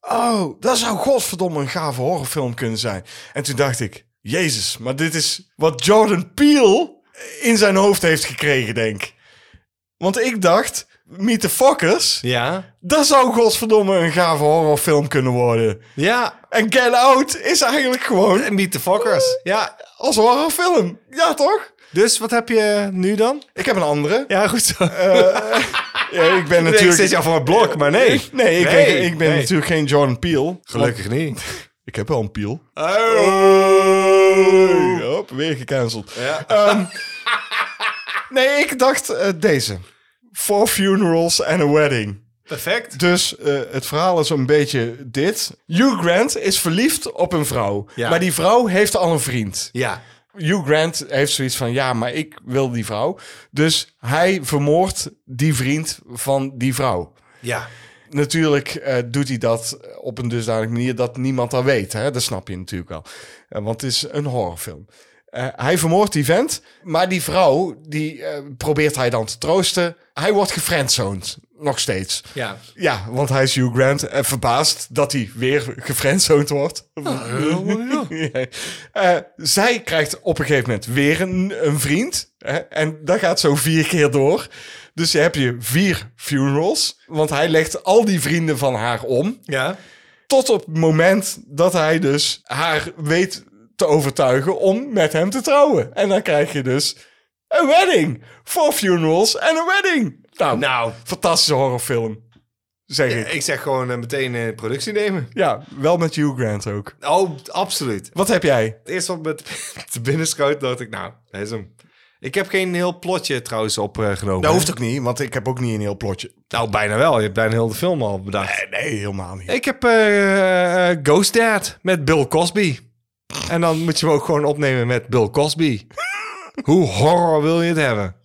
Oh, dat zou godverdomme een gave horrorfilm kunnen zijn. En toen dacht ik... Jezus, maar dit is wat Jordan Peele in zijn hoofd heeft gekregen, denk ik. Want ik dacht... Meet the Fuckers...
Ja?
Dat zou godverdomme een gave horrorfilm kunnen worden.
Ja.
En Get Out is eigenlijk gewoon
En Meet the Fockers. Ja.
als horrorfilm. Ja, toch?
Dus wat heb je nu dan?
Ik heb een andere.
Ja, goed zo.
Ja, ik ben
Natuurlijk... Ik
natuurlijk...
zit jou voor het blok, maar nee.
Nee, ik ben, ik ben
nee.
natuurlijk geen Jordan Peele.
Gelukkig niet.
Want Ik heb wel een Peele.
Oh.
Hop, weer gecanceld.
Ja.
Ehm, nee, ik dacht eh, deze. Four Funerals and a Wedding.
Perfect.
Dus eh, het verhaal is een beetje dit. Hugh Grant is verliefd op een vrouw.
Ja.
Maar die vrouw heeft al een vriend.
Ja.
Hugh Grant heeft zoiets van: ja, maar ik wil die vrouw. Dus hij vermoordt die vriend van die vrouw.
Ja.
Natuurlijk eh, doet hij dat op een dusdanige manier dat niemand dat weet. Hè? Dat snap je natuurlijk wel. Eh, want het is een horrorfilm. Eh, hij vermoordt die vent, maar die vrouw, die eh, probeert hij dan te troosten. Hij wordt gefriendzoned, nog steeds.
Ja.
Ja, want hij is Hugh Grant en verbaasd dat hij weer gefriendzoned wordt. Oh, Ja. Eh, zij krijgt op een gegeven moment weer een, een vriend. Hè? En dat gaat zo vier keer door. Dus je hebt je vier funerals. Want hij legt al die vrienden van haar om.
Ja.
Tot op het moment dat hij dus haar weet te overtuigen om met hem te trouwen. En dan krijg je dus een wedding. Four funerals en een wedding. Nou,
Nou.
fantastische horrorfilm. Zeg ik.
Ik zeg gewoon eh, meteen eh, productie nemen.
Ja, wel met Hugh Grant ook.
Oh, absoluut.
Wat heb jij?
Het eerste wat me te- te binnen schoot, dacht ik, nou, dat is hem. Ik heb geen heel plotje trouwens opgenomen.
Dat Nou hoeft ook niet, want ik heb ook niet een heel plotje.
Nou, bijna wel. Je hebt bijna heel de film al bedacht.
Eh, Nee, helemaal niet.
Ik heb eh, eh, Ghost Dad met Bill Cosby. En dan moet je hem ook gewoon opnemen met Bill Cosby. Hoe horror wil je het hebben?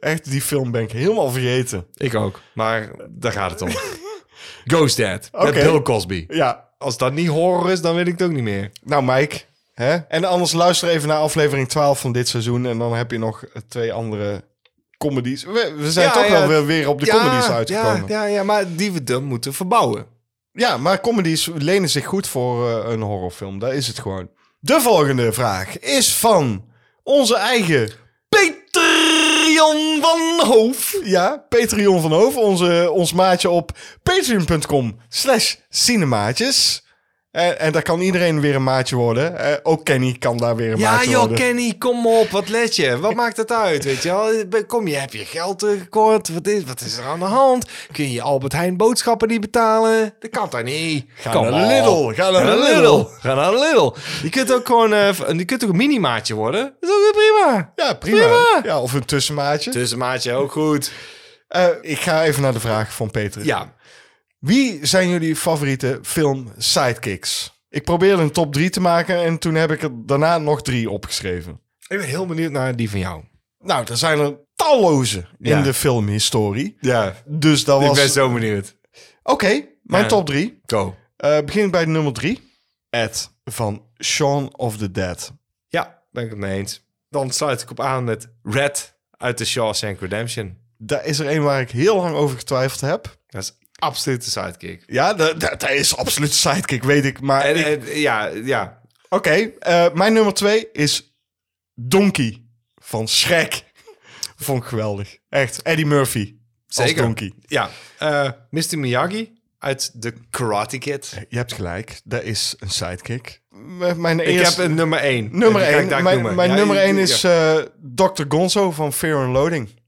Echt, die film ben ik helemaal vergeten.
Ik ook. Maar daar gaat het om. Ghost Dad.
Oké.
Met Bill Cosby.
Ja,
Als dat niet horror is, dan weet ik het ook niet meer.
nou Mike. Hè? En anders luister even naar aflevering 12 van dit seizoen. En dan heb je nog eh, twee andere comedies. We, we zijn
Ja,
toch
ja.
wel weer, weer op de comedies uitgekomen. Ja,
Ja, ja, ja, maar die we dan moeten verbouwen.
maar comedies lenen zich goed voor eh, een horrorfilm. Daar is het gewoon. De volgende vraag is van onze eigen
Peter Jan van Hoof.
Ja, Patreon van Hoven, onze, ons maatje op patreon.com slash cinemaatjes. Eh, En, en daar kan iedereen weer een maatje worden. Eh, ook Kenny kan daar weer een
Ja
maatje
joh,
worden.
Kenny, kom op. Wat let je? Wat maakt het uit, weet je wel? Kom je, heb je geld tekort? Wat is, wat is er aan de hand? Kun je Albert Heijn boodschappen niet betalen? Dat kan toch niet?
Ga
Kom
naar
op.
Lidl, ga naar
Ga naar
Lidl.
Lidl. Ga naar Lidl. Je kunt ook gewoon eh, je kunt ook een minimaatje worden. Dat is ook weer prima.
Ja, prima.
Prima.
Ja, of een tussenmaatje.
Tussenmaatje ook goed.
Eh, ik ga even naar de vraag van Peter.
Ja.
Wie zijn jullie favoriete film sidekicks? Ik probeerde een top 3 te maken en toen heb ik er daarna nog drie opgeschreven.
Ik ben heel benieuwd naar die van jou.
Nou, er zijn er talloze
Ja.
in de filmhistorie.
Ja.
Dus dat was...
Ik ben zo benieuwd.
Oké, mijn
Ja.
top 3.
Go.
Eh, begin ik bij nummer 3. Ed van Shaun of the Dead.
Ja, ben ik het mee eens. Dan sluit ik op aan met Red uit de Shawshank Redemption.
Daar is er een waar ik heel lang over getwijfeld heb.
Dat is absoluut de sidekick.
Ja, dat dat- dat is absoluut sidekick, weet ik. Maar
En,
ik- oké,
en- ja, ja.
eh, mijn nummer 2 is Donkey van Shrek. Vond ik geweldig. Echt, Eddie Murphy
Zeker.
als Donkey.
ja. Eh, Mr. Miyagi uit de Karate Kid.
Je hebt gelijk, dat is een sidekick. M- Mijn
Ik
eerste...
heb een nummer 1.
Nummer 1. Mijn, mijn nummer 1 is eh, Dr. Gonzo van Fear and Loading.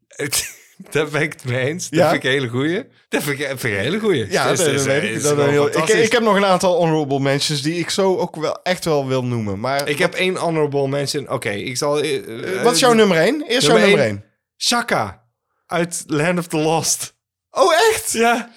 Daar ben ik het mee eens. Dat
Ja.
vind ik een hele goeie. Dat vind ik, vind ik een hele goeie.
Ja,
Dus
dat,
is-
dat weet ik.
is
Dat
gewoon
weet ik. ik.
fantastisch.
Ik heb nog een aantal honorable mentions die ik zo ook wel echt wel wil noemen. Maar
Ik heb één honorable mention. Oké, ik zal... eh, eh,
wat is jouw nummer 1? Eerst jouw
nummer
nummer
één.
1.
Shaka uit Land of the Lost.
Oh, echt?
Ja.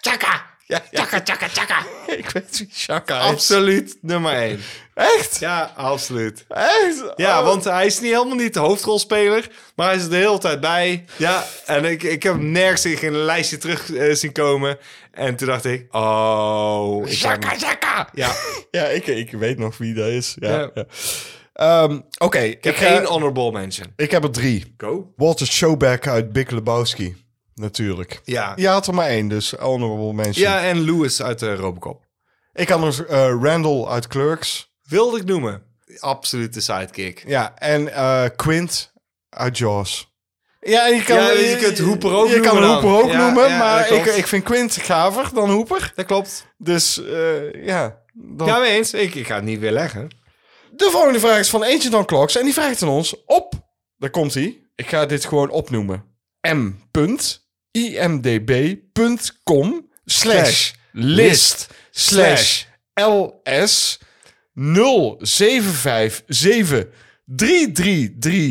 Chaka! Chaka, chaka, chaka!
ik weet wie Shaka is.
Absoluut nummer 1.
Echt?
Ja, absoluut.
Echt?
Ja,
Oh.
want hij is niet helemaal niet de hoofdrolspeler, maar hij is er de hele tijd bij. Ja, en ik, ik heb hem nergens in geen lijstje terug eh, zien komen. En toen dacht ik, oh... Ik heb hem.
Chaka, chaka!
Ja,
Ja, ik, ik weet nog wie dat is. Ja,
Ja.
ja. Ehm, Oké,
ik heb
ik,
geen
eh,
honorable mention.
ik heb er drie.
Go?
Walter Showback uit Big Lebowski. Natuurlijk.
Ja.
Je had er maar één, dus honorable mention.
Ja, en Lewis uit de Robocop.
Ik had nog eh, Randall uit Clerks.
Wilde ik noemen. Absoluut de sidekick.
Ja, en eh, Quint uit Jaws. Ja, en je, kan,
Ja, je kunt Hooper ook
je
noemen
kan
dan.
Hooper ook
Ja,
noemen,
ja, dat
maar ik,
klopt.
ik vind Quint gaver dan Hooper.
Dat klopt.
Dus eh, ja. dan-
Ja, mee eens. Ik, ik ga het niet weer leggen.
De volgende vraag is van Ancient on Clocks en die vraagt aan ons op. Daar komt hij. Ik ga dit gewoon opnoemen. m.imdb.com slash list slash ls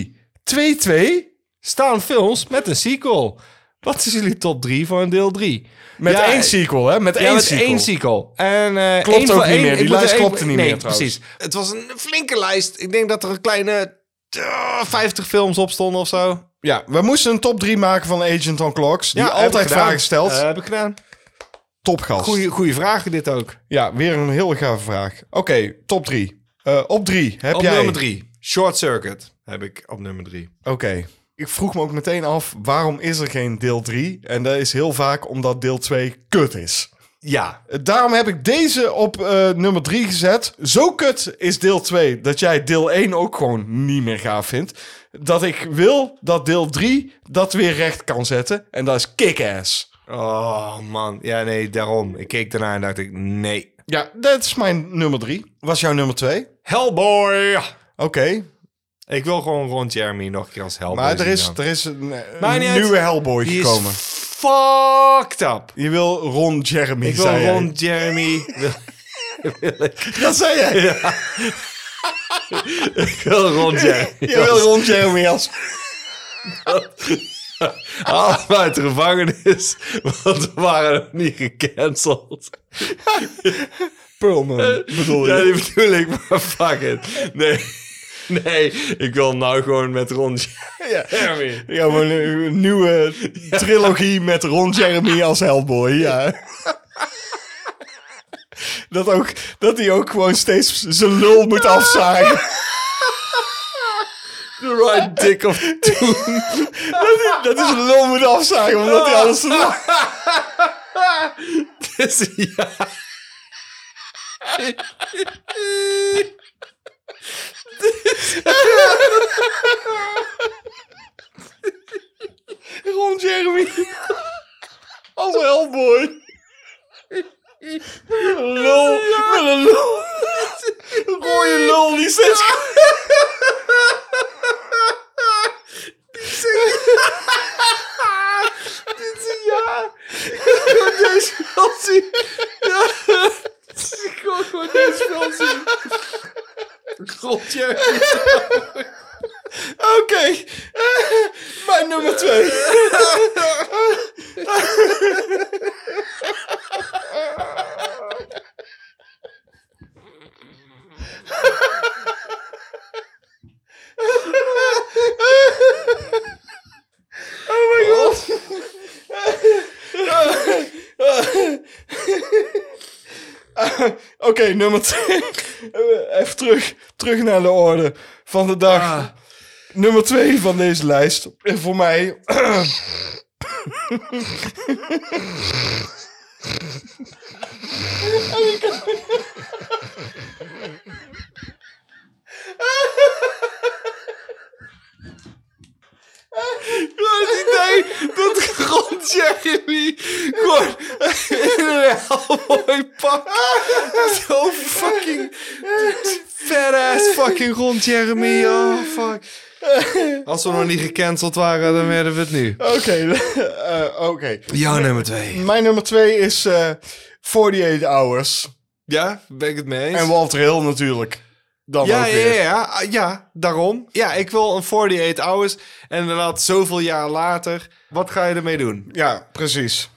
07573332
Staan films met een sequel. Wat is jullie top 3 voor een deel 3?
Met één sequel, hè? Met
Ja,
één
met
sequel.
één sequel. En, eh,
Klopt
één
ook
van
niet
één-
meer. Die
ik moet er
lijst
één-
klopte niet
nee,
meer trouwens.
precies. Het was een flinke lijst. Ik denk dat er een kleine eh, 50 films op stonden of zo.
Ja, we moesten een top 3 maken van Agent on Clocks. Die
Ja, heb ik
altijd
gedaan.
vragen stelt.
Eh, heb ik gedaan.
Topgast.
Goeie, goeie vragen dit ook.
Ja, weer een heel gave vraag. Oké, top 3. op 3 heb
op
jij...
nummer 3. Short Circuit heb ik op nummer 3.
Oké. Ik vroeg me ook meteen af, waarom is er geen deel 3? En dat is heel vaak omdat deel 2 kut is. Eh,
Ja.
Daarom heb ik deze op eh, nummer 3 gezet. Zo kut is deel 2 dat jij deel 1 ook gewoon niet meer gaaf vindt. Dat ik wil dat deel 3 dat weer recht kan zetten. En dat is kick-ass.
Oh man. Ja, nee, daarom. Ik keek daarna en dacht ik, nee.
Ja, dat is mijn nummer 3. Was jouw nummer 2? Oké.
Hellboy. Ik wil gewoon Ron Jeremy nog een keer als Hellboy
Maar er
zien
is,
dan.
er is een, eh, een
Maakt niet uit.
nieuwe Hellboy
Die is
gekomen.
fucked up.
Je wil Ron Jeremy,
Ik wil
zei jij.
Ron Jeremy. wil, wil ik,
Dat zei jij.
ik wil Ron Jeremy.
Je wil Ron Jeremy als...
Haal hem uit de gevangenis. Want we waren nog niet gecanceld.
Perlman, bedoel
Ja,
je?
die bedoel ik, maar fuck it. Nee. Nee, ik wil nou gewoon met Ron
Ja.
Jeremy.
Ja, maar een, een nieuwe trilogie met Ron Jeremy als Hellboy, ja. Dat, ook, dat hij ook gewoon steeds zijn lul moet afzagen.
The right dick of two.
Dat hij, dat hij zijn lul moet afzagen, omdat hij alles...
Dus ja.
Ron Jeremy als Hellboy. Lul, met een lul. Een rode lul die steeds...
Ja, ik wil gewoon deze film zien. Ja. Ik wil gewoon deze film zien. Grotje.
Oké, eh, mijn nummer twee. Oké, nummer twee. Eh, Even terug, terug naar de orde van de dag.
Ah.
Nummer 2 van deze lijst. En voor mij.
Het idee dat Ron Jeremy gewoon in een Hellboy pak. Zo fucking badass fucking Ron Jeremy. Oh fuck. Als we nog niet gecanceld waren, dan werden we het nu.
Oké, eh, oké.
Jouw nummer twee.
Mijn nummer 2 is eh 48 Hours.
Ja, ben ik het mee eens?
En Walter Hill natuurlijk. Dan
ja,
ook
ja,
weer.
ja, ja, Ah, ja, daarom. Ja, ik wil een 48 hours. En inderdaad, zoveel jaar later. Wat ga je ermee doen?
Ja, precies.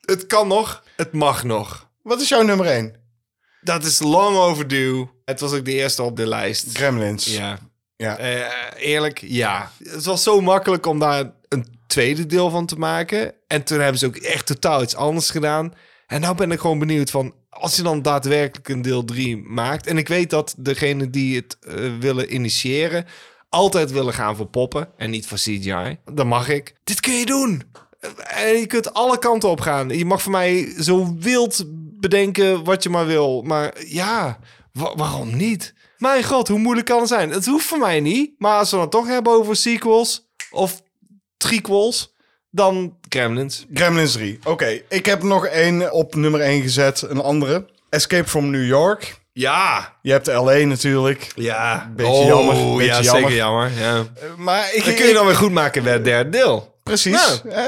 Het kan nog, het mag nog.
Wat is jouw nummer 1?
Dat is long overdue. Het was ook de eerste op de lijst.
Gremlins.
Ja.
Ja.
Eh, eerlijk, ja. Het was zo makkelijk om daar een tweede deel van te maken. En toen hebben ze ook echt totaal iets anders gedaan. En nou ben ik gewoon benieuwd van... als je dan daadwerkelijk een deel 3 maakt... en ik weet dat degene die het eh, willen initiëren... altijd willen gaan voor poppen en niet voor CGI. Dat mag ik. Dit kun je doen. En je kunt alle kanten op gaan. Je mag voor mij zo wild bedenken wat je maar wil. Maar ja, wa- waarom niet? Mijn god, hoe moeilijk kan het zijn? Het hoeft voor mij niet. Maar als we het toch hebben over sequels of trequels, dan Gremlins.
Gremlins 3. Oké, ik heb nog één op nummer 1 gezet. Een andere. Escape from New York.
Ja,
Je hebt LA natuurlijk.
ja. Oh,
Beetje jammer, beetje
ja,
jammer.
zeker jammer. Ja.
Eh, Maar ik...
Dat kun je dan weer goed maken bij het derde deel.
Precies.
Nou.
Eh,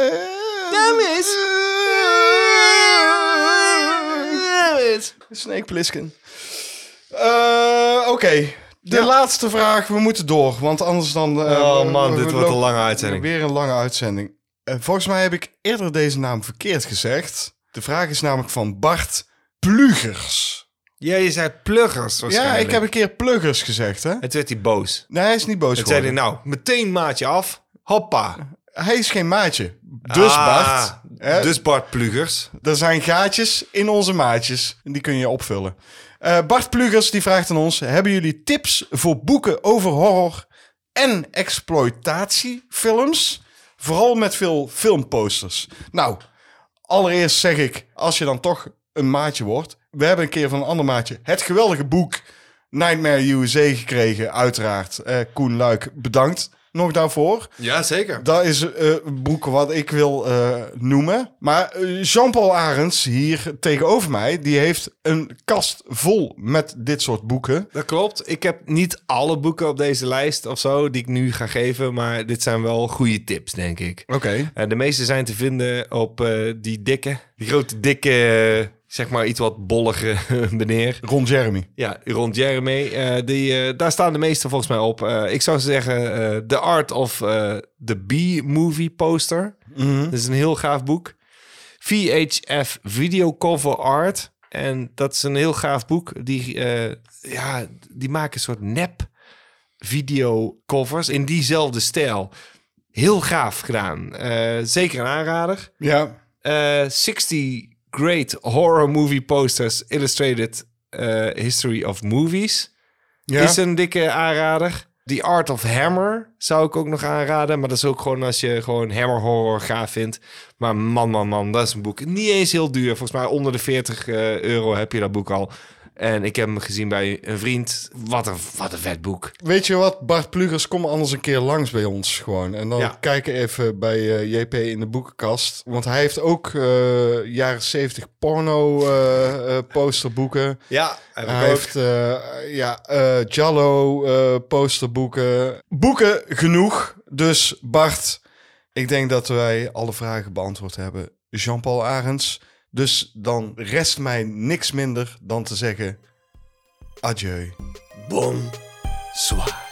Snake Plissken. Eh, Oké. De laatste vraag. We moeten door. Want anders dan... eh,
Oh
we-
man,
we-
dit
we
wordt een
lopen
lange uitzending.
Weer een lange uitzending. Eh, volgens mij heb ik eerder deze naam verkeerd gezegd. De vraag is namelijk van Bart Plugers.
Ja, je zei pluggers
Ja,
waarschijnlijk.
ik heb een keer Plugers gezegd, hè?
En toen werd hij boos.
Nee, hij is niet boos
Toen zei hij,
geworden.
nou, meteen maatje af. Hoppa.
Hij is geen maatje. Dus
Ah,
Bart. hè,
Dus Bart Plugers.
Er zijn gaatjes in onze maatjes. En die kun je opvullen. Eh, Bart Plugers die vraagt aan ons: Hebben jullie tips voor boeken over horror en exploitatiefilms? Vooral met veel filmposters. Nou, allereerst zeg ik: Als je dan toch een maatje wordt. We hebben een keer van een ander maatje het geweldige boek Nightmare USA gekregen, uiteraard. Eh, Koen Luik, bedankt nog daarvoor.
Ja, zeker.
Dat is eh, een boek wat ik wil eh, noemen. Maar eh, Jean-Paul Arends hier tegenover mij, die heeft een kast vol met dit soort boeken.
Dat klopt. Ik heb niet alle boeken op deze lijst of zo die ik nu ga geven, maar dit zijn wel goede tips, denk ik.
Oké.
Eh, de meeste zijn te vinden op eh, die dikke, die grote dikke, eh, zeg maar iets wat bollige meneer.
Ron Jeremy.
Ja, rond Jeremy. Eh, die, eh, daar staan de meeste volgens mij op. Eh, ik zou zeggen eh, The Art of eh, the B-Movie Poster. Dat is een heel gaaf boek. VHF Video Cover Art. En dat is een heel gaaf boek. Die, eh, ja, die maken een soort nep videocovers in diezelfde stijl. Heel gaaf gedaan. Eh, zeker een aanrader.
Ja.
Eh, 60 Great Horror Movie Posters Illustrated eh, History of Movies
ja.
is een dikke aanrader. The Art of Hammer zou ik ook nog aanraden. Maar dat is ook gewoon als je gewoon hammer horror gaaf vindt. Maar man, man, man, dat is een boek. Niet eens heel duur. Volgens mij onder de 40 eh, euro heb je dat boek al. En ik heb hem gezien bij een vriend. Wat een, wat een vet boek.
Weet je wat, Bart Plugers, kom anders een keer langs bij ons gewoon. En dan
Ja.
kijken even bij eh, JP in de boekenkast. Want hij heeft ook eh, jaren 70 porno eh, eh, posterboeken.
Ja,
Hij heeft eh, ja, eh Jallo eh, posterboeken. Boeken genoeg. Dus Bart, ik denk dat wij alle vragen beantwoord hebben. Jean-Paul Arends. Dus dan rest mij niks minder dan te zeggen... Adieu.
Bon. Zwaar.